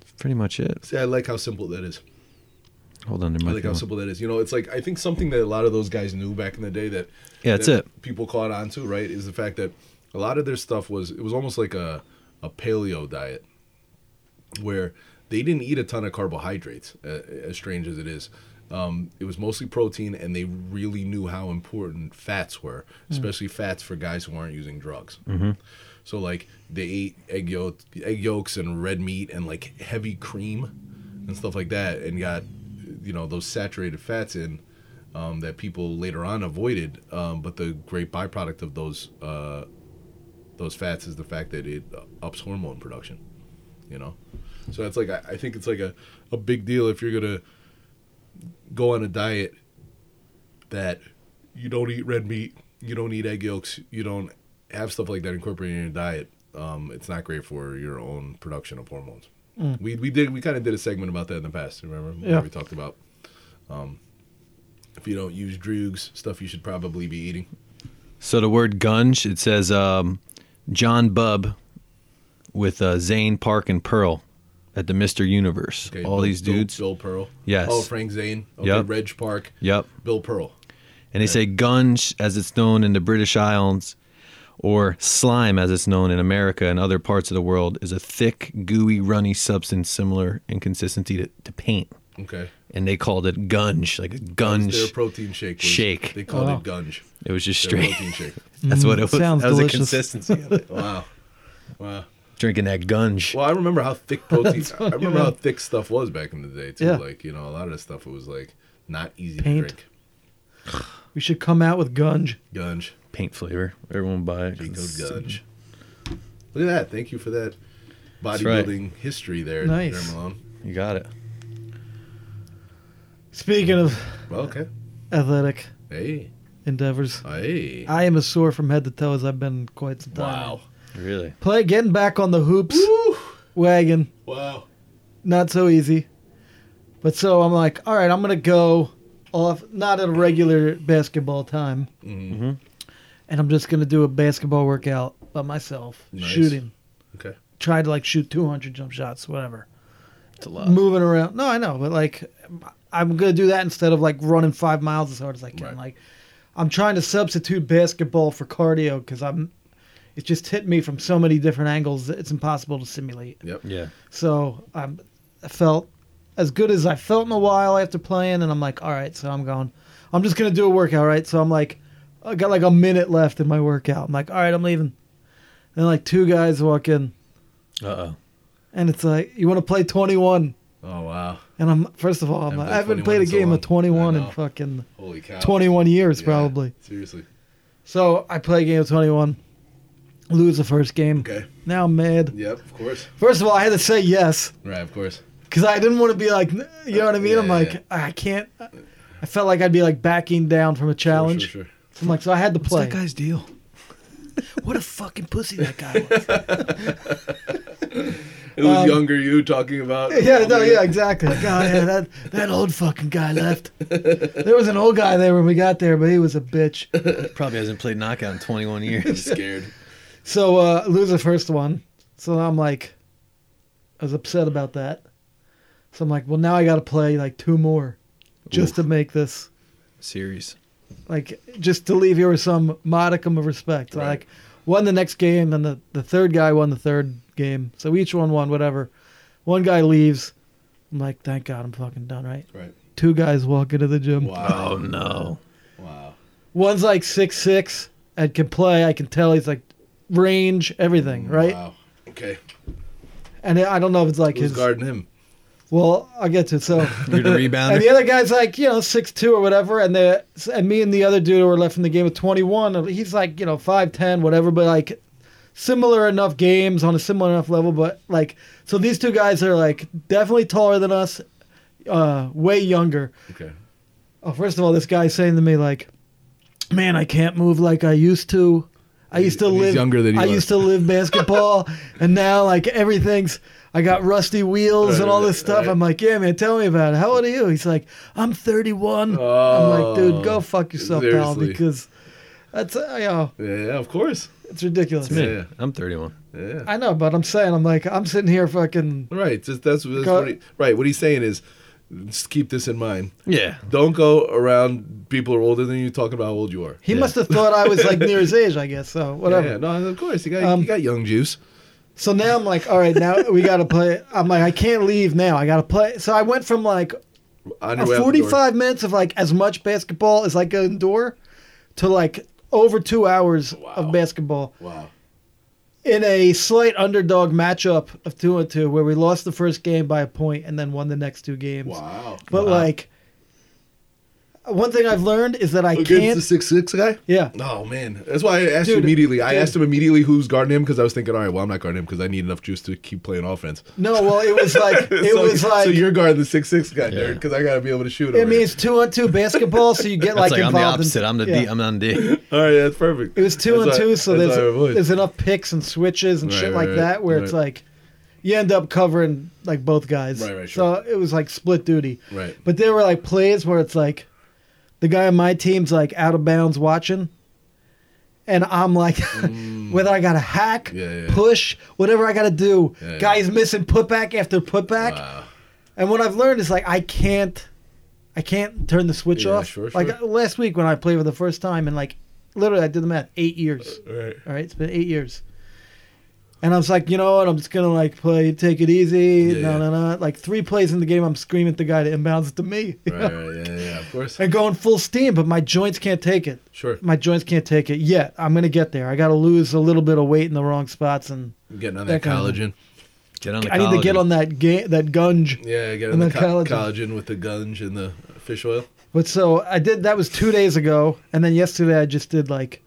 Speaker 3: That's pretty much it.
Speaker 1: See, I like how simple that is.
Speaker 3: Hold on, there
Speaker 1: I
Speaker 3: might
Speaker 1: like
Speaker 3: be
Speaker 1: how
Speaker 3: one.
Speaker 1: simple that is. You know, it's like I think something that a lot of those guys knew back in the day that
Speaker 3: Yeah, that's
Speaker 1: that
Speaker 3: it.
Speaker 1: People caught on to right is the fact that a lot of their stuff was it was almost like a a paleo diet where they didn't eat a ton of carbohydrates, uh, as strange as it is. Um, it was mostly protein, and they really knew how important fats were, especially fats for guys who aren't using drugs. So like they ate egg yolk, egg yolks and red meat and like heavy cream and stuff like that, and got you know those saturated fats in um, that people later on avoided. Um, but the great byproduct of those uh, those fats is the fact that it ups hormone production. You know, so it's like I, I think it's like a, a big deal if you're gonna go on a diet that you don't eat red meat, you don't eat egg yolks, you don't have stuff like that incorporated in your diet, um, it's not great for your own production of hormones. We we did we kind of did a segment about that in the past. Remember?
Speaker 2: Yeah.
Speaker 1: We talked about um, if you don't use drugs, stuff you should probably be eating.
Speaker 3: So the word gunge, it says um, John Bubb with uh, Zane Park and Pearl at the Mister Universe.
Speaker 1: Okay,
Speaker 3: All
Speaker 1: Bill-
Speaker 3: these
Speaker 1: Bill-
Speaker 3: dudes.
Speaker 1: Bill, Pearl.
Speaker 3: Yes.
Speaker 1: Oh, Frank Zane. Okay,
Speaker 3: Yep.
Speaker 1: Reg Park.
Speaker 3: Yep.
Speaker 1: Bill Pearl.
Speaker 3: And they say gunge as it's known in the British Isles or slime as it's known in America and other parts of the world is a thick, gooey, runny substance similar in consistency to, to paint.
Speaker 1: Okay.
Speaker 3: And they called it gunge, like a
Speaker 1: Their
Speaker 3: gunge.
Speaker 1: protein shake. was-
Speaker 3: Shake.
Speaker 1: They called
Speaker 2: Oh.
Speaker 1: it gunge.
Speaker 3: It was just
Speaker 1: Their
Speaker 3: straight.
Speaker 1: protein shake.
Speaker 3: That's what it was.
Speaker 2: Mm, sounds
Speaker 3: that was
Speaker 2: delicious.
Speaker 3: the consistency of it.
Speaker 1: Wow. Wow.
Speaker 3: Drinking that gunge.
Speaker 1: Well, I remember how thick protein. I
Speaker 2: what I
Speaker 1: remember how
Speaker 2: meant.
Speaker 1: thick stuff was back in the day too.
Speaker 2: Yeah.
Speaker 1: Like you know, a lot of the stuff it was like not easy
Speaker 2: Paint.
Speaker 1: to drink.
Speaker 2: We should come out with gunge.
Speaker 1: Gunge,
Speaker 3: Paint flavor. Everyone buy it. 'cause
Speaker 1: Pico
Speaker 3: it's-
Speaker 1: Gunge. Look at that! Thank you for that
Speaker 3: right.
Speaker 1: bodybuilding history there,
Speaker 2: Nice.
Speaker 1: there, Malone.
Speaker 3: You got it.
Speaker 2: Speaking of
Speaker 1: Well, okay.
Speaker 2: athletic
Speaker 1: Hey,
Speaker 2: endeavors,
Speaker 1: hey.
Speaker 2: I am as sore from head to toe as I've been quite some time.
Speaker 1: Wow.
Speaker 3: Really?
Speaker 2: Play getting back on the hoops
Speaker 1: Woo.
Speaker 2: wagon.
Speaker 1: Wow.
Speaker 2: not so easy. But so I'm like, all right, I'm gonna go off not at a regular basketball time,
Speaker 1: Mhm.
Speaker 2: and I'm just gonna do a basketball workout by myself,
Speaker 1: Nice.
Speaker 2: shooting,
Speaker 1: Okay.
Speaker 2: try to like shoot 200 jump shots, whatever,
Speaker 3: It's a lot.
Speaker 2: moving around. No, I know, but like, I'm gonna do that instead of like running five miles as hard as I can.
Speaker 1: Right.
Speaker 2: Like, I'm trying to substitute basketball for cardio because I'm. It just hit me from so many different angles that it's impossible to simulate.
Speaker 1: Yep.
Speaker 3: Yeah.
Speaker 2: So I'm, I felt as good as I felt in a while after playing, and I'm like, all right, so I'm going. I'm just gonna do a workout, right? So I'm like, I got like a minute left in my workout. I'm like, all right, I'm leaving. Then like two guys walk in,
Speaker 3: Uh oh.
Speaker 2: and it's like, you want to play 21?
Speaker 1: Oh wow.
Speaker 2: And I'm first of all,
Speaker 1: Haven't
Speaker 2: I'm like, I
Speaker 1: played 21
Speaker 2: haven't played a
Speaker 1: in so
Speaker 2: game
Speaker 1: long.
Speaker 2: of 21
Speaker 1: I
Speaker 2: in
Speaker 1: know.
Speaker 2: fucking
Speaker 1: Holy cow.
Speaker 2: 21 years
Speaker 1: Yeah,
Speaker 2: probably.
Speaker 1: Seriously.
Speaker 2: So I play a game of 21, lose the first game.
Speaker 1: Okay.
Speaker 2: Now I'm mad.
Speaker 1: Yep. Of course.
Speaker 2: First of all, I had to say yes.
Speaker 1: Right. Of course.
Speaker 2: because I didn't want to be like, n- you know what I mean?
Speaker 1: Yeah,
Speaker 2: I'm like,
Speaker 1: yeah.
Speaker 2: I can't. I felt like I'd be like backing down from a
Speaker 1: Sure,
Speaker 2: challenge.
Speaker 1: sure, sure.
Speaker 2: So I'm like, so I had to play.
Speaker 3: guy's deal?
Speaker 2: what a fucking pussy that guy was.
Speaker 1: It was younger you talking about.
Speaker 2: Um, yeah, no, yeah, exactly. Like, oh, yeah, that that old fucking guy left. There was an old guy there when we got there, but he was a bitch.
Speaker 3: Probably hasn't played knockout in 21 years.
Speaker 1: Scared.
Speaker 2: So uh, lose the first one. So I'm like, I was upset about that. So I'm like, well, now I got to play like two more, just to make this.
Speaker 3: Series.
Speaker 2: like just to leave here with some modicum of respect.
Speaker 1: Right.
Speaker 2: Like won the next game, then the, the third guy won the third game. So each one won, whatever. One guy leaves. I'm like, thank God I'm fucking done, right?
Speaker 1: Right.
Speaker 2: Two guys walk into the gym.
Speaker 1: Wow.
Speaker 3: Oh no.
Speaker 1: Wow.
Speaker 2: One's like six six and can play. I can tell he's like range, everything, right?
Speaker 1: Mm, Wow. Okay.
Speaker 2: And I don't know if it's like
Speaker 1: Who's
Speaker 2: his.
Speaker 1: guarding him?
Speaker 2: Well, I'll get to it. So
Speaker 3: You're the
Speaker 2: And the
Speaker 3: rebounder.
Speaker 2: other guy's like, you know, six two or whatever, and the and me and the other dude were left in the game with twenty one. and He's like, you know, five ten, whatever, but like similar enough games on a similar enough level. But like, so these two guys are like definitely taller than us, uh, way younger.
Speaker 1: Okay.
Speaker 2: Oh, first of all, this guy's saying to me like, "Man, I can't move like I used to. I used to
Speaker 4: He's
Speaker 2: live
Speaker 4: younger than you
Speaker 2: I
Speaker 4: are.
Speaker 2: used to live basketball, and now like everything's. I got rusty wheels and all this stuff. I'm like, yeah, man, tell me about it. How old are you? He's like, I'm 31. I'm like, dude, go
Speaker 1: Oh,
Speaker 2: fuck yourself, pal,
Speaker 1: seriously.
Speaker 2: because that's uh, you know,
Speaker 1: Yeah, of course.
Speaker 2: it's ridiculous.
Speaker 1: Yeah.
Speaker 3: Yeah, I'm 31.
Speaker 1: Yeah.
Speaker 2: I know, but I'm saying, I'm like, I'm sitting here fucking.
Speaker 1: Right. Just that's, that's
Speaker 2: Go-
Speaker 1: what he, right. What he's saying is, just keep this in mind.
Speaker 3: Yeah.
Speaker 1: Don't go around people who are older than you talking about how old you are.
Speaker 2: He must have thought I was like near his age, I guess. So whatever.
Speaker 1: Yeah, no, of course. You got
Speaker 2: Um,
Speaker 1: you got young juice.
Speaker 2: So now I'm like, all right, now we gotta play. I'm like, I can't leave now. I gotta play. So I went from like
Speaker 1: On your way out the door.
Speaker 2: 45 minutes of like as much basketball as I could endure to like over two hours of basketball
Speaker 1: Wow.
Speaker 2: in a slight underdog matchup of two and two, where we lost the first game by a point and then won the next two games.
Speaker 1: Wow.
Speaker 2: But like, one thing I've learned is that I
Speaker 1: Against
Speaker 2: can't.
Speaker 1: the six six guy.
Speaker 2: Yeah.
Speaker 1: Oh man, that's why I asked you
Speaker 2: Dude,
Speaker 1: immediately. I
Speaker 2: dude.
Speaker 1: asked him immediately who's guarding him because I was thinking, all right, well, I'm not guarding him because I need enough juice to keep playing offense.
Speaker 2: No, well, it was like it
Speaker 1: so,
Speaker 2: was like.
Speaker 1: so you're guarding the six six guy,
Speaker 3: Yeah.
Speaker 1: nerd, because I gotta be able to shoot.
Speaker 2: it
Speaker 1: over here.
Speaker 2: means two on two basketball, so you get like,
Speaker 3: That's like, I'm the
Speaker 2: involved. in-
Speaker 3: opposite. I'm the D.
Speaker 2: yeah.
Speaker 3: I'm on D.
Speaker 1: all right, that's perfect.
Speaker 2: It was two
Speaker 1: That's
Speaker 2: and
Speaker 1: why-
Speaker 2: two, so
Speaker 1: that's
Speaker 2: there's
Speaker 1: why I avoid.
Speaker 2: there's enough picks and switches and
Speaker 1: Right,
Speaker 2: shit
Speaker 1: right,
Speaker 2: like
Speaker 1: right,
Speaker 2: that where it's
Speaker 1: right.
Speaker 2: like you end up covering like both guys.
Speaker 1: Right, right,
Speaker 2: So it was like split duty.
Speaker 1: Right.
Speaker 2: But there were like plays where it's like the guy on my team's like out of bounds watching. And I'm like, whether I got to hack,
Speaker 1: Mm. Yeah, yeah.
Speaker 2: push, whatever I got to do,
Speaker 1: Yeah, yeah.
Speaker 2: guy's missing putback after putback.
Speaker 1: Wow.
Speaker 2: And what I've learned is like I can't, I can't turn the switch
Speaker 1: Yeah,
Speaker 2: off.
Speaker 1: sure,
Speaker 2: Like uh,
Speaker 1: sure.
Speaker 2: last week when I played for the first time, and like literally I did the math, eight years.
Speaker 1: Right.
Speaker 2: All right, it's been eight years. And I was like, you know what? I'm just gonna like play, take it easy.
Speaker 1: Yeah,
Speaker 2: No,
Speaker 1: yeah.
Speaker 2: no, no. Like three plays in the game, I'm screaming at the guy to inbounds it to me, you
Speaker 1: Right,
Speaker 2: know?
Speaker 1: right, yeah, yeah, yeah, of course.
Speaker 2: and going full steam. But my joints can't take it.
Speaker 1: Sure.
Speaker 2: My joints can't take it yet. I'm gonna get there. I gotta lose a little bit of weight in the wrong spots, and
Speaker 1: Getting on that
Speaker 2: that kind of-
Speaker 1: collagen.
Speaker 3: Get on the
Speaker 2: I need to get
Speaker 3: collagen.
Speaker 2: on that ga- that gunge.
Speaker 1: Yeah, getting on
Speaker 2: And
Speaker 1: the
Speaker 2: the
Speaker 1: co-
Speaker 2: collagen.
Speaker 1: collagen with the gunge and the fish oil.
Speaker 2: But so I did that was two days ago, and then yesterday I just did like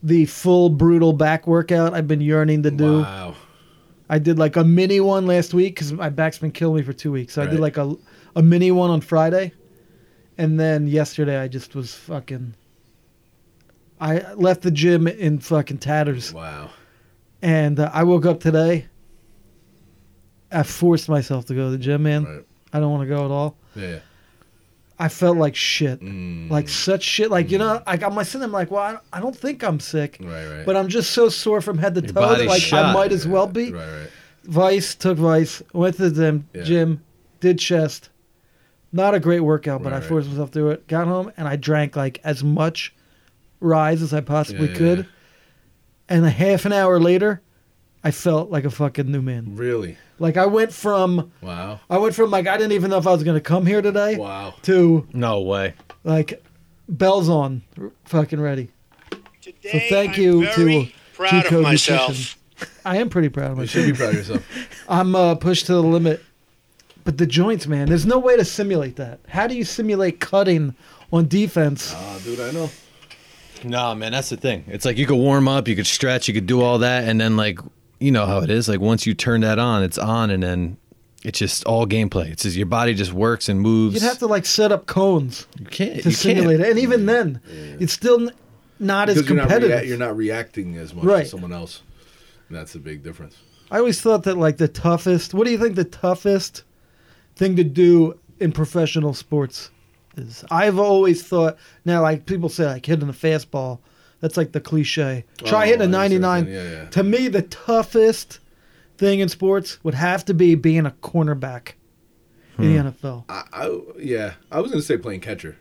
Speaker 2: the full brutal back workout I've been yearning to do.
Speaker 1: Wow.
Speaker 2: I did like a mini one last week because my back's been killing me for two weeks. So I did
Speaker 1: Right.
Speaker 2: like a a mini one on Friday, and then yesterday I just was fucking. I left the gym in fucking tatters,
Speaker 1: Wow.
Speaker 2: and uh, I woke up today. I forced myself to go to the gym, man.
Speaker 1: Right.
Speaker 2: I don't want to go at all.
Speaker 1: Yeah. yeah.
Speaker 2: I felt like shit
Speaker 1: Mm,
Speaker 2: like such shit. Like you know, like I'm like sitting there, I'm like, well, I don't- I don't think I'm sick,
Speaker 1: right, right.
Speaker 2: but I'm just so sore from head to
Speaker 3: Your
Speaker 2: toe that
Speaker 3: body's
Speaker 2: like I
Speaker 3: shot.
Speaker 2: might as well be.
Speaker 1: Right, right.
Speaker 2: Vice took Vice, went to the gym,
Speaker 1: Yeah.
Speaker 2: gym, did chest. Not a great workout, but
Speaker 1: Right,
Speaker 2: I
Speaker 1: right.
Speaker 2: forced myself through it. Got home and I drank like as much rise as I possibly
Speaker 1: Yeah, yeah,
Speaker 2: could.
Speaker 1: yeah.
Speaker 2: And a half an hour later, I felt like a fucking new man.
Speaker 1: Really?
Speaker 2: Like I went from
Speaker 1: Wow.
Speaker 2: I went from like I didn't even know if I was gonna come here today
Speaker 1: Wow.
Speaker 2: to
Speaker 3: No way.
Speaker 2: like bells on, r- fucking ready.
Speaker 7: Today,
Speaker 2: thank
Speaker 7: I'm
Speaker 2: you
Speaker 7: very
Speaker 2: to
Speaker 7: proud of
Speaker 2: G-Code
Speaker 7: myself.
Speaker 2: Nutrition. I am pretty proud of
Speaker 1: You
Speaker 2: myself.
Speaker 1: should be proud of yourself.
Speaker 2: I'm uh, pushed to the limit, but the joints, man. There's no way to simulate that. How do you simulate cutting on defense?
Speaker 1: Ah, dude, I know.
Speaker 3: No, man, that's the thing. It's like you could warm up, you could stretch, you could do all that, and then like you know how it is. Like once you turn that on, it's on, and then it's just all gameplay. It's just your body just works and moves.
Speaker 2: You'd have to like set up cones
Speaker 3: You can't.
Speaker 2: to
Speaker 3: you can't.
Speaker 2: simulate it, and even then, it's still n- not as
Speaker 1: Because you're not,
Speaker 2: competitive.
Speaker 1: rea- you're not reacting as much
Speaker 2: Right.
Speaker 1: to someone else. And that's the big difference.
Speaker 2: I always thought that like the toughest. What do you think the toughest thing to do in professional sports is? I've always thought now, like people say, like hitting a fastball. That's like the cliche. Try
Speaker 1: Oh,
Speaker 2: hitting a
Speaker 1: I understand.
Speaker 2: 99.
Speaker 1: Yeah, yeah.
Speaker 2: To me, the toughest thing in sports would have to be being a cornerback
Speaker 1: Hmm.
Speaker 2: in the NFL.
Speaker 1: I, I yeah, I was gonna say playing catcher.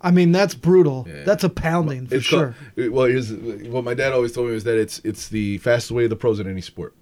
Speaker 2: I mean, that's brutal.
Speaker 1: Yeah.
Speaker 2: That's a pounding for
Speaker 1: It's
Speaker 2: sure.
Speaker 1: Called, well, here's what my dad always told me was that it's it's the fastest way to the pros in any sport.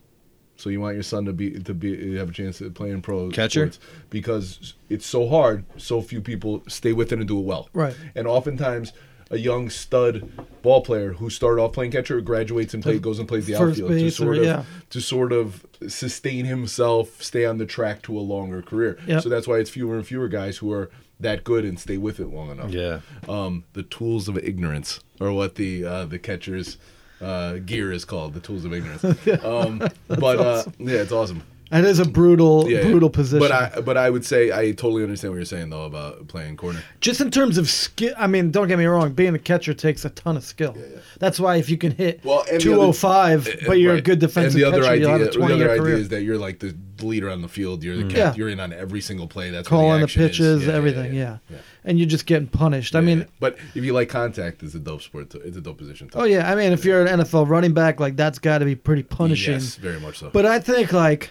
Speaker 1: So you want your son to be to be have a chance at playing pro
Speaker 3: Catcher?
Speaker 1: sports because it's so hard. So few people stay with it and do it well.
Speaker 2: Right.
Speaker 1: And oftentimes, a young stud ball player who started off playing catcher graduates and play, goes and plays the
Speaker 2: first
Speaker 1: outfield to
Speaker 2: base or-
Speaker 1: sort of
Speaker 2: yeah.
Speaker 1: to sort of sustain himself, stay on the track to a longer career.
Speaker 2: Yep.
Speaker 1: So that's why it's fewer and fewer guys who are that good and stay with it long enough
Speaker 3: Yeah.
Speaker 1: um, the tools of ignorance, or what the uh, the catcher's uh, gear is called, the tools of ignorance. Um, but uh, yeah, it's awesome.
Speaker 2: That is a brutal,
Speaker 1: Yeah, yeah.
Speaker 2: brutal position.
Speaker 1: But I but I would say I totally understand what you're saying though about playing corner.
Speaker 2: Just in terms of skill, I mean, don't get me wrong. Being a catcher takes a ton of skill. That's why if you can hit
Speaker 1: Well, and the other- eh,
Speaker 2: 205, but you're a
Speaker 1: Right.
Speaker 2: good defensive
Speaker 1: And the other
Speaker 2: catcher,
Speaker 1: idea,
Speaker 2: you'll have a
Speaker 1: the
Speaker 2: 20
Speaker 1: other
Speaker 2: year
Speaker 1: idea
Speaker 2: career. Mm.
Speaker 1: is that you're like the leader on the field. You're the cat,
Speaker 2: Yeah.
Speaker 1: you're in on every single play. That's where
Speaker 2: Calling the,
Speaker 1: action is.
Speaker 2: pitches,
Speaker 1: Yeah, yeah, yeah,
Speaker 2: everything, yeah, And you're just getting punished. I
Speaker 1: Yeah,
Speaker 2: mean,
Speaker 1: yeah. but if you like contact, it's a dope sport. To, it's a dope position. To
Speaker 2: oh yeah, I mean, if you're an NFL running back, like that's got to be pretty punishing.
Speaker 1: Yes, very much so.
Speaker 2: But I think like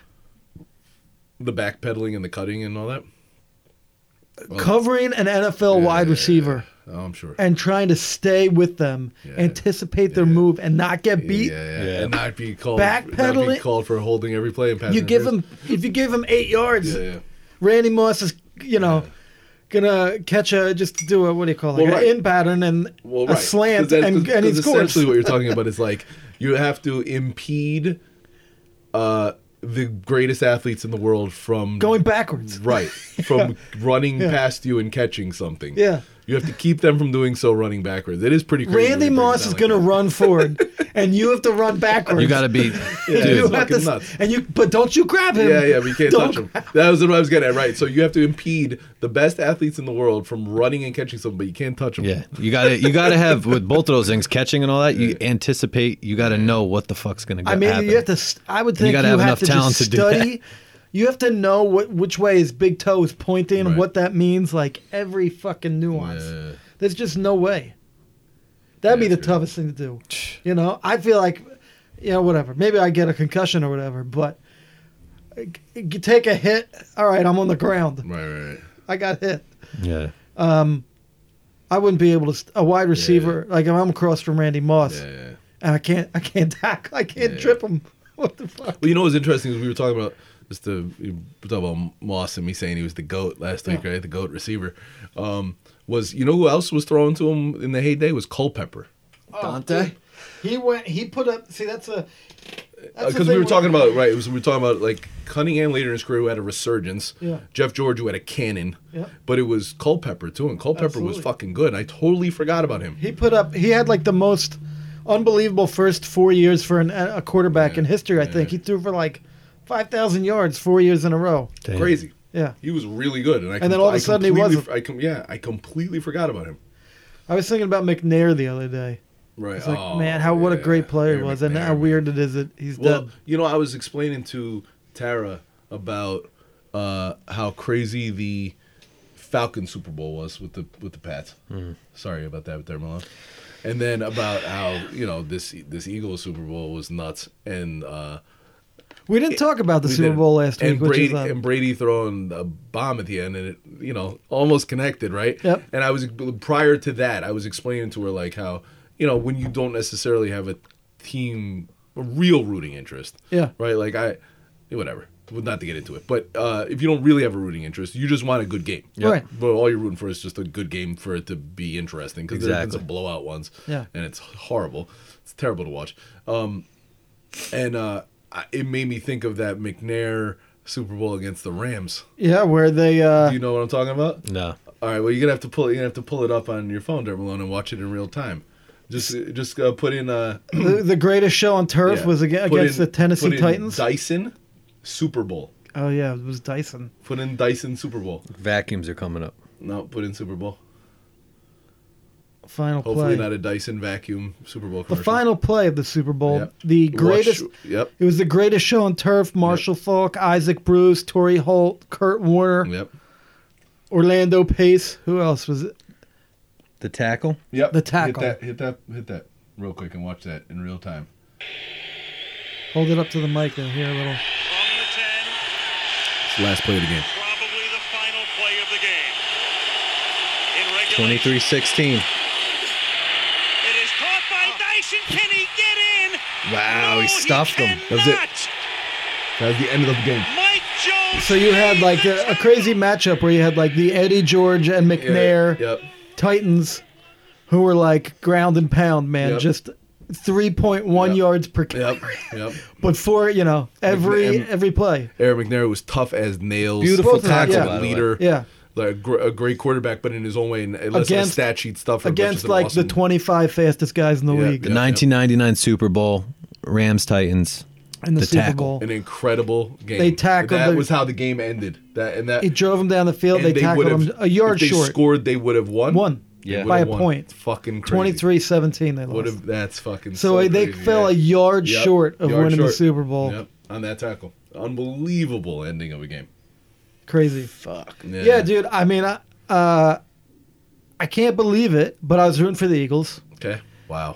Speaker 1: the backpedaling and the cutting and all that.
Speaker 2: covering an NFL wide
Speaker 1: yeah,
Speaker 2: receiver
Speaker 1: Oh, I'm sure.
Speaker 2: and trying to stay with them,
Speaker 1: Yeah.
Speaker 2: anticipate their move, and not get beat.
Speaker 1: yeah, yeah,
Speaker 3: Yeah.
Speaker 1: and not be called not be
Speaker 2: Backpedaling-
Speaker 1: called for holding every play and passing.
Speaker 2: You give
Speaker 1: interference.
Speaker 2: them if you give them eight yards,
Speaker 1: Yeah, yeah.
Speaker 2: Randy Moss is, you know, gonna catch a just do a what do you call it,
Speaker 1: Well,
Speaker 2: like
Speaker 1: right.
Speaker 2: an in pattern and
Speaker 1: well,
Speaker 2: a
Speaker 1: right. 'Cause
Speaker 2: slant,
Speaker 1: that's-
Speaker 2: and,
Speaker 1: 'cause-
Speaker 2: and he
Speaker 1: 'cause
Speaker 2: scores.
Speaker 1: Essentially, what you're talking about is like you have to impede uh, the greatest athletes in the world from
Speaker 2: Going backwards.
Speaker 1: right from running past you and catching something.
Speaker 2: Yeah.
Speaker 1: you have to keep them from doing so running backwards. It is pretty crazy. when
Speaker 2: Randy
Speaker 1: you break it
Speaker 2: Moss
Speaker 1: down
Speaker 2: is
Speaker 1: like
Speaker 2: gonna
Speaker 1: that.
Speaker 2: run forward, and you have to run backwards.
Speaker 3: You got to
Speaker 2: And
Speaker 3: be,
Speaker 2: you
Speaker 3: dude.
Speaker 1: It's
Speaker 2: have to
Speaker 1: fucking
Speaker 2: s-
Speaker 1: nuts.
Speaker 2: and you, but don't you grab him?
Speaker 1: Yeah, yeah, but you can't
Speaker 2: Don't-
Speaker 1: touch them. That was what I was getting at, right? So you have to impede the best athletes in the world from running and catching something, but you can't touch them.
Speaker 3: Yeah, you got to you got to have with both of those things, catching and all that. You anticipate. You got to know what the fuck's gonna go
Speaker 2: I mean,
Speaker 3: happen.
Speaker 2: you have to. st- I would think you,
Speaker 3: gotta
Speaker 2: have,
Speaker 3: have enough
Speaker 2: to
Speaker 3: talent
Speaker 2: just
Speaker 3: to do that.
Speaker 2: study. You have to know what which way his big toe is pointing,
Speaker 1: Right.
Speaker 2: what that means, like every fucking nuance.
Speaker 1: Yeah.
Speaker 2: There's just no way. That'd
Speaker 1: Yeah,
Speaker 2: be the
Speaker 1: true.
Speaker 2: toughest thing to do. You know, I feel like, you know, whatever. Maybe I get a concussion or whatever, but uh, g- g- take a hit. All right, I'm on the ground.
Speaker 1: Right, right, right.
Speaker 2: I got hit.
Speaker 3: yeah,
Speaker 2: I wouldn't be able to. St- a wide receiver, like if I'm across from Randy Moss,
Speaker 1: Yeah, yeah.
Speaker 2: and I can't, I can't tackle, I can't
Speaker 1: Yeah.
Speaker 2: trip him. What the fuck?
Speaker 1: Well, you know what's interesting is we were talking about just the we were talking about Moss and me saying he was the goat last week, right? The goat receiver. Um, was you know who else was throwing to him in the heyday was Culpepper.
Speaker 3: Dante.
Speaker 2: He went. He put up. See, that's a. that's the
Speaker 1: because
Speaker 2: thing
Speaker 1: Uh, we were
Speaker 2: with-
Speaker 1: talking about right, it was, we were talking about like Cunningham later in his career who had a resurgence.
Speaker 2: Yeah.
Speaker 1: Jeff George who had a cannon.
Speaker 2: Yeah.
Speaker 1: But it was Culpepper too, and Culpepper was
Speaker 2: Absolutely.
Speaker 1: fucking good. I totally forgot about him.
Speaker 2: He put up. He had like the most unbelievable first four years for an, a quarterback in history. I think he threw for like five thousand yards four years in a row.
Speaker 1: Crazy.
Speaker 2: Yeah,
Speaker 1: He was really good, and I
Speaker 2: And then all of
Speaker 1: a
Speaker 2: a sudden he wasn't.
Speaker 1: I com- yeah, I completely forgot about him.
Speaker 2: I was thinking about McNair the other day.
Speaker 1: Right.
Speaker 2: It's like,
Speaker 1: Oh,
Speaker 2: man, how what a
Speaker 1: yeah.
Speaker 2: great player he
Speaker 1: Mary
Speaker 2: was, and
Speaker 1: McNair,
Speaker 2: how
Speaker 1: man.
Speaker 2: weird it is that he's
Speaker 1: Well,
Speaker 2: dead.
Speaker 1: you know, I was explaining to Tara about uh, how crazy the Falcon Super Bowl was with the with the Pats. Sorry about that, there, Malone. And then about how you know this this Eagles Super Bowl was nuts, and uh,
Speaker 2: We didn't talk about the
Speaker 1: eh, we
Speaker 2: Super
Speaker 1: did-
Speaker 2: Bowl last
Speaker 1: and
Speaker 2: week, which
Speaker 1: Brady,
Speaker 2: is um,
Speaker 1: and Brady throwing a bomb at the end, and it you know almost connected, right?
Speaker 2: Yep.
Speaker 1: And I was prior to that, I was explaining to her like how you know when you don't necessarily have a team a real rooting interest,
Speaker 2: Yeah.
Speaker 1: right? Like I, whatever. Well, not to get into it, but uh, if you don't really have a rooting interest, you just want a good game,
Speaker 2: Yeah. Right.
Speaker 1: But all you're rooting for is just a good game for it to be interesting because there have been
Speaker 3: Exactly.
Speaker 1: some blowout ones,
Speaker 2: Yeah.
Speaker 1: and it's horrible. It's terrible to watch. Um, and uh, I- it made me think of that McNair Super Bowl against the Rams.
Speaker 2: yeah, where they uh,
Speaker 1: Do you know what I'm talking about?
Speaker 3: No,
Speaker 1: All right. Well, you're gonna have to pull. You're gonna have to pull it up on your phone, Dermalone, and watch it in real time. Just, just uh, put in. Uh,
Speaker 2: the, the greatest show on turf
Speaker 1: yeah,
Speaker 2: was aga-
Speaker 1: put
Speaker 2: against
Speaker 1: in-
Speaker 2: the Tennessee
Speaker 1: put in
Speaker 2: Titans.
Speaker 1: Dyson Super Bowl.
Speaker 2: oh yeah, it was Dyson.
Speaker 1: Put in Dyson Super Bowl.
Speaker 3: vacuums are coming up.
Speaker 1: No, put in Super Bowl.
Speaker 2: Final
Speaker 1: Hopefully
Speaker 2: play.
Speaker 1: not a Dyson vacuum Super Bowl.
Speaker 2: the
Speaker 1: Commercial.
Speaker 2: final play of the Super Bowl,
Speaker 1: Yep.
Speaker 2: the
Speaker 1: Watch-
Speaker 2: greatest.
Speaker 1: Yep.
Speaker 2: It was the greatest show on turf. Marshall Falk, Isaac Bruce, Torrey Holt, Kurt Warner,
Speaker 1: Yep.
Speaker 2: Orlando Pace. Who else was it?
Speaker 3: The tackle.
Speaker 1: Yep.
Speaker 2: The tackle.
Speaker 1: Hit that. Hit that. Hit that. Real quick and watch that in real time.
Speaker 2: Hold it up to the mic and hear a little.
Speaker 4: From the 10,
Speaker 1: It's the last play of the game.
Speaker 4: probably the final play of the game. In regulation,
Speaker 3: 23-16.
Speaker 4: it is caught by Dyson. Can he get in?
Speaker 3: Wow,
Speaker 4: no,
Speaker 3: he stuffed
Speaker 4: he
Speaker 3: him.
Speaker 1: That's it.
Speaker 4: cannot.
Speaker 1: That's the end of the game.
Speaker 4: Mike Jones.
Speaker 2: So you had like a, a crazy matchup where you had like the Eddie George and McNair
Speaker 1: Yep.
Speaker 2: Titans, who were like ground and pound, man,
Speaker 1: Yep.
Speaker 2: just three point one
Speaker 1: Yep.
Speaker 2: yards per carry.
Speaker 1: Yep. Yep.
Speaker 2: But for you know every
Speaker 1: McNair-
Speaker 2: every play,
Speaker 1: Eric McNair was tough as nails.
Speaker 3: Beautiful
Speaker 2: Both of them, tackle, yeah. by
Speaker 1: a
Speaker 3: the way.
Speaker 1: leader.
Speaker 2: yeah,
Speaker 1: Like a, gr- a great quarterback, but in his own way, and less of a
Speaker 2: Against-
Speaker 1: stat sheet stuff.
Speaker 2: against like the twenty five fastest guys in the
Speaker 1: Yeah.
Speaker 2: league.
Speaker 3: The 1999 Super Bowl, Rams Titans.
Speaker 2: in the,
Speaker 3: The
Speaker 2: Super
Speaker 3: tackle.
Speaker 2: Bowl.
Speaker 1: An incredible game.
Speaker 2: They tackled
Speaker 1: That
Speaker 2: the-
Speaker 1: was how the game ended. That and that.
Speaker 2: It drove them down the field.
Speaker 1: and
Speaker 2: They, tackled
Speaker 1: would've-
Speaker 2: them a yard
Speaker 1: if they
Speaker 2: short.
Speaker 1: Scored. They would have won.
Speaker 2: Won.
Speaker 1: They
Speaker 3: Yeah.
Speaker 1: would've
Speaker 2: By a
Speaker 1: won.
Speaker 2: point.
Speaker 1: It's fucking crazy.
Speaker 2: 23-17 they
Speaker 1: Would have.
Speaker 2: lost.
Speaker 1: That's fucking.
Speaker 2: So, they
Speaker 1: crazy,
Speaker 2: fell
Speaker 1: yeah.
Speaker 2: a yard
Speaker 1: Yep.
Speaker 2: short of
Speaker 1: Yard
Speaker 2: winning the
Speaker 1: short.
Speaker 2: Super Bowl.
Speaker 1: Yep. On that tackle. Unbelievable ending of a game.
Speaker 2: Crazy.
Speaker 3: Fuck.
Speaker 1: Yeah.
Speaker 2: Yeah. dude. I mean, I, uh, I can't believe it, but I was rooting for the Eagles.
Speaker 1: Okay. Wow.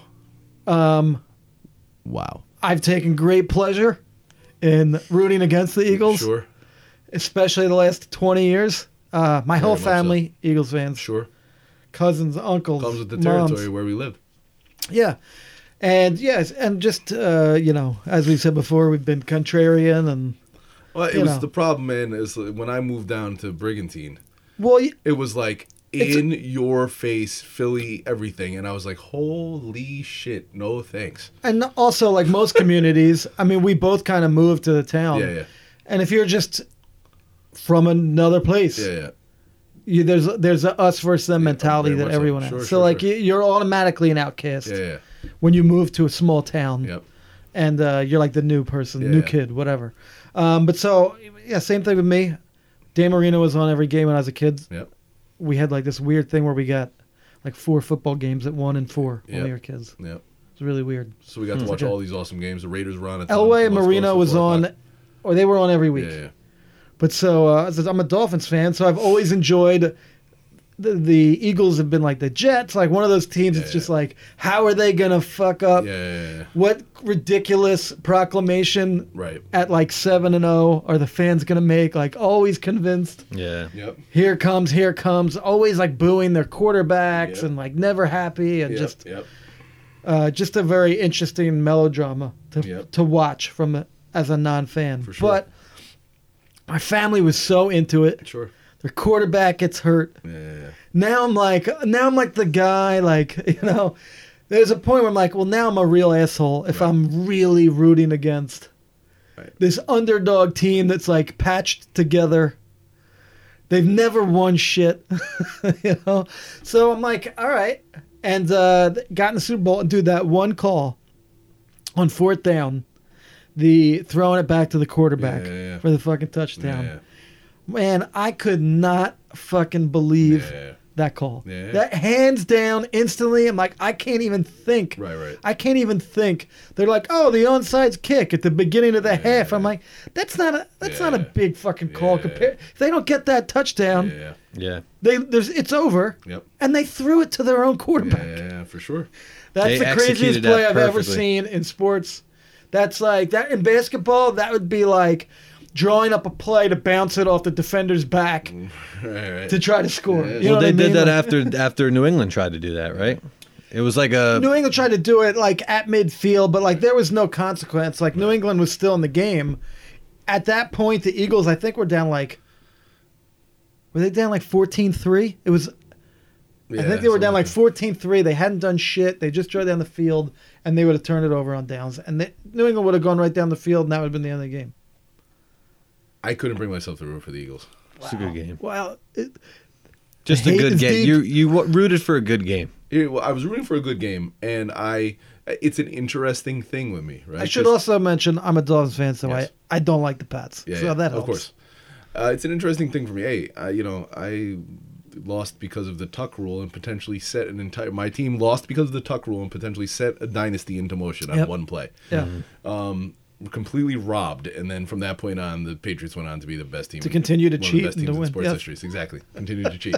Speaker 3: Wow.
Speaker 2: I've taken great pleasure in rooting against the Eagles,
Speaker 1: Sure.
Speaker 2: especially the last 20 years. Uh, my whole
Speaker 1: much so.
Speaker 2: family, Eagles fans,
Speaker 1: Sure.
Speaker 2: cousins, uncles,
Speaker 1: Comes with the
Speaker 2: moms.
Speaker 1: territory where we live.
Speaker 2: Yeah. And yes, and just, uh, you know, as we said before, we've been contrarian and,
Speaker 1: Well, it
Speaker 2: You
Speaker 1: was
Speaker 2: know.
Speaker 1: the problem, man. Is like, when I moved down to Brigantine,
Speaker 2: well, y-
Speaker 1: it was like
Speaker 2: It's-
Speaker 1: in your face, Philly, everything, and I was like, holy shit, no thanks.
Speaker 2: and also like most communities, I mean, we both kind of moved to the town.
Speaker 1: Yeah, yeah.
Speaker 2: And if you're just from another place,
Speaker 1: Yeah, yeah.
Speaker 2: you, there's there's a us versus them mentality
Speaker 1: very
Speaker 2: that
Speaker 1: much so.
Speaker 2: everyone
Speaker 1: Sure,
Speaker 2: has. So
Speaker 1: sure,
Speaker 2: like
Speaker 1: sure.
Speaker 2: you, you're automatically an outcast
Speaker 1: Yeah, yeah.
Speaker 2: when you move to a small town,
Speaker 1: Yep.
Speaker 2: and uh, you're like the new person,
Speaker 1: Yeah,
Speaker 2: new
Speaker 1: yeah.
Speaker 2: kid, whatever. Um, but so yeah, same thing with me. Dan Marino was on every game when I was a kid.
Speaker 1: Yep.
Speaker 2: We had like this weird thing where we got like four football games at one and four when we
Speaker 1: Yeah.
Speaker 2: were kids.
Speaker 1: Yep.
Speaker 2: It's really weird.
Speaker 1: So we got to watch
Speaker 2: Hmm. Okay.
Speaker 1: all these awesome games. The Raiders were on at
Speaker 2: Elway
Speaker 1: time.
Speaker 2: and
Speaker 1: Let's go
Speaker 2: Marino
Speaker 1: for
Speaker 2: was
Speaker 1: four
Speaker 2: on,
Speaker 1: o'clock.
Speaker 2: or they were on every week.
Speaker 1: Yeah, yeah.
Speaker 2: But so uh, since I'm a Dolphins fan, so I've always enjoyed the, the Eagles have been like the Jets, like one of those teams. It's
Speaker 1: Yeah.
Speaker 2: just like, how are they gonna fuck
Speaker 1: Yeah,
Speaker 2: up?
Speaker 1: yeah, yeah, yeah.
Speaker 2: What ridiculous proclamation
Speaker 1: Right.
Speaker 2: at like seven and zero are the fans gonna make? Like always convinced.
Speaker 3: Yeah.
Speaker 1: Yep.
Speaker 2: Here comes, here comes. Always like booing their quarterbacks
Speaker 1: Yep.
Speaker 2: and like never happy and
Speaker 1: Yep.
Speaker 2: just
Speaker 1: yep.
Speaker 2: uh, just a very interesting melodrama to
Speaker 1: Yep.
Speaker 2: to watch from a, as a non fan.
Speaker 1: sure.
Speaker 2: But my family was so into it.
Speaker 1: Sure.
Speaker 2: Their quarterback gets hurt.
Speaker 1: Yeah, yeah, yeah.
Speaker 2: Now I'm like, now I'm like the guy, like you know. There's a point where I'm like, well, now I'm a real asshole if I'm really rooting against
Speaker 1: Right.
Speaker 2: this underdog team that's like patched together. They've never won shit, you know. So I'm like, all right, and uh, got in the Super Bowl and dude, that one call on fourth down, the throwing it back to the quarterback
Speaker 1: Yeah, yeah, yeah.
Speaker 2: for the fucking touchdown.
Speaker 1: Yeah,
Speaker 2: Man, I could not fucking believe
Speaker 1: Yeah.
Speaker 2: that call.
Speaker 1: Yeah.
Speaker 2: That hands down instantly. I'm like, I can't even think.
Speaker 1: Right, right.
Speaker 2: I can't even think. They're like, oh, the onside kick at the beginning of the half. I'm like, that's not a that's not a
Speaker 1: Yeah.
Speaker 2: big fucking call.
Speaker 1: Yeah.
Speaker 2: Compared, if they don't get that touchdown,
Speaker 1: yeah, yeah.
Speaker 3: Yeah.
Speaker 2: they there's it's over.
Speaker 1: Yep.
Speaker 2: And they threw it to their own
Speaker 1: Yeah,
Speaker 2: quarterback.
Speaker 1: yeah, yeah, for sure.
Speaker 2: That's
Speaker 3: They
Speaker 2: the craziest
Speaker 3: executed that
Speaker 2: play I've ever
Speaker 3: perfectly.
Speaker 2: seen in sports. That's like that in basketball. That would be like drawing up a play to bounce it off the defender's back
Speaker 1: Right, right.
Speaker 2: to try to score.
Speaker 1: Mm. Yeah.
Speaker 2: You know
Speaker 3: Well,
Speaker 2: what
Speaker 3: they
Speaker 2: I
Speaker 3: did
Speaker 2: mean?
Speaker 3: that
Speaker 2: Like,
Speaker 3: after after New England tried to do that, right? It was like a
Speaker 2: New England tried to do it like at midfield, but like there was no consequence. Like New England was still in the game. At that point, the Eagles, I think, were down like. Were they down like 14-3? It was. I think they were down like 14-3. They hadn't done shit. They just drove down the field, and they would have turned it over on downs. And they, New England would have gone right down the field, and that would have been the end of the game.
Speaker 1: I couldn't bring myself to root for the Eagles.
Speaker 3: It's a good game.
Speaker 2: Wow. It,
Speaker 3: Just a
Speaker 2: hate
Speaker 3: good
Speaker 2: is
Speaker 3: game.
Speaker 2: deep.
Speaker 3: You you wa- rooted for a good game.
Speaker 1: Yeah, Eh, well, I was rooting for a good game, and I. It's an interesting thing with me, right?
Speaker 2: I should
Speaker 1: 'Cause-
Speaker 2: also mention I'm a Dolphins fan, so
Speaker 1: Yes.
Speaker 2: I, I don't like the Pats.
Speaker 1: Yeah,
Speaker 2: so
Speaker 1: yeah,
Speaker 2: that helps.
Speaker 1: Of course, uh, it's an interesting thing for me. Hey, I, you know, I lost because of the tuck rule and potentially set an entire. My team lost because of the tuck rule and potentially set a dynasty into motion on
Speaker 2: Yep.
Speaker 1: one play.
Speaker 2: Yeah.
Speaker 1: Um, were completely robbed, and then from that point on, the Patriots went on to be the best team
Speaker 2: To continue to
Speaker 1: one of
Speaker 2: cheat
Speaker 1: the best
Speaker 2: and
Speaker 1: teams
Speaker 2: to
Speaker 1: in
Speaker 2: win.
Speaker 1: sports
Speaker 2: Yeah.
Speaker 1: history. Exactly, continue to cheat.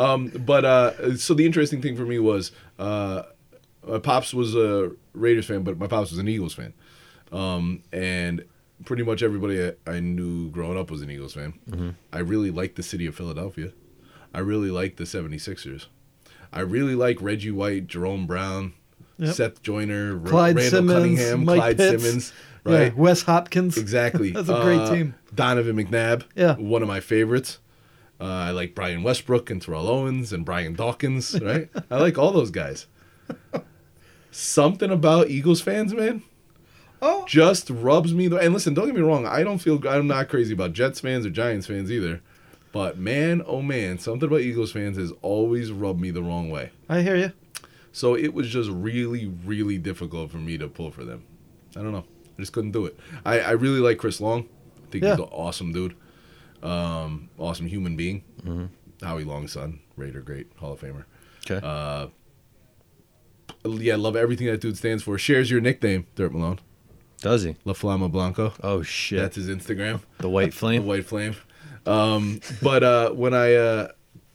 Speaker 1: Um, but uh, so the interesting thing for me was uh, my pops was a Raiders fan, but my pops was an Eagles fan, um, and pretty much everybody I, I knew growing up was an Eagles fan. I really liked the city of Philadelphia. I really liked the 76ers. I really like Reggie White, Jerome Brown,
Speaker 2: Yep.
Speaker 1: Seth Joyner, Ra-
Speaker 2: Clyde
Speaker 1: Randall
Speaker 2: Simmons,
Speaker 1: Cunningham,
Speaker 2: Mike
Speaker 1: Clyde
Speaker 2: Pitts.
Speaker 1: Simmons,
Speaker 2: Yeah,
Speaker 1: right?
Speaker 2: Wes Hopkins.
Speaker 1: Exactly.
Speaker 2: That's a great
Speaker 1: Uh,
Speaker 2: team.
Speaker 1: Donovan McNabb.
Speaker 2: Yeah.
Speaker 1: One of my favorites. Uh, I like Brian Westbrook and Terrell Owens and Brian Dawkins, right? I like all those guys. Something about Eagles fans, man,
Speaker 2: Oh,
Speaker 1: just rubs me. The, and listen, don't get me wrong. I don't feel I'm not crazy about Jets fans or Giants fans either. But man, oh man, something about Eagles fans has always rubbed me the wrong way.
Speaker 2: I hear you.
Speaker 1: So it was just really, really difficult for me to pull for them. I don't know. I just couldn't do it. I, I really like Chris Long. I think
Speaker 2: Yeah.
Speaker 1: he's an awesome dude, um, awesome human being. Howie Long's son, Raider, great Hall of Famer.
Speaker 3: Okay.
Speaker 2: Uh,
Speaker 1: Yeah, love everything that dude stands for. Shares your nickname, Dirt Malone.
Speaker 3: Does he?
Speaker 1: La Flama Blanco.
Speaker 3: Oh shit.
Speaker 1: That's his Instagram.
Speaker 3: the white
Speaker 1: The
Speaker 3: flame.
Speaker 1: White Flame. Um, but uh, when I, uh,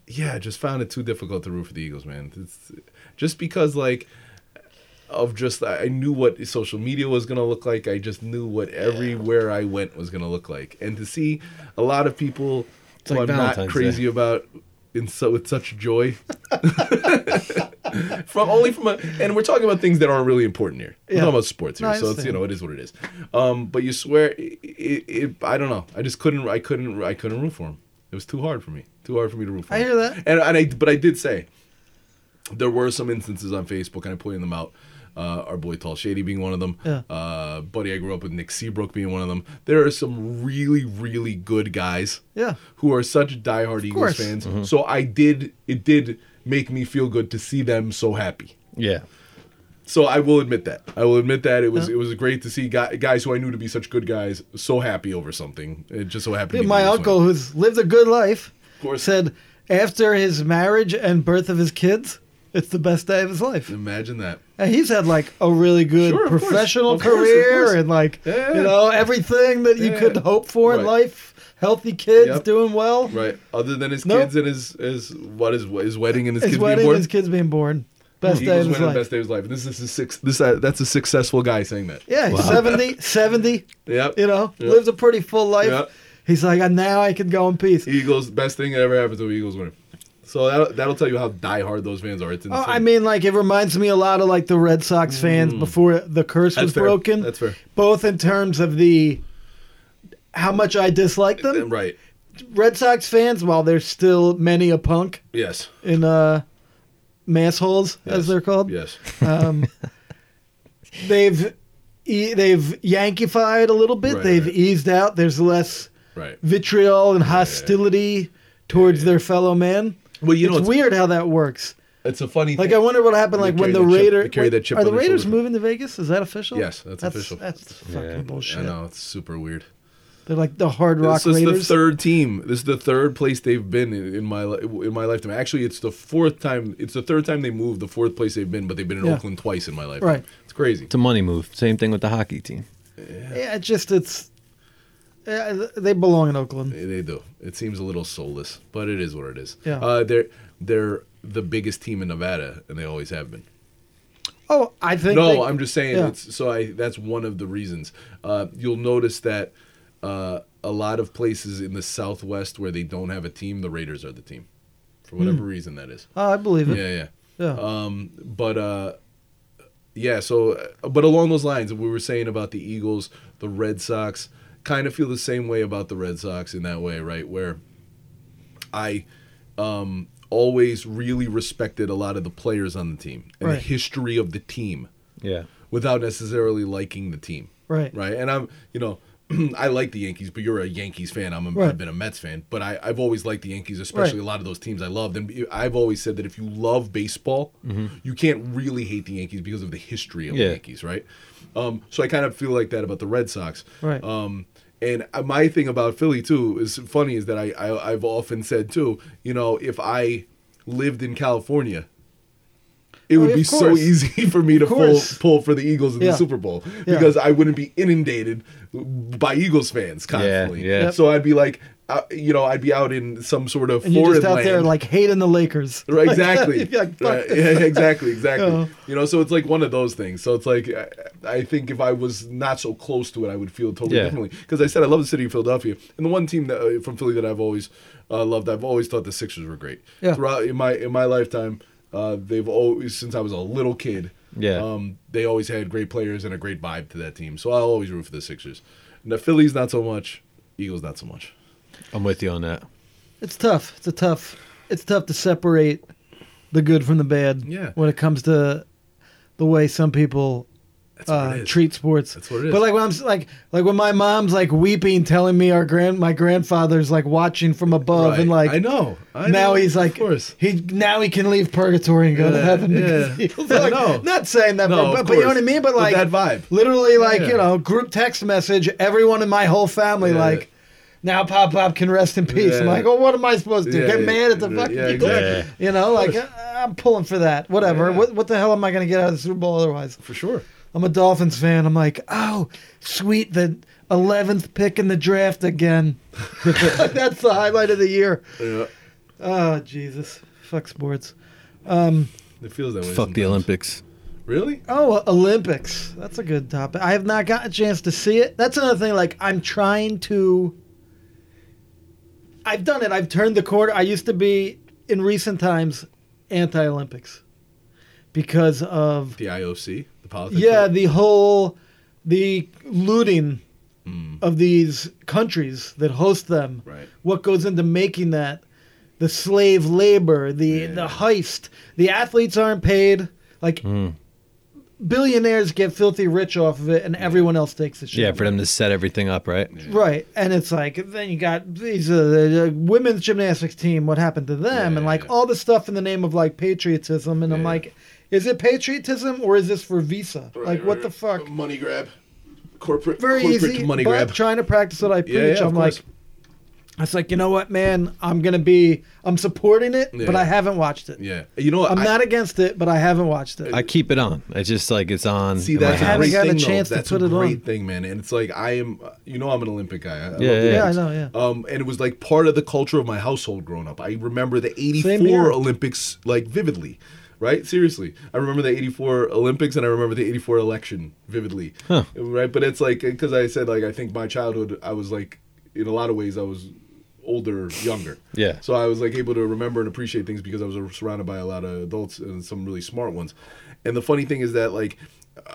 Speaker 1: yeah, I just found it too difficult to root for the Eagles, man. It's, just because, like, of just, I I knew what social media was going to look like. I just knew what everywhere I went was going to look like. And to see a lot of people who
Speaker 3: like
Speaker 1: I'm not
Speaker 3: Valentine's
Speaker 1: crazy
Speaker 3: Day.
Speaker 1: about in so, with such joy. from only from a, and we're talking about things that aren't really important here. We're
Speaker 2: Yeah.
Speaker 1: talking about sports here,
Speaker 2: No, I
Speaker 1: so it's you
Speaker 2: understand.
Speaker 1: know it is what it is. Um, but you swear, it, it, it, I don't know. I just couldn't. I couldn't. I couldn't root for him. It was too hard for me. Too hard for me to root for.
Speaker 2: I
Speaker 1: him.
Speaker 2: hear that.
Speaker 1: And, and I, but I did say there were some instances on Facebook, and I pointed them out. Uh, our boy Tall Shady being one of them.
Speaker 2: Yeah.
Speaker 1: Uh, buddy I grew up with Nick Seabrook being one of them. There are some really, really good guys.
Speaker 2: Yeah.
Speaker 1: Who are such diehard Eagles
Speaker 2: course.
Speaker 1: fans. So I did. It did make me feel good to see them so happy.
Speaker 3: Yeah.
Speaker 1: So I will admit that. I will admit that it was
Speaker 2: Yeah.
Speaker 1: it was great to see guy, guys who I knew to be such good guys so happy over something. It just so happened. to be
Speaker 2: my
Speaker 1: the Eagles
Speaker 2: uncle,
Speaker 1: winning.
Speaker 2: who's lived a good life,
Speaker 1: course.
Speaker 2: said after his marriage and birth of his kids, it's the best day of his life.
Speaker 1: Imagine that.
Speaker 2: And he's had like a really good
Speaker 1: Sure, of course.
Speaker 2: professional
Speaker 1: Of course, of
Speaker 2: career
Speaker 1: course.
Speaker 2: and like
Speaker 1: Yeah.
Speaker 2: you know everything that you
Speaker 1: Yeah.
Speaker 2: could hope for in
Speaker 1: Right.
Speaker 2: life. Healthy kids,
Speaker 1: Yep.
Speaker 2: doing well.
Speaker 1: Right. Other than his
Speaker 2: No.
Speaker 1: kids and his his what is his wedding and his,
Speaker 2: His
Speaker 1: kids
Speaker 2: wedding,
Speaker 1: being born.
Speaker 2: his kids being born. Best
Speaker 1: Eagles
Speaker 2: day of his
Speaker 1: winning
Speaker 2: life.
Speaker 1: the best day of his life. This is a six. This uh, that's a successful guy saying that.
Speaker 2: Yeah, he's 70, 70,
Speaker 1: Yep.
Speaker 2: you know,
Speaker 1: Yep.
Speaker 2: lives a pretty full life.
Speaker 1: Yep.
Speaker 2: He's like, "And now I can go in peace.
Speaker 1: Eagles. Best thing that ever happened to an Eagles winner. So that that'll tell you how diehard those fans are. It's insane.
Speaker 2: Oh, I mean, like it reminds me a lot of like the Red Sox fans before the curse
Speaker 1: Mm. That's
Speaker 2: was
Speaker 1: fair.
Speaker 2: broken.
Speaker 1: That's fair.
Speaker 2: Both in terms of the how much I dislike them.
Speaker 1: Right.
Speaker 2: Red Sox fans, while there's still many a punk
Speaker 1: Yes.
Speaker 2: in uh, mass holes
Speaker 1: Yes.
Speaker 2: as they're called, um,
Speaker 1: Yes.
Speaker 2: they've e- they've Yankeefied a little bit.
Speaker 1: Right,
Speaker 2: they've
Speaker 1: right.
Speaker 2: eased out. There's less
Speaker 1: Right.
Speaker 2: vitriol and hostility towards their fellow man.
Speaker 1: Well, you know,
Speaker 2: it's
Speaker 1: it's-
Speaker 2: weird how that works.
Speaker 1: It's a funny.
Speaker 2: Like
Speaker 1: thing.
Speaker 2: I wonder what happened.
Speaker 1: They
Speaker 2: Like when
Speaker 1: carry that chip-
Speaker 2: the
Speaker 1: they
Speaker 2: Raiders
Speaker 1: carry that chip
Speaker 2: are
Speaker 1: on
Speaker 2: the
Speaker 1: their
Speaker 2: Raiders
Speaker 1: shoulder.
Speaker 2: moving to Vegas? Is that official?
Speaker 1: Yes, that's official.
Speaker 2: That's fucking bullshit.
Speaker 1: I know it's super weird.
Speaker 2: They're like the Hard Rock
Speaker 1: this is
Speaker 2: Raiders.
Speaker 1: the third team. This is the third place they've been in, in my li- in my lifetime. Actually, it's the fourth time. It's the third time they moved. The fourth place they've been, but they've been in
Speaker 2: Yeah.
Speaker 1: Oakland twice in my life.
Speaker 2: Right.
Speaker 1: It's crazy.
Speaker 3: It's a money move. Same thing with the hockey team.
Speaker 2: yeah, it's just it's yeah, they belong in Oakland.
Speaker 1: They do. It seems a little soulless, but it is what it is.
Speaker 2: Yeah.
Speaker 1: Uh, they're they're the biggest team in Nevada, and they always have been.
Speaker 2: Oh, I think
Speaker 1: no,
Speaker 2: they-
Speaker 1: I'm just saying.
Speaker 2: yeah.
Speaker 1: It's, so I that's one of the reasons. Uh, you'll notice that uh, a lot of places in the Southwest where they don't have a team, the Raiders are the team, for whatever reason that is.
Speaker 2: Oh, I believe
Speaker 1: Yeah,
Speaker 2: it.
Speaker 1: yeah.
Speaker 2: Yeah.
Speaker 1: Um, but uh, yeah, so uh, but along those lines, we were saying about the Eagles, the Red Sox, kind of feel the same way about the Red Sox in that way, right? Where I um, always really respected a lot of the players on the team and the
Speaker 2: Right.
Speaker 1: history of the team
Speaker 3: Yeah.
Speaker 1: without necessarily liking the team.
Speaker 2: Right.
Speaker 1: Right. And I'm, you know, I like the Yankees, but you're a Yankees fan. I'm a,
Speaker 2: Right.
Speaker 1: have been a Mets fan, but I, I've always liked the Yankees, especially
Speaker 2: Right.
Speaker 1: a lot of those teams I loved. And I've always said that if you love baseball, you can't really hate the Yankees because of the history of the
Speaker 3: Yeah.
Speaker 1: Yankees, right? Um, so I kind of feel like that about the Red Sox.
Speaker 2: Right.
Speaker 1: Um, and I- my thing about Philly too is funny is that I, I I've often said too, you know, if I lived in California, it
Speaker 2: Oh,
Speaker 1: would
Speaker 2: of
Speaker 1: be so
Speaker 2: course.
Speaker 1: easy for me to pull
Speaker 2: course.
Speaker 1: pull for the Eagles in
Speaker 2: Yeah.
Speaker 1: the Super Bowl
Speaker 2: Yeah.
Speaker 1: because I wouldn't be inundated by Eagles fans constantly.
Speaker 3: yeah. Yep.
Speaker 1: So I'd be like, uh, you know, I'd be out in some sort of
Speaker 2: And
Speaker 1: foreign
Speaker 2: you're just out
Speaker 1: land.
Speaker 2: there like hating the Lakers.
Speaker 1: Right,
Speaker 2: Like,
Speaker 1: exactly.
Speaker 2: you'd be like, fuck
Speaker 1: Right,
Speaker 2: this. Uh-huh.
Speaker 1: yeah, exactly, exactly.
Speaker 2: Yeah.
Speaker 1: You know, so it's like one of those things. So it's like I, I think if I was not so close to it, I would feel totally
Speaker 3: Yeah.
Speaker 1: differently. Because I said I love the city of Philadelphia, and the one team that, uh, from Philly that I've always uh, loved, I've always thought the Sixers were great.
Speaker 2: Yeah.
Speaker 1: Throughout in my in my lifetime, uh, they've always since I was a little kid.
Speaker 3: Yeah.
Speaker 1: Um, they always had great players and a great vibe to that team. So I'll always root for the Sixers. And the Phillies not so much. Eagles not so much.
Speaker 3: I'm with you on that.
Speaker 2: It's tough. It's a tough. It's tough to separate the good from the bad.
Speaker 1: Yeah.
Speaker 2: When it comes to the way some people
Speaker 1: what
Speaker 2: uh,
Speaker 1: it is.
Speaker 2: treat sports.
Speaker 1: That's what it is.
Speaker 2: But like when I'm s- like like when my mom's like weeping, telling me our grand my grandfather's like watching from above
Speaker 1: Right.
Speaker 2: and like
Speaker 1: I know. I
Speaker 2: now
Speaker 1: know,
Speaker 2: he's
Speaker 1: of
Speaker 2: like
Speaker 1: course.
Speaker 2: he now he can leave purgatory and go to
Speaker 1: Yeah,
Speaker 2: heaven.
Speaker 1: yeah.
Speaker 2: because he-
Speaker 1: I
Speaker 2: like,
Speaker 1: know.
Speaker 2: Not saying that,
Speaker 1: No,
Speaker 2: but-
Speaker 1: of
Speaker 2: but, but you know
Speaker 1: course.
Speaker 2: what I mean. But
Speaker 1: But
Speaker 2: like
Speaker 1: that vibe.
Speaker 2: literally like
Speaker 1: Yeah.
Speaker 2: you know group text message, everyone in my whole family
Speaker 1: Yeah.
Speaker 2: like. Now Pop Pop can rest in peace. I'm
Speaker 1: Yeah.
Speaker 2: like, oh, what am I supposed to do?
Speaker 1: Yeah,
Speaker 2: Get
Speaker 1: yeah,
Speaker 2: mad at the
Speaker 1: yeah,
Speaker 2: fucking
Speaker 1: yeah,
Speaker 2: people?
Speaker 1: exactly.
Speaker 2: You know, like I, I'm pulling for that. Whatever.
Speaker 1: Yeah.
Speaker 2: What what the hell am I going to get out of the Super Bowl otherwise?
Speaker 1: For sure.
Speaker 2: I'm a Dolphins fan. I'm like, oh, sweet, the 11th pick in the draft again. That's the highlight of the year.
Speaker 1: Yeah.
Speaker 2: Oh, Jesus. Fuck sports.
Speaker 1: It feels that way.
Speaker 3: Fuck the
Speaker 1: sometimes.
Speaker 3: Olympics.
Speaker 1: Really?
Speaker 2: Oh, Olympics. That's a good topic. I have not got a chance to see it. That's another thing. Like, I'm trying to. I've done it. I've turned the corner. I used to be, in recent times, anti Olympics because of.
Speaker 1: The IOC, the politics.
Speaker 2: yeah,
Speaker 1: of it?
Speaker 2: the whole the looting of these countries that host them.
Speaker 1: Hmm. Right.
Speaker 2: What goes into making that? The slave labor, the the
Speaker 1: Yeah. Hmm.
Speaker 2: heist. The athletes aren't paid. Like billionaires get filthy rich off of it, and everyone else takes the shit.
Speaker 3: Yeah, for them to set everything up, right?
Speaker 2: Right, and it's like then you got these uh, the, the women's gymnastics team. What happened to them?
Speaker 1: Yeah,
Speaker 2: and
Speaker 1: yeah,
Speaker 2: like
Speaker 1: yeah.
Speaker 2: all the stuff in the name of like patriotism. And I'm
Speaker 1: Yeah, yeah.
Speaker 2: like, is it patriotism or is this for Visa? like what the fuck?
Speaker 1: Money grab. Corporate,
Speaker 2: Very
Speaker 1: corporate
Speaker 2: easy.
Speaker 1: money
Speaker 2: but
Speaker 1: grab.
Speaker 2: Trying to practice what I preach.
Speaker 1: yeah, of
Speaker 2: I'm like,
Speaker 1: course.
Speaker 2: it's like you know what, man. I'm gonna be. I'm supporting it, but
Speaker 1: Yeah.
Speaker 2: I haven't watched it.
Speaker 1: yeah. You know what?
Speaker 2: I'm
Speaker 1: I-
Speaker 2: not against it, but I haven't watched it.
Speaker 3: I keep it on. It's just like it's on.
Speaker 1: See,
Speaker 3: in my
Speaker 1: that's a
Speaker 3: house.
Speaker 2: haven't
Speaker 1: great
Speaker 2: gotten a
Speaker 1: thing, though.
Speaker 2: chance to
Speaker 1: That's
Speaker 2: put
Speaker 1: a
Speaker 2: it
Speaker 1: great
Speaker 2: on.
Speaker 1: thing, man. And it's like I am, uh, you know, I'm an Olympic guy. I, I love
Speaker 3: Yeah,
Speaker 1: the
Speaker 3: yeah.
Speaker 2: yeah, I
Speaker 1: Olympics.
Speaker 2: know. Oh, Yeah.
Speaker 1: Um, and it was like part of the culture of my household growing up. I remember the
Speaker 2: Same here.
Speaker 1: '84 Olympics like vividly, right? Seriously, I remember the '84 Olympics and I remember the '84 election vividly, right? But it's like because I said like I think my childhood I was like in a lot of ways I was older, younger.
Speaker 3: Yeah.
Speaker 1: So I was like able to remember and appreciate things because I was surrounded by a lot of adults and some really smart ones. And the funny thing is that like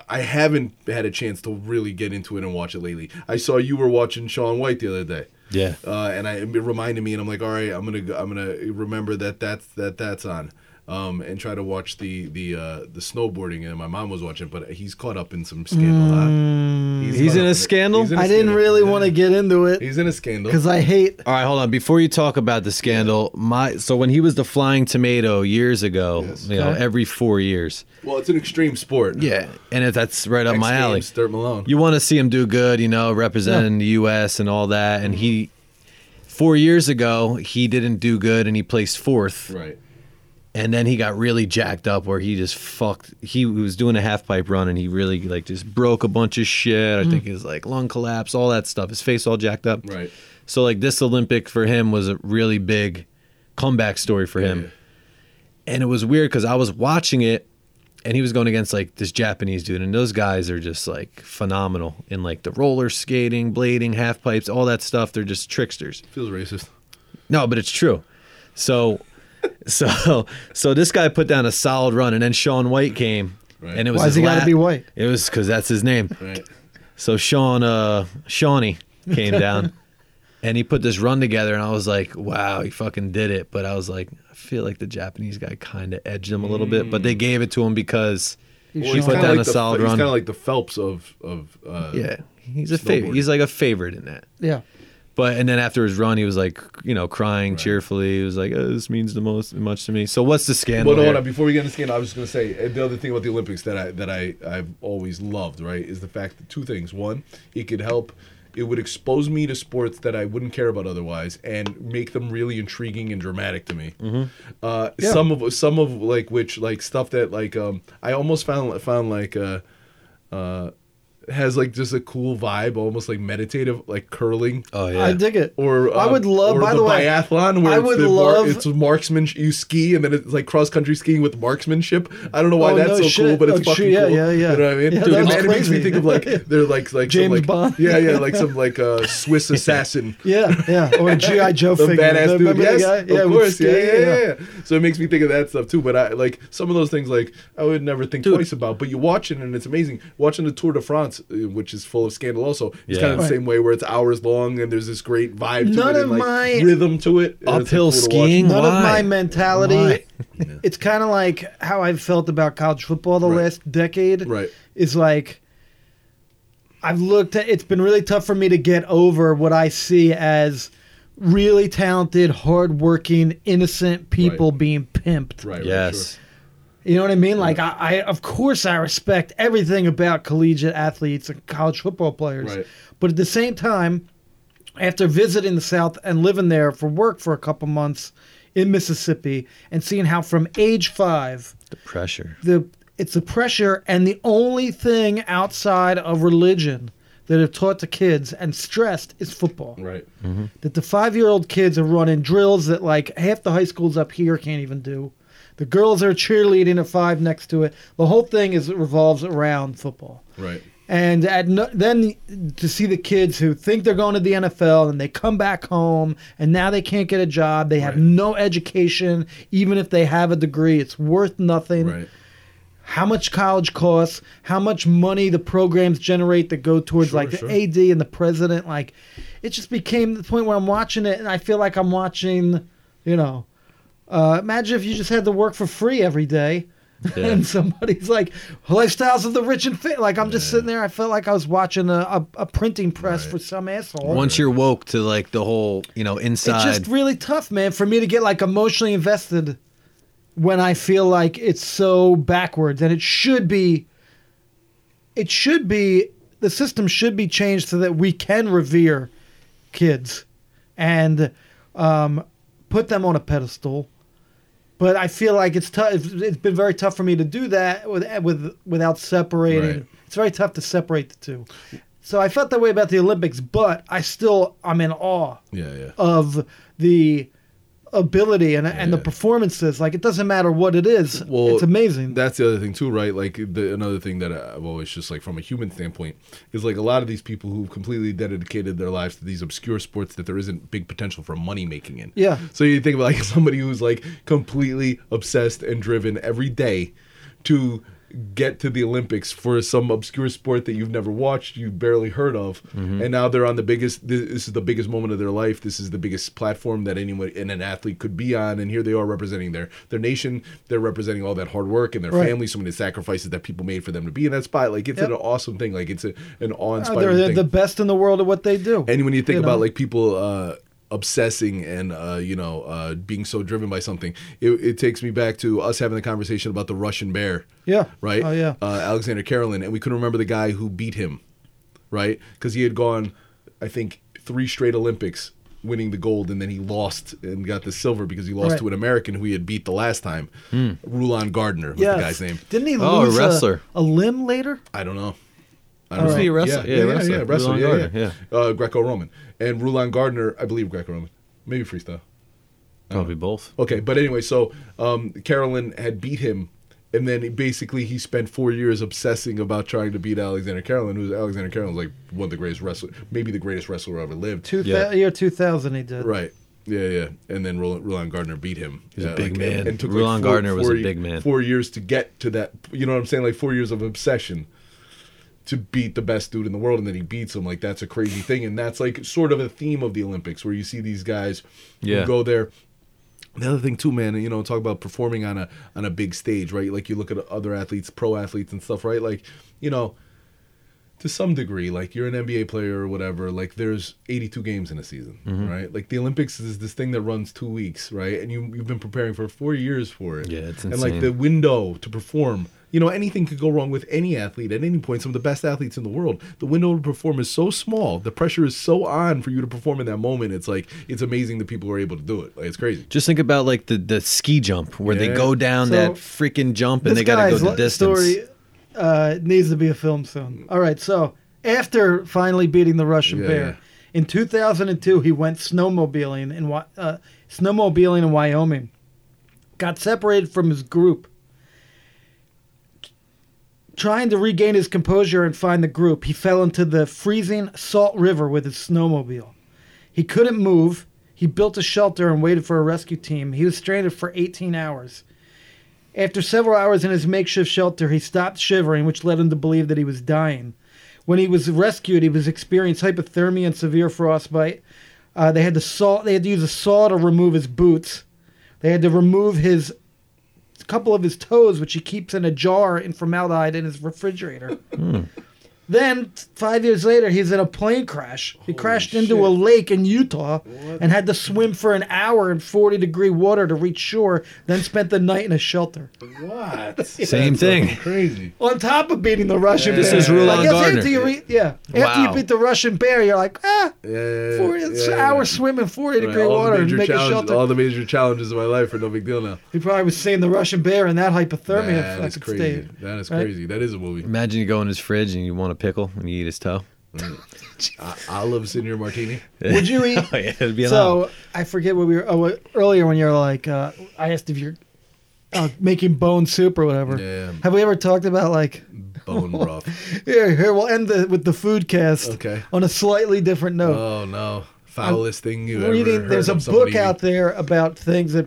Speaker 1: I haven't had a chance to really get into it and watch it lately. I saw you were watching Sean White the other day.
Speaker 3: Yeah.
Speaker 1: Uh, and I it reminded me, and I'm like, all right, I'm gonna go, I'm gonna remember that that's that that's on, um, and try to watch the the uh, the snowboarding. And my mom was watching, but he's caught up in some scandal. huh?
Speaker 3: Mm. He's
Speaker 1: caught
Speaker 3: in
Speaker 1: up
Speaker 3: a
Speaker 1: it.
Speaker 3: scandal?
Speaker 1: He's in a
Speaker 2: I didn't
Speaker 1: scandal.
Speaker 2: really
Speaker 1: Yeah.
Speaker 2: want to get into it
Speaker 1: He's in a scandal.
Speaker 2: because I hate.
Speaker 3: All right, hold on. Before you talk about the scandal, my so when he was the flying tomato years ago, you know,
Speaker 2: Okay.
Speaker 3: every four years.
Speaker 1: Well, it's an extreme sport.
Speaker 3: and if that's right up
Speaker 1: X
Speaker 3: my alley.
Speaker 1: Games, Dirt Malone.
Speaker 3: You want to see him do good, you know, representing the U.S. and all that. And he, four years ago, he didn't do good, and he placed fourth.
Speaker 1: right.
Speaker 3: and then he got really jacked up where he just fucked he was doing a half pipe run and he really like just broke a bunch of shit i think his like lung collapse all that stuff his face all jacked up
Speaker 1: Right.
Speaker 3: so like this olympic for him was a really big comeback story for him and it was weird because i was watching it and he was going against like this japanese dude and those guys are just like phenomenal in like the roller skating blading half pipes all that stuff they're just tricksters
Speaker 1: Feels racist.
Speaker 3: no, but it's true. So, so, so this guy put down a solid run, and then Sean White came,
Speaker 1: Right.
Speaker 3: and it was
Speaker 2: Why's
Speaker 3: his
Speaker 2: he gotta
Speaker 3: la-
Speaker 2: be white?
Speaker 3: It was because that's his name.
Speaker 1: Right.
Speaker 3: So Sean, uh, Shawnee came down, and he put this run together, and I was like, wow, he fucking did it. But I was like, I feel like the Japanese guy kind of edged him a little bit, but they gave it to him because
Speaker 1: Mm. Well,
Speaker 3: he
Speaker 1: he's
Speaker 3: put
Speaker 1: kinda
Speaker 3: down
Speaker 1: like
Speaker 3: a
Speaker 1: the-
Speaker 3: solid
Speaker 1: He's
Speaker 3: run.
Speaker 1: kind of like the Phelps of of. Uh,
Speaker 3: yeah, he's a favorite.
Speaker 1: Snowboarding.
Speaker 3: He's like a favorite in that.
Speaker 2: Yeah.
Speaker 3: But and then after his run, he was like, you know, crying cheerfully. He was like, oh, "This means the most much to me." So what's the scandal?
Speaker 1: Well, no,
Speaker 3: here?
Speaker 1: hold on. Before we get into scandal, I was just gonna say uh, the other thing about the Olympics that I that I I've always loved, right, is the fact that two things: one, it could help, it would expose me to sports that I wouldn't care about otherwise, and make them really intriguing and dramatic to me. Uh, Some of some of like which like stuff that like um I almost found found like uh uh has like just a cool vibe, almost like meditative, like curling.
Speaker 3: Oh yeah.
Speaker 2: I dig it.
Speaker 1: Or
Speaker 2: I
Speaker 1: um,
Speaker 2: would love.
Speaker 1: or
Speaker 2: by the, way,
Speaker 1: biathlon where
Speaker 2: I
Speaker 1: it's
Speaker 2: would
Speaker 1: the mar-
Speaker 2: love.
Speaker 1: it's marksman. You ski and then it's like cross country skiing with marksmanship. I don't know why
Speaker 2: Oh,
Speaker 1: that's
Speaker 2: no
Speaker 1: so cool,
Speaker 2: shit.
Speaker 1: but it's
Speaker 2: Oh,
Speaker 1: fucking
Speaker 2: shit. Yeah,
Speaker 1: cool.
Speaker 2: yeah, yeah.
Speaker 1: You know what I mean?
Speaker 2: Yeah,
Speaker 1: Dude,
Speaker 2: that
Speaker 1: and
Speaker 2: was
Speaker 1: it makes me
Speaker 2: crazy.
Speaker 1: think of like they're like like
Speaker 2: James
Speaker 1: some, like,
Speaker 2: Bond.
Speaker 1: Yeah, yeah, like some like uh, Swiss assassin.
Speaker 2: yeah, yeah. Or a GI Joe
Speaker 1: The
Speaker 2: figure.
Speaker 1: badass dude,
Speaker 2: Remember that
Speaker 1: yes,
Speaker 2: guy?
Speaker 1: of
Speaker 2: with
Speaker 1: course, yeah,
Speaker 2: ski,
Speaker 1: yeah, yeah, yeah. So it makes me think of that stuff too. But I like some of those things, like I would never think twice about. But you watch it, and it's amazing. Watching the Tour de France, uh, which is full of scandal, also, it's
Speaker 3: Yeah.
Speaker 1: kind of the
Speaker 2: Right.
Speaker 1: same way where it's hours long and there's this great vibe. To
Speaker 2: None
Speaker 1: it and,
Speaker 2: of
Speaker 1: like,
Speaker 2: my-
Speaker 1: rhythm to it. and it's, like, cool
Speaker 3: Uphill
Speaker 1: to watch.
Speaker 3: skiing?
Speaker 2: None of
Speaker 3: Why?
Speaker 2: my mentality.
Speaker 3: Why?
Speaker 2: It's kind of like how I've felt about college football the
Speaker 1: Right.
Speaker 2: last decade.
Speaker 1: Right.
Speaker 2: Is like I've looked at it's been really tough for me to get over what I see as really talented, hardworking, innocent people
Speaker 1: Right.
Speaker 2: being pimped.
Speaker 1: Right.
Speaker 3: yes.
Speaker 2: You know what I mean? Like I, I of course I respect everything about collegiate athletes and college football players.
Speaker 1: Right.
Speaker 2: But at the same time, after visiting the South and living there for work for a couple months in Mississippi and seeing how from age five
Speaker 3: The pressure.
Speaker 2: the it's the pressure and the only thing outside of religion that have taught the kids and stressed is football.
Speaker 1: Sure. Right.
Speaker 2: That the five year old kids are running drills that like half the high schools up here can't even do. The girls are cheerleading at five next to it. The whole thing is revolves around football.
Speaker 1: Right.
Speaker 2: And at no, then to see the kids who think they're going to the NFL and they come back home and now they can't get a job. They have
Speaker 1: Right.
Speaker 2: no education, even if they have a degree, it's worth nothing
Speaker 1: Right.
Speaker 2: how much college costs, how much money the programs generate that go towards
Speaker 1: Sure,
Speaker 2: like the
Speaker 1: sure.
Speaker 2: AD and the president. Like, it just became the point where I'm watching it and I feel like I'm watching, you know, uh, imagine if you just had to work for free every day.
Speaker 3: Yeah.
Speaker 2: And somebody's like, lifestyles of the rich and fit. Like, I'm just sitting there. I felt like I was watching a, a, a printing press
Speaker 1: Right.
Speaker 2: for some asshole.
Speaker 3: Once you're woke to like the whole, you know,
Speaker 2: it's
Speaker 3: inside.
Speaker 2: just really tough, man, for me to get like emotionally invested when I feel like it's so backwards and it should be it should be the system should be changed so that we can revere kids and um, put them on a pedestal. But I feel like it's tough. It's been very tough for me to do that with, with without separating.
Speaker 1: Right.
Speaker 2: It's very tough to separate the two. So I felt that way about the Olympics, but I still I'm in awe
Speaker 1: Yeah. Yeah.
Speaker 2: of the ability and, and the
Speaker 1: Yeah.
Speaker 2: performances. Like it doesn't matter what it is.
Speaker 1: Well,
Speaker 2: it's amazing.
Speaker 1: That's the other thing too, right? Like the, another thing that I've always just like from a human standpoint is like a lot of these people who've completely dedicated their lives to these obscure sports that there isn't big potential for money making in.
Speaker 2: Yeah.
Speaker 1: So you think about like somebody who's like completely obsessed and driven every day to get to the Olympics for some obscure sport that you've never watched, you've barely heard of,
Speaker 2: Mm-hmm.
Speaker 1: and now they're on the biggest. This, this is the biggest moment of their life. This is the biggest platform that anyone and an athlete could be on, and here they are representing their their nation. They're representing all that hard work and their
Speaker 2: Right.
Speaker 1: family, so many sacrifices that people made for them to be in that spot. Like it's
Speaker 2: Yep.
Speaker 1: an awesome thing. Like it's a, an awe
Speaker 2: Uh,
Speaker 1: inspiring
Speaker 2: they're,
Speaker 1: thing.
Speaker 2: they're the best in the world at what they do.
Speaker 1: And when you think
Speaker 2: You
Speaker 1: about
Speaker 2: know?
Speaker 1: like people uh, obsessing and uh, you know uh, being so driven by something, it, it takes me back to us having the conversation about the Russian bear.
Speaker 2: Yeah.
Speaker 1: Right.
Speaker 2: Oh, yeah.
Speaker 1: Uh, Alexander Carolyn, and we couldn't remember the guy who beat him, right? Because he had gone, I think, three straight Olympics winning the gold, and then he lost and got the silver because he lost
Speaker 2: Right.
Speaker 1: to an American who he had beat the last time. Rulon Gardner was the guy's name.
Speaker 2: Didn't he
Speaker 3: Oh, a
Speaker 2: lose a,
Speaker 3: wrestler.
Speaker 2: a limb later?
Speaker 1: I don't know. I
Speaker 2: Was he a
Speaker 3: wrestler?
Speaker 1: Yeah,
Speaker 3: Yeah,
Speaker 1: yeah, yeah,
Speaker 3: wrestler.
Speaker 1: yeah, wrestler,
Speaker 3: Rulon
Speaker 1: yeah,
Speaker 3: Gardner,
Speaker 1: yeah. Uh, Greco-Roman and Rulon Gardner, I believe Greco-Roman, maybe freestyle.
Speaker 3: probably both.
Speaker 1: Okay, but anyway, so um, Carolyn had beat him, and then he, basically he spent four years obsessing about trying to beat Alexander Carolyn, who's Alexander Carolyn's like one of the greatest wrestler, maybe the greatest wrestler ever lived.
Speaker 2: Two thou-
Speaker 3: Yeah.
Speaker 2: year two thousand he did.
Speaker 1: Right. Yeah, yeah. And then Roland, Roland Gardner beat him.
Speaker 3: He's a
Speaker 1: Yeah,
Speaker 3: big man.
Speaker 1: And, and took like
Speaker 3: Roland
Speaker 1: four,
Speaker 3: Gardner was
Speaker 1: four
Speaker 3: a
Speaker 1: ye-
Speaker 3: big man.
Speaker 1: Four years to get to that. You know what I'm saying? Like four years of obsession to beat the best dude in the world, and then he beats him. Like that's a crazy thing, and that's like sort of a theme of the Olympics, where you see these guys who
Speaker 3: Yeah.
Speaker 1: go there. The other thing too, man, you know, talk about performing on a on a big stage, right? Like you look at other athletes, pro athletes and stuff, right? Like, you know, to some degree, like you're an NBA player or whatever, like there's 82 games in a season,
Speaker 3: Mm-hmm.
Speaker 1: right? Like the Olympics is this thing that runs two weeks, right? And you you've been preparing for four years for it.
Speaker 3: Yeah, it's
Speaker 1: And like
Speaker 3: insane.
Speaker 1: the window to perform, you know, anything could go wrong with any athlete at any point. Some of the best athletes in the world, the window to perform is so small. The pressure is so on for you to perform in that moment. It's like it's amazing that people are able to do it. Like it's crazy.
Speaker 3: Just think about like the, the ski jump where they
Speaker 1: Yeah.
Speaker 3: go down
Speaker 2: So,
Speaker 3: that freaking jump and
Speaker 2: This
Speaker 3: they got to
Speaker 2: guy's
Speaker 3: go
Speaker 2: li-
Speaker 3: the distance.
Speaker 2: story uh, needs to be a film soon. All right, so after finally beating the Russian
Speaker 1: Yeah,
Speaker 2: bear
Speaker 1: yeah.
Speaker 2: in 2002, he went snowmobiling in Wy- uh, snowmobiling in Wyoming. Got separated from his group. Trying to regain his composure and find the group, he fell into the freezing Salt River with his snowmobile. He couldn't move. He built a shelter and waited for a rescue team. He was stranded for 18 hours. After several hours in his makeshift shelter, he stopped shivering, which led him to believe that he was dying. When he was rescued, he was experienced hypothermia and severe frostbite. Uh, they had to saw they had to use a saw to remove his boots. They had to remove his a couple of his toes, which he keeps in a jar in formaldehyde in his refrigerator. Then five years later, he's in a plane crash. He crashed
Speaker 1: shit.
Speaker 2: into a lake in Utah and had to swim for an hour in 40 degree water to reach shore, then spent the night in a shelter.
Speaker 1: What?
Speaker 3: Same
Speaker 1: That's
Speaker 3: thing.
Speaker 1: fucking Crazy.
Speaker 2: On top of beating the Russian
Speaker 3: This
Speaker 2: bear.
Speaker 3: is Rulon
Speaker 2: Like, yes,
Speaker 3: Gardner.
Speaker 2: After you re- yeah. After
Speaker 3: Wow.
Speaker 2: you beat the Russian bear, you're like, ah,
Speaker 1: Yeah.
Speaker 2: 40, it's an hour swim in 40
Speaker 1: Right,
Speaker 2: degree
Speaker 1: all the
Speaker 2: water and
Speaker 1: major
Speaker 2: make a
Speaker 1: challenges-
Speaker 2: shelter.
Speaker 1: All the major challenges of my life are no big deal now.
Speaker 2: He probably was seeing the Russian bear in that hypothermia
Speaker 1: That is
Speaker 2: fucking
Speaker 1: crazy.
Speaker 2: state.
Speaker 1: That is
Speaker 2: right? Mm.
Speaker 1: crazy. That is a movie.
Speaker 3: Imagine you go in his fridge and you want a pickle and you eat his toe.
Speaker 1: I, I love in your martini.
Speaker 2: Would you eat?
Speaker 3: Oh yeah, it'd be an so,
Speaker 2: So I forget what we were oh, what- earlier when you're like uh, I asked if you're uh, making bone soup or whatever.
Speaker 1: Yeah.
Speaker 2: Have we ever talked about like
Speaker 1: Bone broth.
Speaker 2: here here we'll end the, with the food cast
Speaker 1: Okay.
Speaker 2: on a slightly different note.
Speaker 1: Oh no. Foulest thing you ever
Speaker 2: Reading
Speaker 1: heard
Speaker 2: there's a
Speaker 1: of somebody
Speaker 2: book out there about things that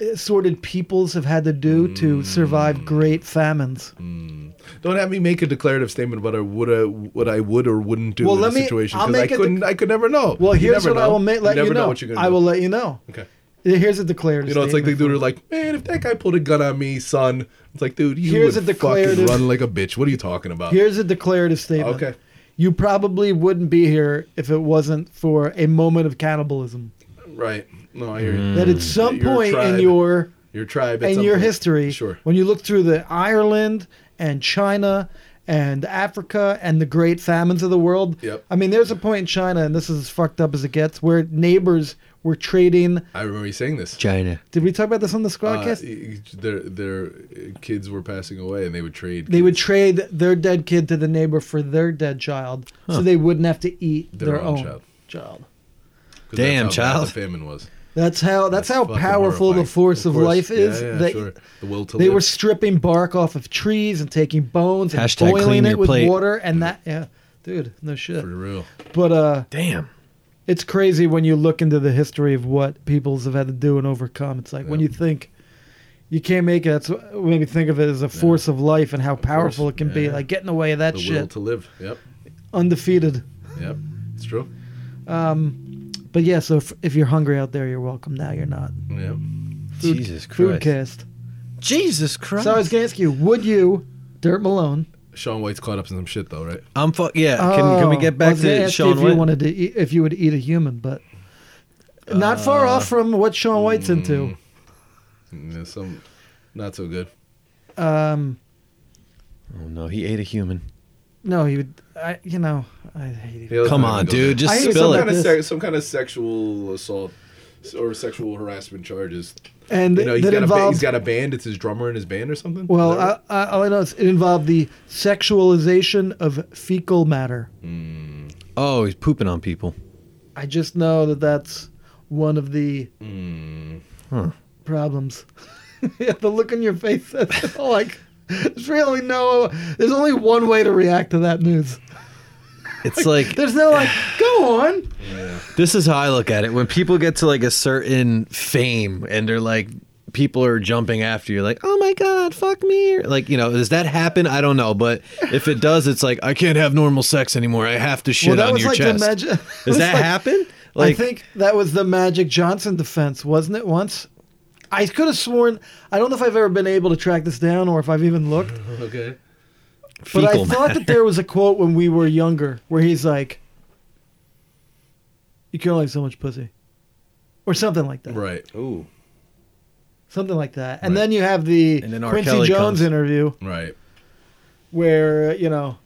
Speaker 2: assorted peoples have had to do
Speaker 1: Mm.
Speaker 2: to survive great famines.
Speaker 1: eating. Don't have me make a declarative statement about what I uh, what I would or wouldn't do
Speaker 2: Well,
Speaker 1: in
Speaker 2: let
Speaker 1: a
Speaker 2: me-
Speaker 1: situation
Speaker 2: I'll
Speaker 1: because I
Speaker 2: make a dec-
Speaker 1: couldn't. I could never know.
Speaker 2: Well,
Speaker 1: You
Speaker 2: here's
Speaker 1: never
Speaker 2: what I
Speaker 1: know.
Speaker 2: will ma- let you,
Speaker 1: never
Speaker 2: know.
Speaker 1: What you're gonna
Speaker 2: I
Speaker 1: do.
Speaker 2: will let you know.
Speaker 1: Okay.
Speaker 2: Here's a declarative.
Speaker 1: You know, it's like
Speaker 2: statement
Speaker 1: they do.
Speaker 2: for-
Speaker 1: They're like, man, if that guy pulled a gun on me, son. It's like, dude, you
Speaker 2: Here's
Speaker 1: would
Speaker 2: a
Speaker 1: fucking
Speaker 2: declarative-
Speaker 1: run like a bitch. What are you talking about?
Speaker 2: Here's a declarative statement.
Speaker 1: Okay.
Speaker 2: You probably wouldn't be here if it wasn't for a moment of cannibalism.
Speaker 1: Right. No, I hear Hmm. you.
Speaker 2: That at some
Speaker 1: Your
Speaker 2: point
Speaker 1: tribe-
Speaker 2: in your
Speaker 1: your tribe at
Speaker 2: in
Speaker 1: some
Speaker 2: Mm. your
Speaker 1: point.
Speaker 2: history,
Speaker 1: Sure.
Speaker 2: when you look through the Ireland and China and Africa and the great famines of the world,
Speaker 1: Yep.
Speaker 2: I mean, there's a point in China, and this is as fucked up as it gets, where neighbors were trading.
Speaker 1: I remember you saying this.
Speaker 3: China.
Speaker 2: Did we talk about this on the
Speaker 1: Uh,
Speaker 2: squadcast?
Speaker 1: e- e- their their uh, kids were passing away, and they would trade.
Speaker 2: they would trade their dead kid to the neighbor for their dead child, so they wouldn't have to eat
Speaker 1: Their
Speaker 2: their,
Speaker 1: own
Speaker 2: own,
Speaker 1: child.
Speaker 2: child.
Speaker 1: 'cause that's
Speaker 3: Damn,
Speaker 1: how bad
Speaker 3: child.
Speaker 1: The famine was.
Speaker 2: That's how that's, how
Speaker 1: Fucking
Speaker 2: powerful
Speaker 1: horrifying.
Speaker 2: the force of,
Speaker 1: course.
Speaker 2: life
Speaker 1: Yeah,
Speaker 2: is.
Speaker 1: yeah,
Speaker 2: that
Speaker 1: sure. the will to
Speaker 2: they
Speaker 1: live.
Speaker 2: were stripping bark off of trees and taking bones and
Speaker 3: Hashtag clean
Speaker 2: boiling
Speaker 3: your
Speaker 2: it with
Speaker 3: plate.
Speaker 2: water and that yeah. Dude, no shit.
Speaker 1: for real.
Speaker 2: But uh
Speaker 3: Damn.
Speaker 2: it's crazy when you look into the history of what peoples have had to do and overcome. It's like when
Speaker 1: Yeah.
Speaker 2: you think you can't make it. That's what made me think of it as a force of life and how powerful it can be.
Speaker 1: Yeah.
Speaker 2: Like get in the way of that
Speaker 1: The will
Speaker 2: shit.
Speaker 1: to live. Yep.
Speaker 2: Undefeated.
Speaker 1: Yep. It's true.
Speaker 2: But yeah, so if, if you're hungry out there, you're welcome. Now you're not.
Speaker 1: Yep.
Speaker 3: Jesus Christ.
Speaker 2: Foodcast.
Speaker 3: Jesus Christ.
Speaker 2: So I was gonna ask you, would you, Dirt Malone?
Speaker 1: Sean White's caught up in some shit though, right?
Speaker 3: I'm fuck yeah. Uh, Can, can we
Speaker 2: Oh,
Speaker 3: get
Speaker 2: I
Speaker 3: back
Speaker 2: was gonna
Speaker 3: to
Speaker 2: ask you
Speaker 3: Sean
Speaker 2: if
Speaker 3: White?
Speaker 2: You wanted to eat, if you would eat a human, but not far
Speaker 3: Uh,
Speaker 2: off from what Sean White's into.
Speaker 1: Yeah, some not so good.
Speaker 3: mm.
Speaker 2: Um,
Speaker 3: oh no, he ate a human.
Speaker 2: no, he would. I, you know, I hate it.
Speaker 1: Yeah, let's
Speaker 3: Come
Speaker 1: not
Speaker 3: on,
Speaker 1: even go there.
Speaker 3: dude.
Speaker 2: I
Speaker 3: Just
Speaker 2: ate
Speaker 1: some
Speaker 3: spill
Speaker 2: something
Speaker 3: it.
Speaker 1: kind of
Speaker 2: This-
Speaker 1: se- some kind of sexual assault s- or sexual harassment charges.
Speaker 2: And
Speaker 1: You know, he's
Speaker 2: that
Speaker 1: got, a, ba-
Speaker 2: involved.
Speaker 1: he's got a band. It's his drummer and his band or something. Is
Speaker 2: well,
Speaker 1: that right?
Speaker 2: I, I, all I know is it involved the sexualization of fecal matter.
Speaker 3: Oh, he's pooping on people.
Speaker 2: I just know that that's one of the
Speaker 3: Mm.
Speaker 2: problems. yeah, the look on your face. That's all like, there's really no. There's only one way to react to that news.
Speaker 3: It's like
Speaker 2: There's no like, go on.
Speaker 3: This is how I look at it. When people get to like a certain fame and they're like, people are jumping after you, like, oh my God, fuck me. or, Like, you know, does that happen? I don't know. But if it does, it's like, I can't have normal sex anymore. I have to shit
Speaker 2: that
Speaker 3: on
Speaker 2: was
Speaker 3: your
Speaker 2: like the
Speaker 3: chest.
Speaker 2: magi- that
Speaker 3: does
Speaker 2: was
Speaker 3: that
Speaker 2: like-
Speaker 3: happen?
Speaker 2: I
Speaker 3: Like,
Speaker 2: think that was the Magic Johnson defense, wasn't it? Once, I could have sworn. I don't know if I've ever been able to track this down or if I've even looked.
Speaker 1: okay.
Speaker 2: But I
Speaker 3: fecal
Speaker 2: thought
Speaker 3: matter.
Speaker 2: that there was a quote when we were younger where he's like, "You can only have so much pussy," or something like that.
Speaker 1: Right. Ooh.
Speaker 2: Something like that. And
Speaker 1: Right.
Speaker 2: then you have the
Speaker 3: And then R.
Speaker 2: Quincy
Speaker 3: Kelly
Speaker 2: Jones
Speaker 3: comes.
Speaker 2: interview
Speaker 1: Right.
Speaker 2: where uh, you know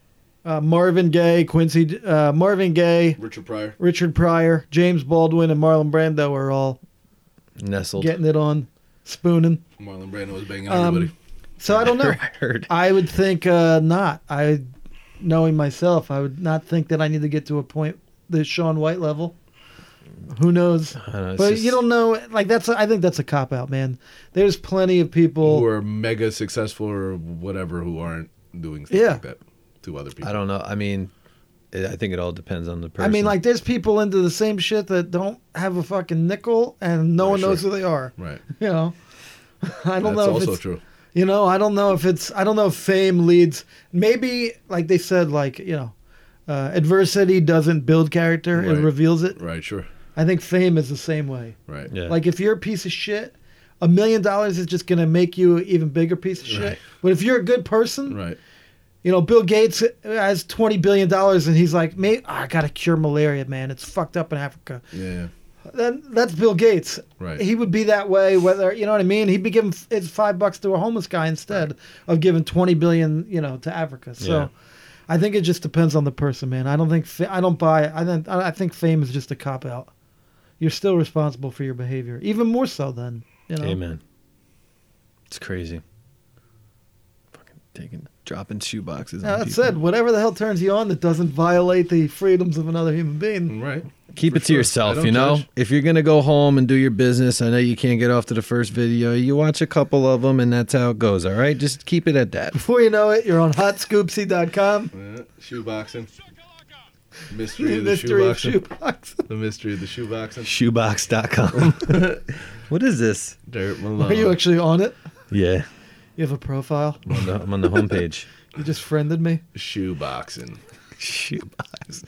Speaker 2: uh, Marvin Gaye, Quincy, uh, Marvin Gaye,
Speaker 1: Richard Pryor.
Speaker 2: Richard Pryor, James Baldwin, and Marlon Brando are all
Speaker 3: nestled.
Speaker 2: getting it on, spooning.
Speaker 1: Marlon Brando was banging
Speaker 2: Um,
Speaker 1: everybody.
Speaker 2: So I don't know.
Speaker 3: I heard.
Speaker 2: I would think uh, not. I, knowing myself, I would not think that I need to get to a point the Sean White level. Who knows?
Speaker 3: know, it's
Speaker 2: but
Speaker 3: just-
Speaker 2: you don't know. Like that's. I think that's a cop out, man. There's plenty of people.
Speaker 1: who are mega successful or whatever who aren't doing stuff
Speaker 2: Yeah.
Speaker 1: like that to other people.
Speaker 3: I don't know. I mean, it, I think it all depends on the
Speaker 2: I
Speaker 3: person.
Speaker 2: mean, like there's people into the same shit that don't have a fucking nickel, and no
Speaker 1: Right,
Speaker 2: one knows
Speaker 1: sure.
Speaker 2: who they are.
Speaker 1: Right.
Speaker 2: You know. I
Speaker 1: That's
Speaker 2: don't know. if
Speaker 1: also
Speaker 2: it's,
Speaker 1: true.
Speaker 2: You know, I don't know if it's I don't know if fame leads maybe like they said like, you know, uh, adversity doesn't build character,
Speaker 1: Right.
Speaker 2: it reveals it.
Speaker 1: Right. Sure.
Speaker 2: I think fame is the same way.
Speaker 1: Right.
Speaker 3: yeah.
Speaker 2: Like if you're a piece of shit, a million dollars is just going to make you an even bigger piece of shit.
Speaker 1: Right.
Speaker 2: But if you're a good person,
Speaker 1: Right.
Speaker 2: You know, Bill Gates has twenty billion dollars, and he's like, "Mate, I gotta cure malaria, man. It's fucked up in Africa."
Speaker 1: Yeah.
Speaker 2: Then that's Bill Gates.
Speaker 1: Right.
Speaker 2: He would be that way whether you know what I mean. He'd be giving f- his five bucks to a homeless guy instead of giving twenty billion, you know, to Africa. So,
Speaker 3: Yeah.
Speaker 2: I think it just depends on the person, man. I don't think fa- I don't buy. I don't, I think fame is just a cop out. You're still responsible for your behavior, even more so than you know.
Speaker 3: Amen. It's crazy. Fucking taking dropping shoe boxes.
Speaker 2: Yeah,
Speaker 3: on
Speaker 2: that
Speaker 3: people.
Speaker 2: said, whatever the hell turns you on that doesn't violate the freedoms of another human being.
Speaker 1: Right.
Speaker 3: Keep
Speaker 1: For
Speaker 3: it to
Speaker 1: sure. I
Speaker 3: yourself,
Speaker 1: don't
Speaker 3: you know?
Speaker 1: judge.
Speaker 3: If you're going to go home and do your business, I know you can't get off to the first video. You watch a couple of them, and that's how it goes, all right? Just keep it at that.
Speaker 2: Before you know it, you're on hotscoopsy.com.
Speaker 1: Yeah. Shoeboxing.
Speaker 2: The
Speaker 1: Mystery of the
Speaker 2: mystery of
Speaker 1: shoeboxing.
Speaker 2: shoebox.
Speaker 1: The mystery of the shoeboxing.
Speaker 3: Shoebox.com. what is this?
Speaker 1: Dirt Malone.
Speaker 2: Are you actually on it?
Speaker 3: Yeah.
Speaker 2: You have a profile.
Speaker 3: I'm on the, I'm on the homepage.
Speaker 2: You just friended me.
Speaker 1: shoeboxing?
Speaker 3: Shoebox.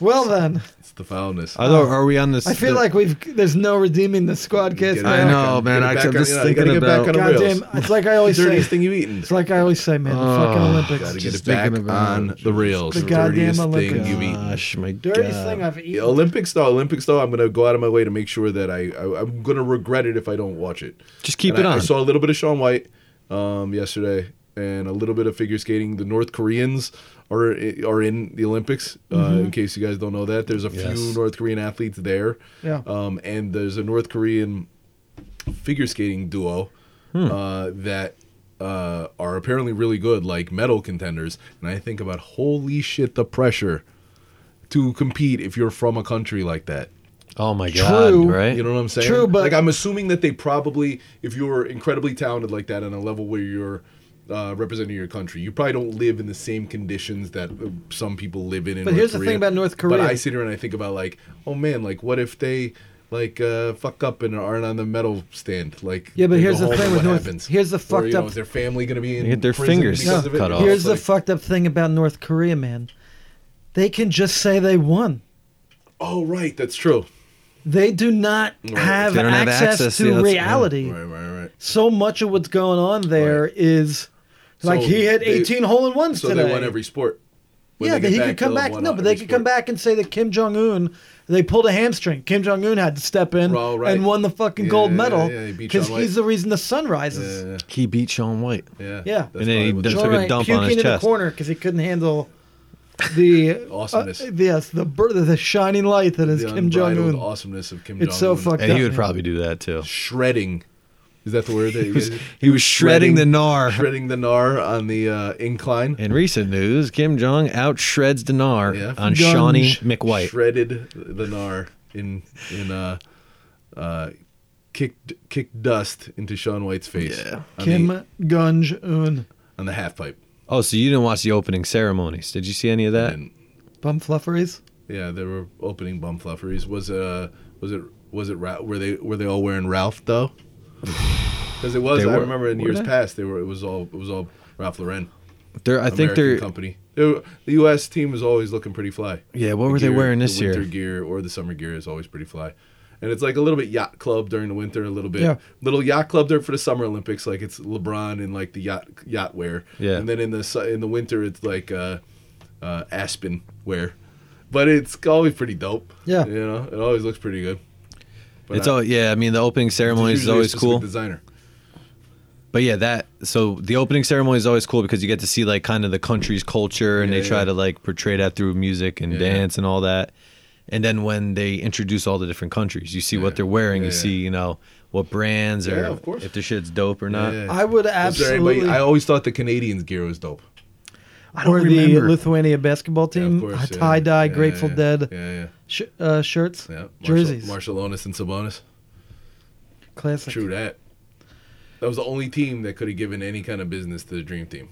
Speaker 2: Well then,
Speaker 1: It's the foulness.
Speaker 3: Although, are we on this?
Speaker 2: I feel
Speaker 3: the-
Speaker 2: like we've there's no redeeming the squadcast.
Speaker 1: Get
Speaker 3: I
Speaker 1: back
Speaker 2: now.
Speaker 3: know,
Speaker 1: on-
Speaker 3: man,
Speaker 1: get
Speaker 3: I-
Speaker 1: back
Speaker 3: I'm
Speaker 1: on-
Speaker 3: just
Speaker 1: you know,
Speaker 3: thinking
Speaker 1: gotta get back
Speaker 3: about-
Speaker 1: on the
Speaker 2: Goddamn,
Speaker 1: rails.
Speaker 2: it's like I always
Speaker 1: Dirtiest
Speaker 2: say.
Speaker 1: thing you eaten.
Speaker 2: It's like I always say, man. The fucking
Speaker 3: Oh,
Speaker 1: Gotta
Speaker 2: Olympics.
Speaker 1: get it
Speaker 3: Just
Speaker 1: back
Speaker 3: thinking about
Speaker 1: on
Speaker 3: it.
Speaker 1: the rails.
Speaker 2: The
Speaker 1: The
Speaker 2: goddamn
Speaker 1: dirtiest thing
Speaker 2: Olympics.
Speaker 1: you've eaten.
Speaker 3: Gosh, my
Speaker 2: Dirtiest
Speaker 3: God.
Speaker 2: thing I've eaten.
Speaker 1: Olympics though, Olympics though, I'm gonna go out of my way to make sure that I, I I'm gonna regret it if I don't watch it.
Speaker 3: Just keep
Speaker 1: And
Speaker 3: it
Speaker 1: I, I
Speaker 3: on.
Speaker 1: saw a little bit of Sean White um, yesterday, and a little bit of figure skating. The North Koreans are eh, are in the Olympics. Uh, in case you guys don't know that, there's a few
Speaker 3: Mm-hmm. Yes.
Speaker 1: North Korean athletes there.
Speaker 2: Yeah.
Speaker 1: Um, and there's a North Korean figure skating duo uh, that uh, are apparently really good, like medal contenders. And I think about holy shit, the pressure to compete if you're from a country like that.
Speaker 3: oh, my
Speaker 2: True.
Speaker 3: God, right?
Speaker 1: You know what I'm saying?
Speaker 2: Eh, True, but-
Speaker 1: like I'm assuming that they probably, if you're incredibly talented like that on a level where you're uh, representing your country, you probably don't live in the same conditions that uh, some people live in. in
Speaker 2: But
Speaker 1: North
Speaker 2: here's the
Speaker 1: Korea.
Speaker 2: thing about North
Speaker 1: But
Speaker 2: Korea.
Speaker 1: I sit here and I think about like, oh man, like what if they like uh, fuck up and aren't on the medal stand? Like
Speaker 2: Yeah, but
Speaker 1: they
Speaker 2: here's
Speaker 1: go home
Speaker 2: the thing
Speaker 1: and
Speaker 2: with
Speaker 1: what
Speaker 2: North-
Speaker 1: happens?
Speaker 2: here's the
Speaker 1: Or, you
Speaker 2: fucked
Speaker 1: know,
Speaker 2: up-
Speaker 1: is their family gonna be in
Speaker 3: They get their
Speaker 1: prison
Speaker 3: fingers
Speaker 1: because
Speaker 2: No.
Speaker 1: of it?
Speaker 3: cut
Speaker 1: You know,
Speaker 3: off.
Speaker 2: Here's
Speaker 1: it's
Speaker 2: the
Speaker 1: like,
Speaker 2: fucked up thing about North Korea, man. They can just say they won.
Speaker 1: Oh right, that's true.
Speaker 2: They do not have,
Speaker 3: They don't have
Speaker 2: access
Speaker 3: access,
Speaker 2: to
Speaker 3: yeah, that's- yeah.
Speaker 2: reality.
Speaker 1: Right, right, right.
Speaker 2: So much of what's going on there
Speaker 1: Right.
Speaker 2: is, like
Speaker 1: So
Speaker 2: he had
Speaker 1: they-
Speaker 2: 18 hole in ones
Speaker 1: So
Speaker 2: today.
Speaker 1: they won every sport. When
Speaker 2: yeah,
Speaker 1: they
Speaker 2: but
Speaker 1: get
Speaker 2: he
Speaker 1: back,
Speaker 2: could come
Speaker 1: they'll
Speaker 2: back.
Speaker 1: have won
Speaker 2: No,
Speaker 1: on
Speaker 2: but they
Speaker 1: every
Speaker 2: could come
Speaker 1: sport.
Speaker 2: back and say that Kim Jong Un, they pulled a hamstring. Kim Jong Un had to step in
Speaker 1: Well, right.
Speaker 2: and won the fucking
Speaker 1: Yeah,
Speaker 2: gold
Speaker 1: yeah,
Speaker 2: medal
Speaker 1: yeah, he beat
Speaker 2: because
Speaker 1: John White.
Speaker 2: he's the reason the sun rises.
Speaker 1: Yeah,
Speaker 3: He beat Sean White.
Speaker 1: yeah.
Speaker 2: Yeah.
Speaker 1: That's
Speaker 3: And then
Speaker 1: probably
Speaker 3: he
Speaker 1: what-
Speaker 3: does-
Speaker 2: John
Speaker 3: took a
Speaker 2: Wright
Speaker 3: dump on
Speaker 2: puking
Speaker 3: his
Speaker 2: in
Speaker 3: chest.
Speaker 2: the corner because he couldn't handle the
Speaker 1: Awesomeness.
Speaker 2: uh, yes, the, bur- the shining light that is
Speaker 1: the
Speaker 2: Kim Jong
Speaker 1: unbridled
Speaker 2: Un.
Speaker 1: awesomeness of Kim Jong.
Speaker 2: It's so fucked
Speaker 3: And
Speaker 2: up.
Speaker 3: he would
Speaker 2: man.
Speaker 3: probably do that, too.
Speaker 1: shredding. Is that the word? That you guys-
Speaker 3: He was shredding the gnar.
Speaker 1: shredding the gnar on the uh, incline.
Speaker 3: In recent news, Kim Jong out shreds Dinar
Speaker 1: Yeah.
Speaker 3: on
Speaker 2: Jung.
Speaker 3: Shawnee McWhite.
Speaker 1: Shredded the gnar in in uh, uh, kicked kicked dust into Sean White's face.
Speaker 3: Yeah.
Speaker 1: on the,
Speaker 2: Kim Gunge Un.
Speaker 1: on the half pipe.
Speaker 3: Oh, so you didn't watch the opening ceremonies? Did you see any of that?
Speaker 1: And
Speaker 2: Bum flufferys.
Speaker 1: yeah, there were opening bum flufferys. Was uh was it was it Ra- were they were they all wearing Ralph though? Because it was.
Speaker 3: They
Speaker 1: I
Speaker 3: were-
Speaker 1: remember in
Speaker 3: were
Speaker 1: years
Speaker 3: they?
Speaker 1: past they were it was all it was all Ralph Lauren.
Speaker 3: They're, I think
Speaker 1: American
Speaker 3: they're.
Speaker 1: company. They were- the U.S. team is always looking pretty fly.
Speaker 3: Yeah, what were
Speaker 1: The
Speaker 3: they
Speaker 1: gear-
Speaker 3: wearing this
Speaker 1: the
Speaker 3: year?
Speaker 1: Winter gear or the summer gear is always pretty fly, and it's like a little bit yacht club during the winter, a little bit
Speaker 2: Yeah.
Speaker 1: little yacht club there for the summer Olympics. Like it's LeBron and like the yacht yacht wear.
Speaker 3: Yeah.
Speaker 1: and then in the su- in the winter it's like uh, uh, Aspen wear, but it's always pretty dope.
Speaker 2: Yeah.
Speaker 1: you know, it always looks pretty good. But
Speaker 3: It's
Speaker 1: I-
Speaker 3: all yeah. I mean, the opening
Speaker 1: it's
Speaker 3: ceremonies is
Speaker 1: usually a
Speaker 3: always
Speaker 1: specific
Speaker 3: cool,
Speaker 1: Designer.
Speaker 3: but yeah, that so the opening ceremony is always cool because you get to see like kind of the country's culture and
Speaker 1: Yeah,
Speaker 3: they try
Speaker 1: yeah.
Speaker 3: to like portray that through music and
Speaker 1: Yeah.
Speaker 3: dance and all that. And then when they introduce all the different countries, you see
Speaker 1: Yeah.
Speaker 3: what they're wearing,
Speaker 1: Yeah,
Speaker 3: you
Speaker 1: yeah.
Speaker 3: see you know what brands
Speaker 1: Yeah,
Speaker 3: or
Speaker 1: of course.
Speaker 3: if the shit's dope or not.
Speaker 1: Yeah.
Speaker 2: I would
Speaker 1: Is there anybody-
Speaker 2: absolutely.
Speaker 1: I always thought the Canadians gear was dope.
Speaker 3: I
Speaker 2: or
Speaker 3: don't remember.
Speaker 2: the Lithuania basketball
Speaker 1: Yeah,
Speaker 2: team,
Speaker 1: of course,
Speaker 2: uh,
Speaker 1: yeah.
Speaker 2: tie dye,
Speaker 1: Yeah,
Speaker 2: Grateful
Speaker 1: yeah,
Speaker 2: Dead
Speaker 1: Yeah, yeah.
Speaker 2: Sh- uh, shirts,
Speaker 1: Yeah, Marshall,
Speaker 2: jerseys,
Speaker 1: Marshallonis and Sabonis.
Speaker 2: classic.
Speaker 1: True that. That was the only team that could have given any kind of business to the Dream Team,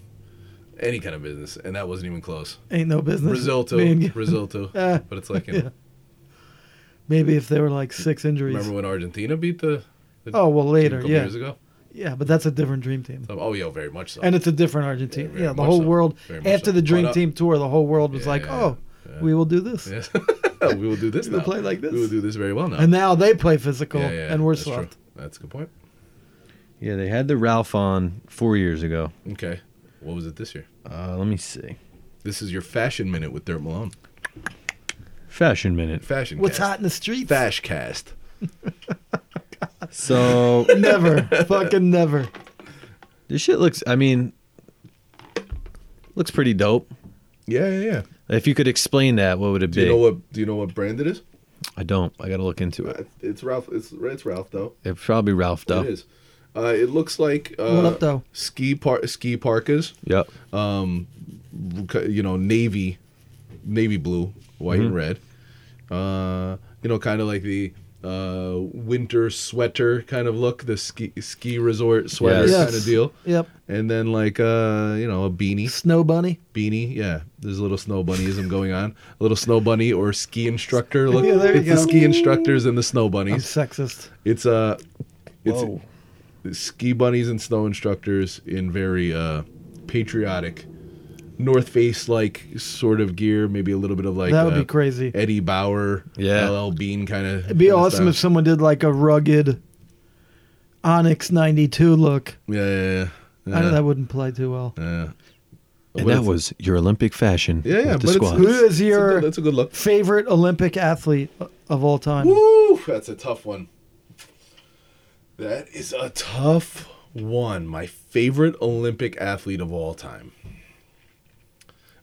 Speaker 1: any kind of business, and that wasn't even close.
Speaker 2: Ain't no business.
Speaker 1: Risotto,
Speaker 2: being-
Speaker 1: risotto.
Speaker 2: Ah,
Speaker 1: but it's like you know,
Speaker 2: yeah. Maybe if there were like six injuries.
Speaker 1: remember when Argentina beat the, the
Speaker 2: oh well,
Speaker 1: team a
Speaker 2: later,
Speaker 1: couple
Speaker 2: yeah,
Speaker 1: years ago?
Speaker 2: yeah, but that's a different dream team,
Speaker 1: So- oh yeah, very much so.
Speaker 2: and it's a different Argentina.
Speaker 1: Yeah,
Speaker 2: Yeah,
Speaker 1: very
Speaker 2: the
Speaker 1: much
Speaker 2: whole
Speaker 1: so.
Speaker 2: world
Speaker 1: Very much
Speaker 2: after
Speaker 1: so.
Speaker 2: the dream
Speaker 1: Caught up.
Speaker 2: team tour, the whole world was
Speaker 1: Yeah,
Speaker 2: like,
Speaker 1: yeah,
Speaker 2: oh,
Speaker 1: yeah.
Speaker 2: we will do this,
Speaker 1: yes. we will do this.
Speaker 2: We will
Speaker 1: now.
Speaker 2: play like this.
Speaker 1: We will do this very well now.
Speaker 2: and now they play physical,
Speaker 1: Yeah, yeah, yeah,
Speaker 2: and we're
Speaker 1: that's true.
Speaker 2: soft.
Speaker 1: That's a good point.
Speaker 3: Yeah, they had the Ralph on four years ago.
Speaker 1: Okay, What was it this year?
Speaker 3: Uh, let me see.
Speaker 1: This is your fashion minute with Dirt Malone.
Speaker 3: Fashion minute.
Speaker 1: Fashion.
Speaker 2: What's
Speaker 1: cast.
Speaker 2: hot in the streets?
Speaker 1: Fash cast.
Speaker 3: So
Speaker 2: Never. fucking never.
Speaker 3: this shit looks. I mean, looks pretty dope.
Speaker 1: Yeah, yeah, yeah.
Speaker 3: If you could explain that, what would it
Speaker 1: Do
Speaker 3: be?
Speaker 1: you know what? Do you know what brand it is?
Speaker 3: I don't. I gotta look into it.
Speaker 1: It's Ralph. It's it's Ralph though.
Speaker 3: It's probably Ralph though.
Speaker 1: It is. Uh, it looks like uh,
Speaker 2: What up, though?
Speaker 1: ski par- ski parkas.
Speaker 3: Yep.
Speaker 1: you know navy navy blue white and red uh you know kind of like the uh winter sweater kind of look the ski ski resort sweater
Speaker 3: Yes.
Speaker 1: kind of deal
Speaker 2: Yep.
Speaker 1: and then like uh you know a beanie
Speaker 2: Snow bunny.
Speaker 1: beanie yeah there's a little snow bunnyism going on a little snow bunny or ski instructor look
Speaker 2: Yeah, there you
Speaker 1: it's the
Speaker 2: go.
Speaker 1: ski instructors and the snow
Speaker 2: I'm
Speaker 1: bunnies
Speaker 2: sexist.
Speaker 1: it's uh it's
Speaker 3: Whoa.
Speaker 1: ski bunnies and snow instructors in very uh, patriotic North Face like sort of gear, maybe a little bit of like
Speaker 2: That would
Speaker 1: uh,
Speaker 2: be crazy.
Speaker 1: Eddie Bauer,
Speaker 3: Yeah.
Speaker 1: LL Bean kind of.
Speaker 2: It'd be awesome if someone did like a rugged Onyx 92 look.
Speaker 1: yeah, yeah, yeah.
Speaker 2: I know
Speaker 1: Yeah,
Speaker 2: that wouldn't play too well.
Speaker 1: yeah.
Speaker 3: And
Speaker 1: But
Speaker 3: that
Speaker 1: it's-
Speaker 3: was your Olympic fashion.
Speaker 1: yeah, yeah,
Speaker 3: with the
Speaker 1: but it's,
Speaker 3: squad.
Speaker 2: Who is
Speaker 1: it's a good-
Speaker 2: your-
Speaker 1: That's a good look.
Speaker 2: Favorite Olympic athlete of all time?
Speaker 1: Woo, that's a tough one. That is a tough one. My favorite Olympic athlete of all time.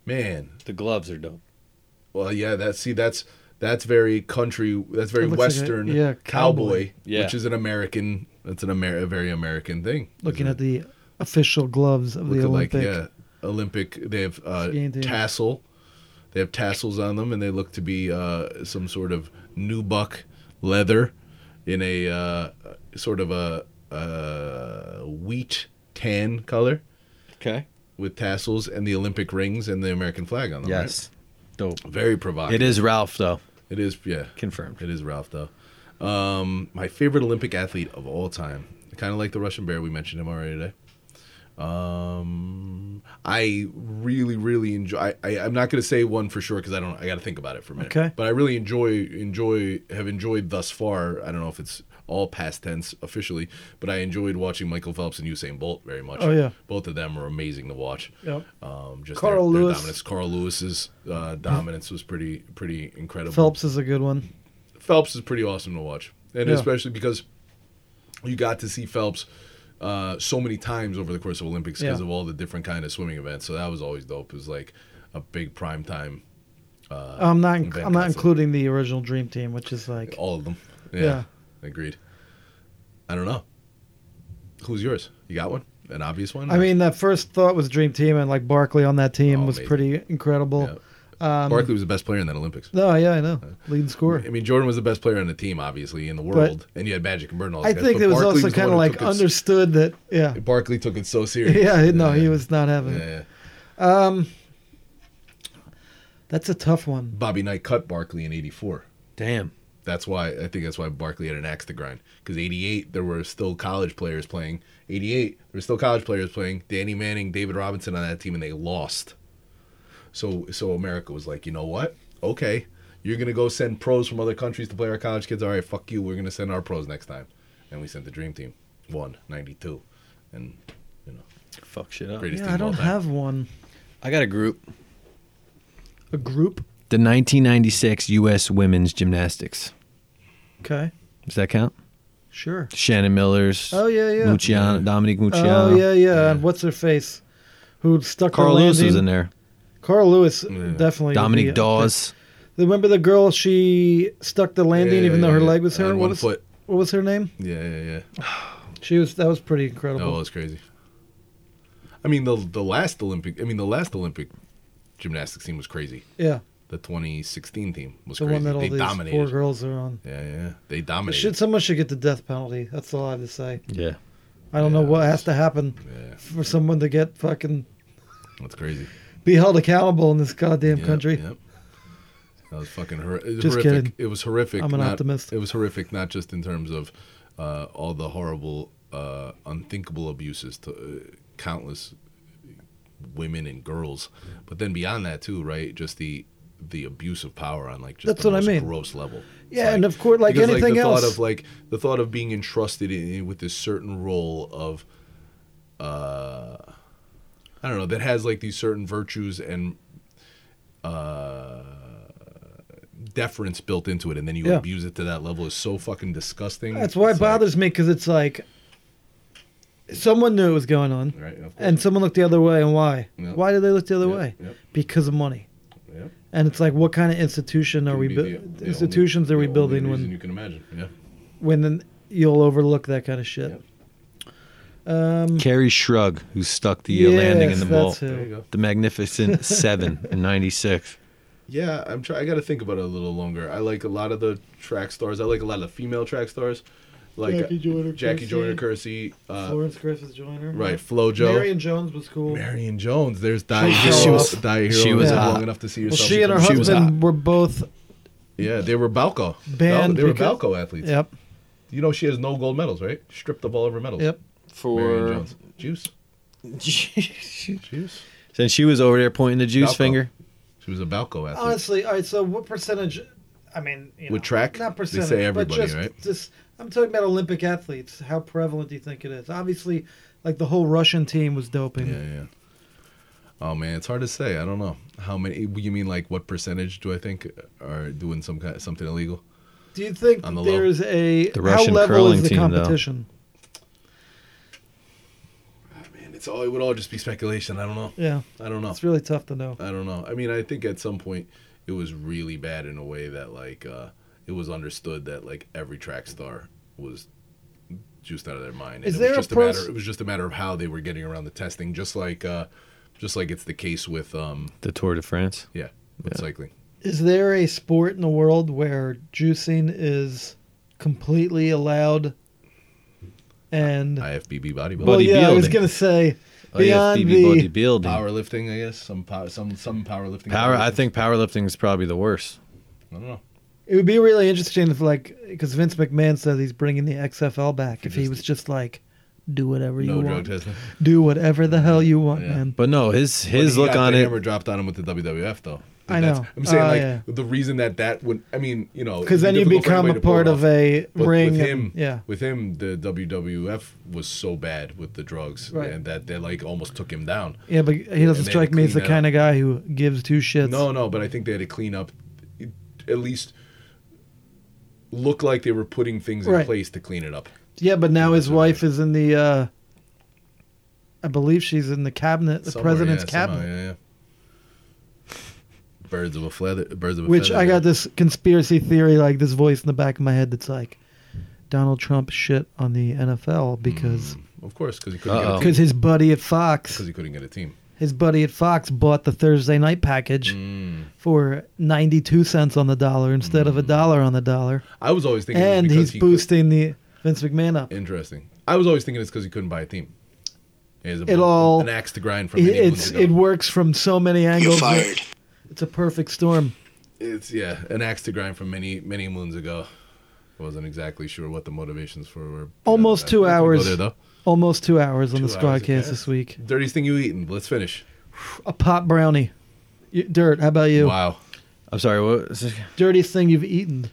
Speaker 1: Man,
Speaker 3: the gloves are dope.
Speaker 1: Well, yeah, that's see, that's that's very country. That's very
Speaker 2: It looks like a-
Speaker 1: Western.
Speaker 2: yeah,
Speaker 1: cowboy.
Speaker 2: cowboy.
Speaker 3: Yeah.
Speaker 1: which is an American. That's an Amer- a very American thing.
Speaker 2: Looking
Speaker 1: isn't
Speaker 2: at the official gloves of
Speaker 1: it? Look
Speaker 2: the
Speaker 1: at, like
Speaker 2: Olympic.
Speaker 1: yeah, Olympic. They have uh,
Speaker 2: Skiing team.
Speaker 1: tassel. They have tassels on them, and they look to be uh, some sort of nubuck leather in a uh, sort of a, a wheat tan color
Speaker 3: Okay.
Speaker 1: with tassels and the Olympic rings and the American flag on them. right?
Speaker 3: Yes. Dope.
Speaker 1: very provocative.
Speaker 3: It is Ralph though.
Speaker 1: It is, yeah.
Speaker 3: Confirmed.
Speaker 1: It is Ralph, though. Um, my favorite Olympic athlete of all time. Kind of like the Russian bear. We mentioned him already today. Um, I really, really enjoy. I, I I'm not gonna say one for sure because I don't. I got to think about it for a minute.
Speaker 2: Okay.
Speaker 1: But I really enjoy enjoy have enjoyed thus far. I don't know if it's all past tense officially, but I enjoyed watching Michael Phelps and Usain Bolt very much.
Speaker 2: Oh, yeah.
Speaker 1: Both of them were amazing to watch.
Speaker 2: Yep.
Speaker 1: Um, just
Speaker 2: Carl
Speaker 1: their, their
Speaker 2: Lewis.
Speaker 1: dominance. Carl Lewis's uh, dominance was pretty pretty incredible.
Speaker 2: Phelps is a good one.
Speaker 1: Phelps is pretty awesome to watch, and
Speaker 2: Yeah.
Speaker 1: especially because you got to see Phelps uh, so many times over the course of Olympics because
Speaker 2: Yeah.
Speaker 1: of all the different kind of swimming events. So that was always dope. It was like a big prime time,
Speaker 2: I'm not.
Speaker 1: Uh, Van Oh,
Speaker 2: I'm not
Speaker 1: Gossel.
Speaker 2: including the original Dream Team, which is like
Speaker 1: all of them. Yeah,
Speaker 2: Yeah.
Speaker 1: agreed. I don't know. Who's yours? You got one? An obvious one?
Speaker 2: I mean, that first thought was Dream Team, and like Barkley on that team
Speaker 1: Oh,
Speaker 2: was
Speaker 1: amazing.
Speaker 2: pretty incredible.
Speaker 1: Yeah.
Speaker 2: Um,
Speaker 1: Barkley Uh, was the best player in that Olympics.
Speaker 2: No, yeah, I know, leading scorer.
Speaker 1: I mean, Jordan was the best player on the team, obviously, in the world, and you had Magic and Bird and all those
Speaker 2: I
Speaker 1: guys,
Speaker 2: think
Speaker 1: but
Speaker 2: it was
Speaker 1: Barkley
Speaker 2: also
Speaker 1: the
Speaker 2: kind of
Speaker 1: one who
Speaker 2: like
Speaker 1: took it s-
Speaker 2: understood that. Yeah,
Speaker 1: Barkley took it so serious.
Speaker 2: yeah, no, he was not having
Speaker 1: Yeah,
Speaker 2: it.
Speaker 1: yeah.
Speaker 2: That's a tough one.
Speaker 1: Bobby Knight cut Barkley in '84.
Speaker 3: Damn.
Speaker 1: That's why I think that's why Barkley had an axe to grind. Because '88 there were still college players playing. '88 there were still college players playing. Danny Manning, David Robinson on that team, and they lost. So so America was like, you know what? Okay, you're gonna go send pros from other countries to play our college kids. All right, fuck you. We're gonna send our pros next time. And we sent the Dream Team, one '92, and you know
Speaker 3: Fuck shit up.
Speaker 1: greatest
Speaker 2: Yeah,
Speaker 1: team
Speaker 2: I
Speaker 1: of all
Speaker 2: don't
Speaker 1: time.
Speaker 2: have one.
Speaker 3: I got a group.
Speaker 2: A group.
Speaker 3: The 1996 U.S. Women's Gymnastics.
Speaker 2: Okay,
Speaker 3: Does that count?
Speaker 2: sure.
Speaker 3: Shannon Miller's.
Speaker 2: Oh, yeah, yeah.
Speaker 3: Muciano, Dominique Muciano.
Speaker 2: Oh yeah, yeah. And what's her face? Who stuck
Speaker 3: Carl
Speaker 2: her
Speaker 3: Lewis
Speaker 2: landing?
Speaker 3: was in there.
Speaker 2: Carl Lewis definitely. would be
Speaker 3: Dominique
Speaker 2: up
Speaker 3: Dawes.
Speaker 2: there. Remember the girl? She stuck the landing,
Speaker 1: Yeah, yeah,
Speaker 2: even though
Speaker 1: yeah,
Speaker 2: her
Speaker 1: yeah.
Speaker 2: leg was
Speaker 1: On
Speaker 2: hurt.
Speaker 1: one
Speaker 2: What was
Speaker 1: foot.
Speaker 2: what was her name?
Speaker 1: Yeah, yeah, yeah.
Speaker 2: She was. That was pretty
Speaker 1: That
Speaker 2: incredible.
Speaker 1: was crazy. I mean the the last Olympic. I mean the last Olympic gymnastics team was crazy.
Speaker 2: yeah,
Speaker 1: The 2016 team was
Speaker 2: the
Speaker 1: crazy.
Speaker 2: one that all
Speaker 1: they
Speaker 2: these
Speaker 1: dominated.
Speaker 2: poor girls are on.
Speaker 1: Yeah, yeah, they
Speaker 2: Should
Speaker 1: dominated.
Speaker 2: someone should get the death penalty? That's all I have to say.
Speaker 3: Yeah.
Speaker 2: I don't know
Speaker 1: Yeah,
Speaker 2: what has to happen
Speaker 1: Yeah,
Speaker 2: for someone to get fucking
Speaker 1: that's crazy.
Speaker 2: be held accountable in this goddamn
Speaker 1: Yep,
Speaker 2: country.
Speaker 1: Yep. That was fucking hor- it was
Speaker 2: Just
Speaker 1: horrific.
Speaker 2: kidding.
Speaker 1: It was horrific.
Speaker 2: I'm an
Speaker 1: not-
Speaker 2: optimist.
Speaker 1: It was horrific, not just in terms of uh, all the horrible, uh, unthinkable abuses to uh, countless women and girls, but then beyond that too, right? Just the the abuse of power on like just
Speaker 2: That's
Speaker 1: the
Speaker 2: what I
Speaker 1: most
Speaker 2: mean.
Speaker 1: gross level. It's
Speaker 2: Yeah, and of course, like
Speaker 1: because,
Speaker 2: anything
Speaker 1: the
Speaker 2: else,
Speaker 1: thought of like the thought of being entrusted in, with this certain role of. Uh, I don't know that has like these certain virtues and uh, deference built into it, and then you
Speaker 2: Yeah.
Speaker 1: abuse it to that level is so fucking disgusting.
Speaker 2: That's why it
Speaker 1: It's like-
Speaker 2: bothers me because it's like someone knew it was going on,
Speaker 1: Right, of course.
Speaker 2: and someone looked the other way, and why?
Speaker 1: Yeah.
Speaker 2: Why did they look the other
Speaker 1: Yeah,
Speaker 2: way?
Speaker 1: yeah.
Speaker 2: Because of money.
Speaker 1: Yeah.
Speaker 2: And it's like, what kind of institution are we
Speaker 1: Be
Speaker 2: bu-
Speaker 1: the- the
Speaker 2: institutions
Speaker 1: only-
Speaker 2: are we
Speaker 1: the only
Speaker 2: building
Speaker 1: reason
Speaker 2: when
Speaker 1: you can imagine? Yeah.
Speaker 2: when then you'll overlook that kind of shit? Um,
Speaker 3: Carrie Shrug, who stuck the uh, landing in
Speaker 2: yes,
Speaker 3: the mall.
Speaker 2: that's who.
Speaker 1: There you go.
Speaker 3: The Magnificent Seven in '96.
Speaker 1: Yeah, I'm try. I got to think about it a little longer. I like a lot of the track stars. I like a lot of the female track stars, like
Speaker 2: Jackie Joyner
Speaker 1: Jackie
Speaker 2: Kersee.
Speaker 1: Joyner Kersey, uh,
Speaker 2: Florence Griffith Joyner.
Speaker 1: right, FloJo,
Speaker 2: Marion Jones was cool.
Speaker 1: Marion Jones. There's Die
Speaker 2: She
Speaker 1: Hero.
Speaker 2: was-
Speaker 1: She was Die Hero.
Speaker 3: she
Speaker 1: She
Speaker 3: was
Speaker 1: was
Speaker 3: hot.
Speaker 1: long enough to see
Speaker 2: Well,
Speaker 1: yourself.
Speaker 2: she and her
Speaker 1: become- was hot.
Speaker 2: husband were both
Speaker 1: Yeah, they were Balco.
Speaker 2: Banned
Speaker 1: Bal- they were
Speaker 2: because-
Speaker 1: Balco athletes.
Speaker 2: yep,
Speaker 1: You know she has no gold medals, right? Stripped of all of her medals.
Speaker 2: yep.
Speaker 1: Marion
Speaker 7: for
Speaker 1: Jones. Juice. Juice.
Speaker 3: Since she was over there pointing the juice
Speaker 1: Balco.
Speaker 3: finger.
Speaker 1: She was a Balco athlete.
Speaker 2: Honestly, all right. So, what percentage? I mean, you
Speaker 1: With
Speaker 2: know,
Speaker 1: track,
Speaker 2: not
Speaker 1: they say
Speaker 2: percentage,
Speaker 1: everybody,
Speaker 2: but just,
Speaker 1: right?
Speaker 2: Just, I'm talking about Olympic athletes. How prevalent do you think it is? Obviously, like the whole Russian team was doping.
Speaker 1: Yeah, yeah. Oh man, it's hard to say. I don't know how many. You mean like what percentage do I think are doing some kind something illegal?
Speaker 2: Do you think
Speaker 1: On the low.
Speaker 2: there's a
Speaker 3: The
Speaker 2: how
Speaker 3: Russian
Speaker 2: level
Speaker 3: curling
Speaker 2: is the
Speaker 3: team, though.
Speaker 2: competition?
Speaker 1: Man, it's all it would all just be speculation. I don't know.
Speaker 2: Yeah,
Speaker 1: I
Speaker 3: Oh.
Speaker 1: don't know.
Speaker 2: it's really tough to know.
Speaker 1: I don't know. I mean, I think at some point it was really bad in a way that like uh, it was understood that like every track star was juiced out of their mind. And
Speaker 2: Is
Speaker 1: it
Speaker 2: there a
Speaker 1: was just a,
Speaker 2: pros-
Speaker 1: matter? It was just a matter of how they were getting around the testing, just like uh, just like it's the case with um,
Speaker 3: The Tour de France.
Speaker 1: yeah, with cycling.
Speaker 2: Is there a sport in the world where juicing is completely allowed? And
Speaker 1: IFBB bodybuilding.
Speaker 2: well, yeah, I was
Speaker 3: bodybuilding.
Speaker 2: gonna say
Speaker 3: Oh, yeah,
Speaker 2: beyond
Speaker 3: Phoebe
Speaker 2: the
Speaker 3: Bodybuilding. Power.
Speaker 1: powerlifting, I guess. Some power, some some powerlifting.
Speaker 3: I think powerlifting is probably the worst.
Speaker 1: I don't know.
Speaker 2: It would be really interesting if, like, because Vince McMahon says he's bringing the XFL back. If he
Speaker 1: just-
Speaker 2: was just like, do whatever you
Speaker 1: No drug
Speaker 2: want,
Speaker 1: testing.
Speaker 2: do whatever the hell you want,
Speaker 1: Yeah.
Speaker 2: man.
Speaker 3: But no, his his
Speaker 1: But he
Speaker 3: look
Speaker 1: got
Speaker 3: on
Speaker 1: the
Speaker 3: it.
Speaker 1: Hammer dropped on him with the WWF though.
Speaker 2: I
Speaker 1: That's-
Speaker 2: know.
Speaker 1: I'm saying
Speaker 2: Oh,
Speaker 1: like
Speaker 2: yeah.
Speaker 1: the reason that that would. I mean, you know,
Speaker 2: Because then you become a part of a ring.
Speaker 1: With
Speaker 2: and-
Speaker 1: him,
Speaker 2: yeah.
Speaker 1: With him, the WWF was so bad with the drugs,
Speaker 2: Right.
Speaker 1: and that they like almost took him down.
Speaker 2: Yeah, but he doesn't
Speaker 1: they
Speaker 2: strike me as the
Speaker 1: clean that
Speaker 2: kind of guy who gives two shits.
Speaker 1: No, no, but I think they had to clean up, at least look like they were putting things in
Speaker 2: Right.
Speaker 1: place to clean it up.
Speaker 2: Yeah, but now his
Speaker 1: That's right.
Speaker 2: wife is in the. uh I believe she's in the cabinet, the
Speaker 1: Somewhere,
Speaker 2: president's
Speaker 1: yeah, somehow,
Speaker 2: cabinet.
Speaker 1: yeah, yeah. Birds of a feather. Birds of a
Speaker 2: Which
Speaker 1: feather.
Speaker 2: I got this conspiracy theory, like this voice in the back of my head that's like, Donald Trump shit on the NFL because
Speaker 1: Of course, because he couldn't
Speaker 3: Uh-oh.
Speaker 1: get a team.
Speaker 2: because his buddy at Fox,
Speaker 1: Mm. Because he couldn't get a team.
Speaker 2: his buddy at Fox bought the Thursday night package
Speaker 1: Mm.
Speaker 2: for ninety two cents on the dollar instead of a dollar on the dollar,
Speaker 1: I was always thinking. it was
Speaker 2: and
Speaker 1: Mm. because
Speaker 2: he's
Speaker 1: he
Speaker 2: boosting the Vince McMahon up.
Speaker 1: could- interesting. I was always thinking it's because he couldn't buy a team. He has a,
Speaker 2: It all-
Speaker 1: an axe to grind from.
Speaker 2: It,
Speaker 1: many moons
Speaker 2: it's
Speaker 1: ago.
Speaker 2: it works from so many
Speaker 7: You're
Speaker 2: angles.
Speaker 7: fired.
Speaker 2: It's a perfect storm.
Speaker 1: It's yeah, an axe to grind from many many moons ago. I wasn't exactly sure what the motivations for were.
Speaker 2: Almost
Speaker 1: Uh,
Speaker 2: two
Speaker 1: we can go
Speaker 2: hours.
Speaker 1: there, though.
Speaker 2: Almost two hours on
Speaker 1: Two
Speaker 2: the
Speaker 1: hours,
Speaker 2: Squadcast
Speaker 1: okay.
Speaker 2: this week.
Speaker 1: Dirtiest thing you eaten. Let's finish.
Speaker 2: A pot brownie. You- Dirt, how about you?
Speaker 1: Wow.
Speaker 3: I'm sorry. What? was it?
Speaker 2: Dirtiest thing you've eaten.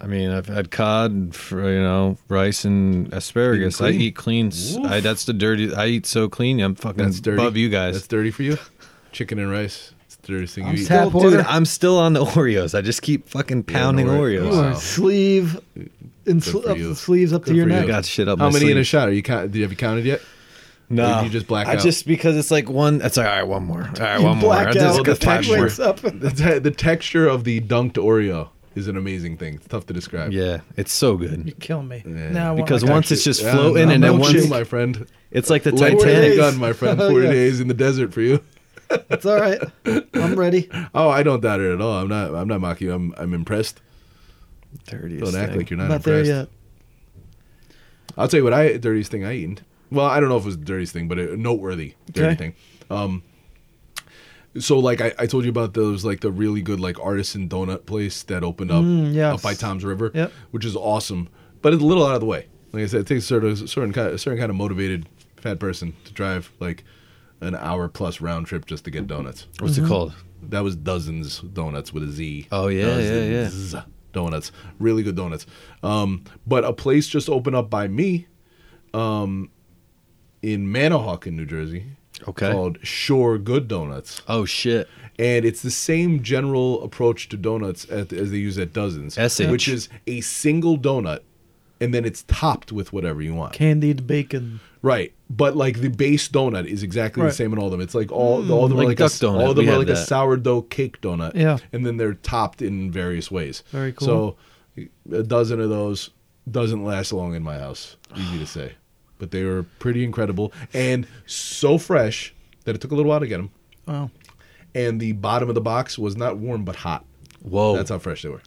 Speaker 3: I mean, I've had cod, and fr- you know, rice and asparagus. I
Speaker 1: clean?
Speaker 3: eat clean. s- I,
Speaker 1: Woof.
Speaker 3: that's the dirty. I eat so clean. I'm fucking
Speaker 1: That's dirty.
Speaker 3: above you
Speaker 1: That's
Speaker 3: guys.
Speaker 1: dirty for you. Chicken and rice. It's the dirtiest thing you eat.
Speaker 2: tap
Speaker 3: Dude,
Speaker 2: order.
Speaker 3: I'm still on the Oreos. I just keep fucking pounding
Speaker 1: Oreo.
Speaker 2: You
Speaker 3: Oreos.
Speaker 2: are
Speaker 1: Wow.
Speaker 2: sleeve and sl-
Speaker 1: for
Speaker 2: up
Speaker 1: you.
Speaker 2: the sleeves up to
Speaker 1: Good
Speaker 2: your
Speaker 1: for you.
Speaker 3: I
Speaker 2: neck.
Speaker 3: got shit up.
Speaker 1: How
Speaker 3: my
Speaker 1: many in a
Speaker 3: sleeve.
Speaker 1: shot? Are you count? Have you counted yet?
Speaker 3: No,
Speaker 1: Or you just black
Speaker 3: I
Speaker 1: out?
Speaker 3: just because it's like one. It's all right. One more. All right,
Speaker 2: You
Speaker 3: one more. I
Speaker 2: blacked
Speaker 3: just
Speaker 2: out.
Speaker 3: got five more.
Speaker 2: Penguins up.
Speaker 1: The, te- the texture of the dunked Oreo is an amazing thing. It's tough to describe.
Speaker 3: Yeah, it's so good.
Speaker 2: You kill me.
Speaker 1: Yeah.
Speaker 2: Now I want
Speaker 3: Because
Speaker 2: my
Speaker 3: once
Speaker 2: cock.
Speaker 3: it's just
Speaker 1: Yeah,
Speaker 3: floating,
Speaker 1: no,
Speaker 3: and then
Speaker 1: no
Speaker 3: once
Speaker 1: chill, my friend,
Speaker 3: it's like the
Speaker 1: Light to the
Speaker 3: Titanic.
Speaker 1: gun, my friend. Forty
Speaker 2: Yes.
Speaker 1: days in the desert for you.
Speaker 2: it's all right. I'm ready.
Speaker 1: Oh, I don't doubt it at all. I'm not. I'm not mocking you. I'm. I'm impressed. Don't
Speaker 3: Dirtiest
Speaker 1: act
Speaker 3: thing.
Speaker 1: like you're not,
Speaker 2: I'm not there
Speaker 1: impressed.
Speaker 2: yet. uh,
Speaker 1: I'll tell you what. I dirtiest thing I eaten. Well, I don't know if it was the dirtiest thing, but a noteworthy dirty
Speaker 2: Okay.
Speaker 1: thing. Um, so like I, I told you about those like the really good like artisan donut place that opened up
Speaker 2: Mm, yes.
Speaker 1: up by Tom's River,
Speaker 2: Yep.
Speaker 1: which is awesome, but it's a little out of the way. Like I said, it takes a certain certain kind of, certain kind of motivated fat person to drive like an hour plus round trip just to get donuts.
Speaker 3: What's it called?
Speaker 1: That was dozens donuts with a Z.
Speaker 3: Oh, yeah, yeah,
Speaker 1: dozens yeah. Donuts, really good donuts. Um, but a place just opened up by me, um, in Manahawkin, New Jersey,
Speaker 3: Okay.
Speaker 1: called Sure Good Donuts,
Speaker 3: Oh shit.
Speaker 1: and it's the same general approach to donuts at, as they use at Dozens,
Speaker 3: SH.
Speaker 1: which is a single donut, and then it's topped with whatever you want.
Speaker 2: Candied bacon.
Speaker 1: Right, but like the base donut is exactly
Speaker 2: Right.
Speaker 1: the same in all of them. It's like all all of them
Speaker 3: like
Speaker 1: are like a,
Speaker 3: duck
Speaker 1: s-
Speaker 3: donut,
Speaker 1: all of them
Speaker 3: we
Speaker 1: are
Speaker 3: had
Speaker 1: like a
Speaker 3: that.
Speaker 1: sourdough cake donut.
Speaker 2: Yeah.
Speaker 1: and then they're topped in various ways.
Speaker 2: Very cool.
Speaker 1: So a dozen of those doesn't last long in my house. Easy to say, but they were pretty incredible and so fresh that it took a little while to get them.
Speaker 2: Wow.
Speaker 1: And the bottom of the box was not warm but hot.
Speaker 3: Whoa.
Speaker 1: That's how fresh they were.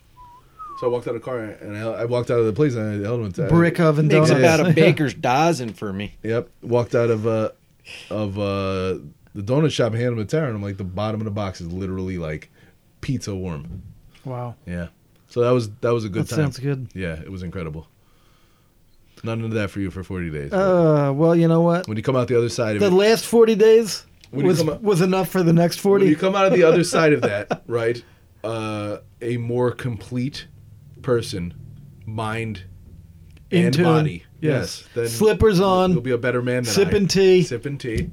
Speaker 1: So I walked out of the car and I, I walked out of the place and I held them. to-
Speaker 2: Brick oven
Speaker 3: makes
Speaker 2: donuts.
Speaker 3: about a baker's dozen for me.
Speaker 1: Yep. Walked out of uh of uh the donut shop and handed him a tear, and I'm like, the bottom of the box is literally like pizza warm.
Speaker 2: Wow.
Speaker 1: Yeah. So that was that was a good
Speaker 2: That
Speaker 1: time.
Speaker 2: sounds good.
Speaker 1: Yeah, it was incredible. None of that for you for 40 days.
Speaker 2: Uh, well, you know what?
Speaker 1: when you come out the other side of
Speaker 2: The
Speaker 1: it,
Speaker 2: last 40 days
Speaker 1: When you
Speaker 2: was,
Speaker 1: come up-
Speaker 2: was enough for the next
Speaker 1: when
Speaker 2: 40.
Speaker 1: you come out of the other side of that, right? Uh, a more complete person, mind,
Speaker 2: In
Speaker 1: and
Speaker 2: tune.
Speaker 1: body.
Speaker 2: Yes.
Speaker 1: then
Speaker 2: Slippers
Speaker 1: You'll
Speaker 2: on.
Speaker 1: be a better man than I.
Speaker 2: Sipping tea.
Speaker 1: Sipping tea.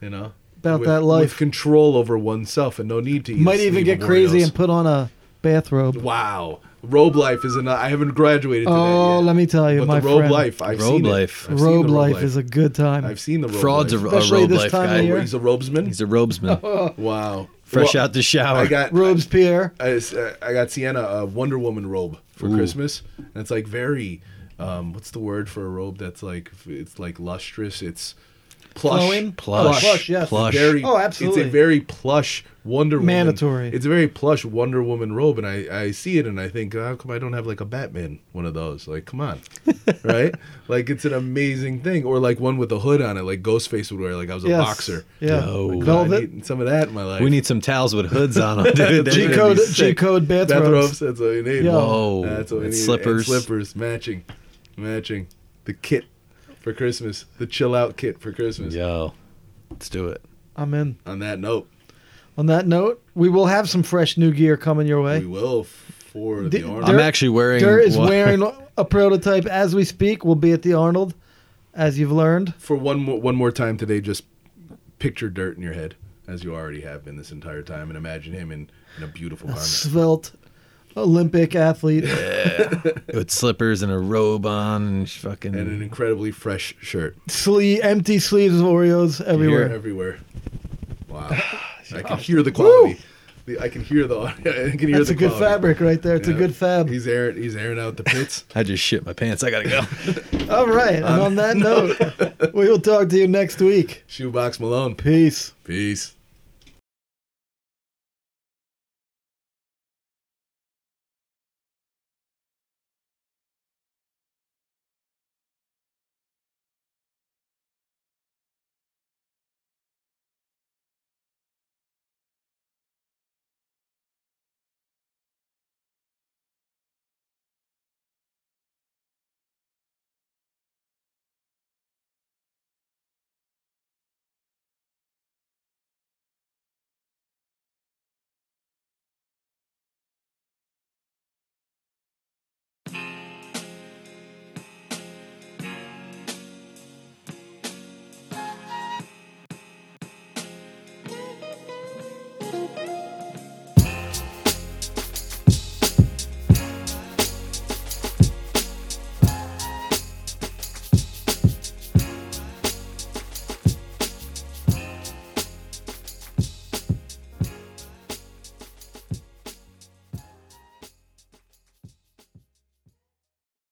Speaker 1: You know.
Speaker 2: About
Speaker 1: with-
Speaker 2: that life.
Speaker 1: With control over oneself and no need to eat.
Speaker 2: Might even get crazy and put on a bathrobe.
Speaker 1: Wow. Robe life is an I haven't graduated to
Speaker 2: Oh,
Speaker 1: that yet.
Speaker 2: let me tell you,
Speaker 1: but
Speaker 2: my
Speaker 1: the robe
Speaker 2: friend.
Speaker 1: life, I've
Speaker 3: Robe
Speaker 1: seen it.
Speaker 3: life.
Speaker 1: I've seen the
Speaker 2: Robe life is a good time.
Speaker 1: I've seen the robe
Speaker 3: Frauds a,
Speaker 1: life.
Speaker 3: a
Speaker 2: Especially
Speaker 3: robe
Speaker 2: this
Speaker 3: life
Speaker 2: time of
Speaker 3: guy.
Speaker 2: year.
Speaker 1: He's a robesman.
Speaker 3: He's a
Speaker 2: Oh.
Speaker 3: robesman.
Speaker 1: wow.
Speaker 3: Fresh
Speaker 1: Well,
Speaker 3: out the shower.
Speaker 1: I got
Speaker 2: Robespierre.
Speaker 1: I, s- uh, I got Sienna a Wonder Woman robe for
Speaker 3: Ooh.
Speaker 1: Christmas, and it's like very, um, what's the word for a robe that's like it's like lustrous, it's plush,
Speaker 2: Flowing?
Speaker 3: Plush.
Speaker 2: Plush, yes.
Speaker 3: Plush.
Speaker 1: Very,
Speaker 2: Oh, absolutely.
Speaker 1: It's a very plush Wonder Woman.
Speaker 2: Mandatory.
Speaker 1: It's a very plush Wonder Woman robe, and I I see it and I think, how come I don't have like a Batman one of those? Like, come on, right? Like it's an amazing thing, or like one with a hood on it, like Ghostface would wear. Like I was a
Speaker 2: Yes.
Speaker 1: boxer.
Speaker 2: Yeah.
Speaker 3: No.
Speaker 1: Like, I
Speaker 2: Velvet.
Speaker 1: need some of that in my life.
Speaker 3: we need some towels with hoods on them, dude. They're
Speaker 2: G
Speaker 3: gonna
Speaker 2: code.
Speaker 3: be
Speaker 2: G
Speaker 3: sick.
Speaker 2: code
Speaker 1: Bathrobes.
Speaker 2: bathrobes.
Speaker 1: That's all you need.
Speaker 2: Yeah.
Speaker 3: Whoa.
Speaker 1: That's all you
Speaker 3: And
Speaker 1: need.
Speaker 3: slippers.
Speaker 1: And slippers. Matching. Matching. The kit for Christmas. The chill out kit for Christmas.
Speaker 3: Yo, let's do it.
Speaker 2: I'm in.
Speaker 1: On that note,
Speaker 2: On that note, we will have some fresh new gear coming your way.
Speaker 1: we will for the,
Speaker 2: The-
Speaker 1: Arnold.
Speaker 3: I'm
Speaker 2: Dirt-
Speaker 3: actually wearing.
Speaker 2: Dirt is
Speaker 3: one-
Speaker 2: wearing a prototype as we speak. We'll be at the Arnold, as you've learned.
Speaker 1: for one more, one more time today, just picture dirt in your head, as you already have been this entire time, and imagine him in, in a beautiful garment.
Speaker 2: Svelte Olympic athlete.
Speaker 3: with slippers and a robe on and sh- fucking.
Speaker 1: And an incredibly fresh shirt.
Speaker 2: Slee- empty sleeves of Oreos
Speaker 1: Here,
Speaker 2: everywhere.
Speaker 1: everywhere. Wow. I can hear the quality. The- I can hear the. I can hear
Speaker 2: Oh. That's
Speaker 1: the
Speaker 2: a good
Speaker 1: quality.
Speaker 2: fabric right there. It's a
Speaker 1: Yeah.
Speaker 2: good fab.
Speaker 1: He's airing. He's airing out the pits.
Speaker 3: I just shit my pants. I gotta go.
Speaker 2: All right. And on that note, we will talk to you next week.
Speaker 1: Shoebox Malone.
Speaker 2: Peace.
Speaker 1: Peace.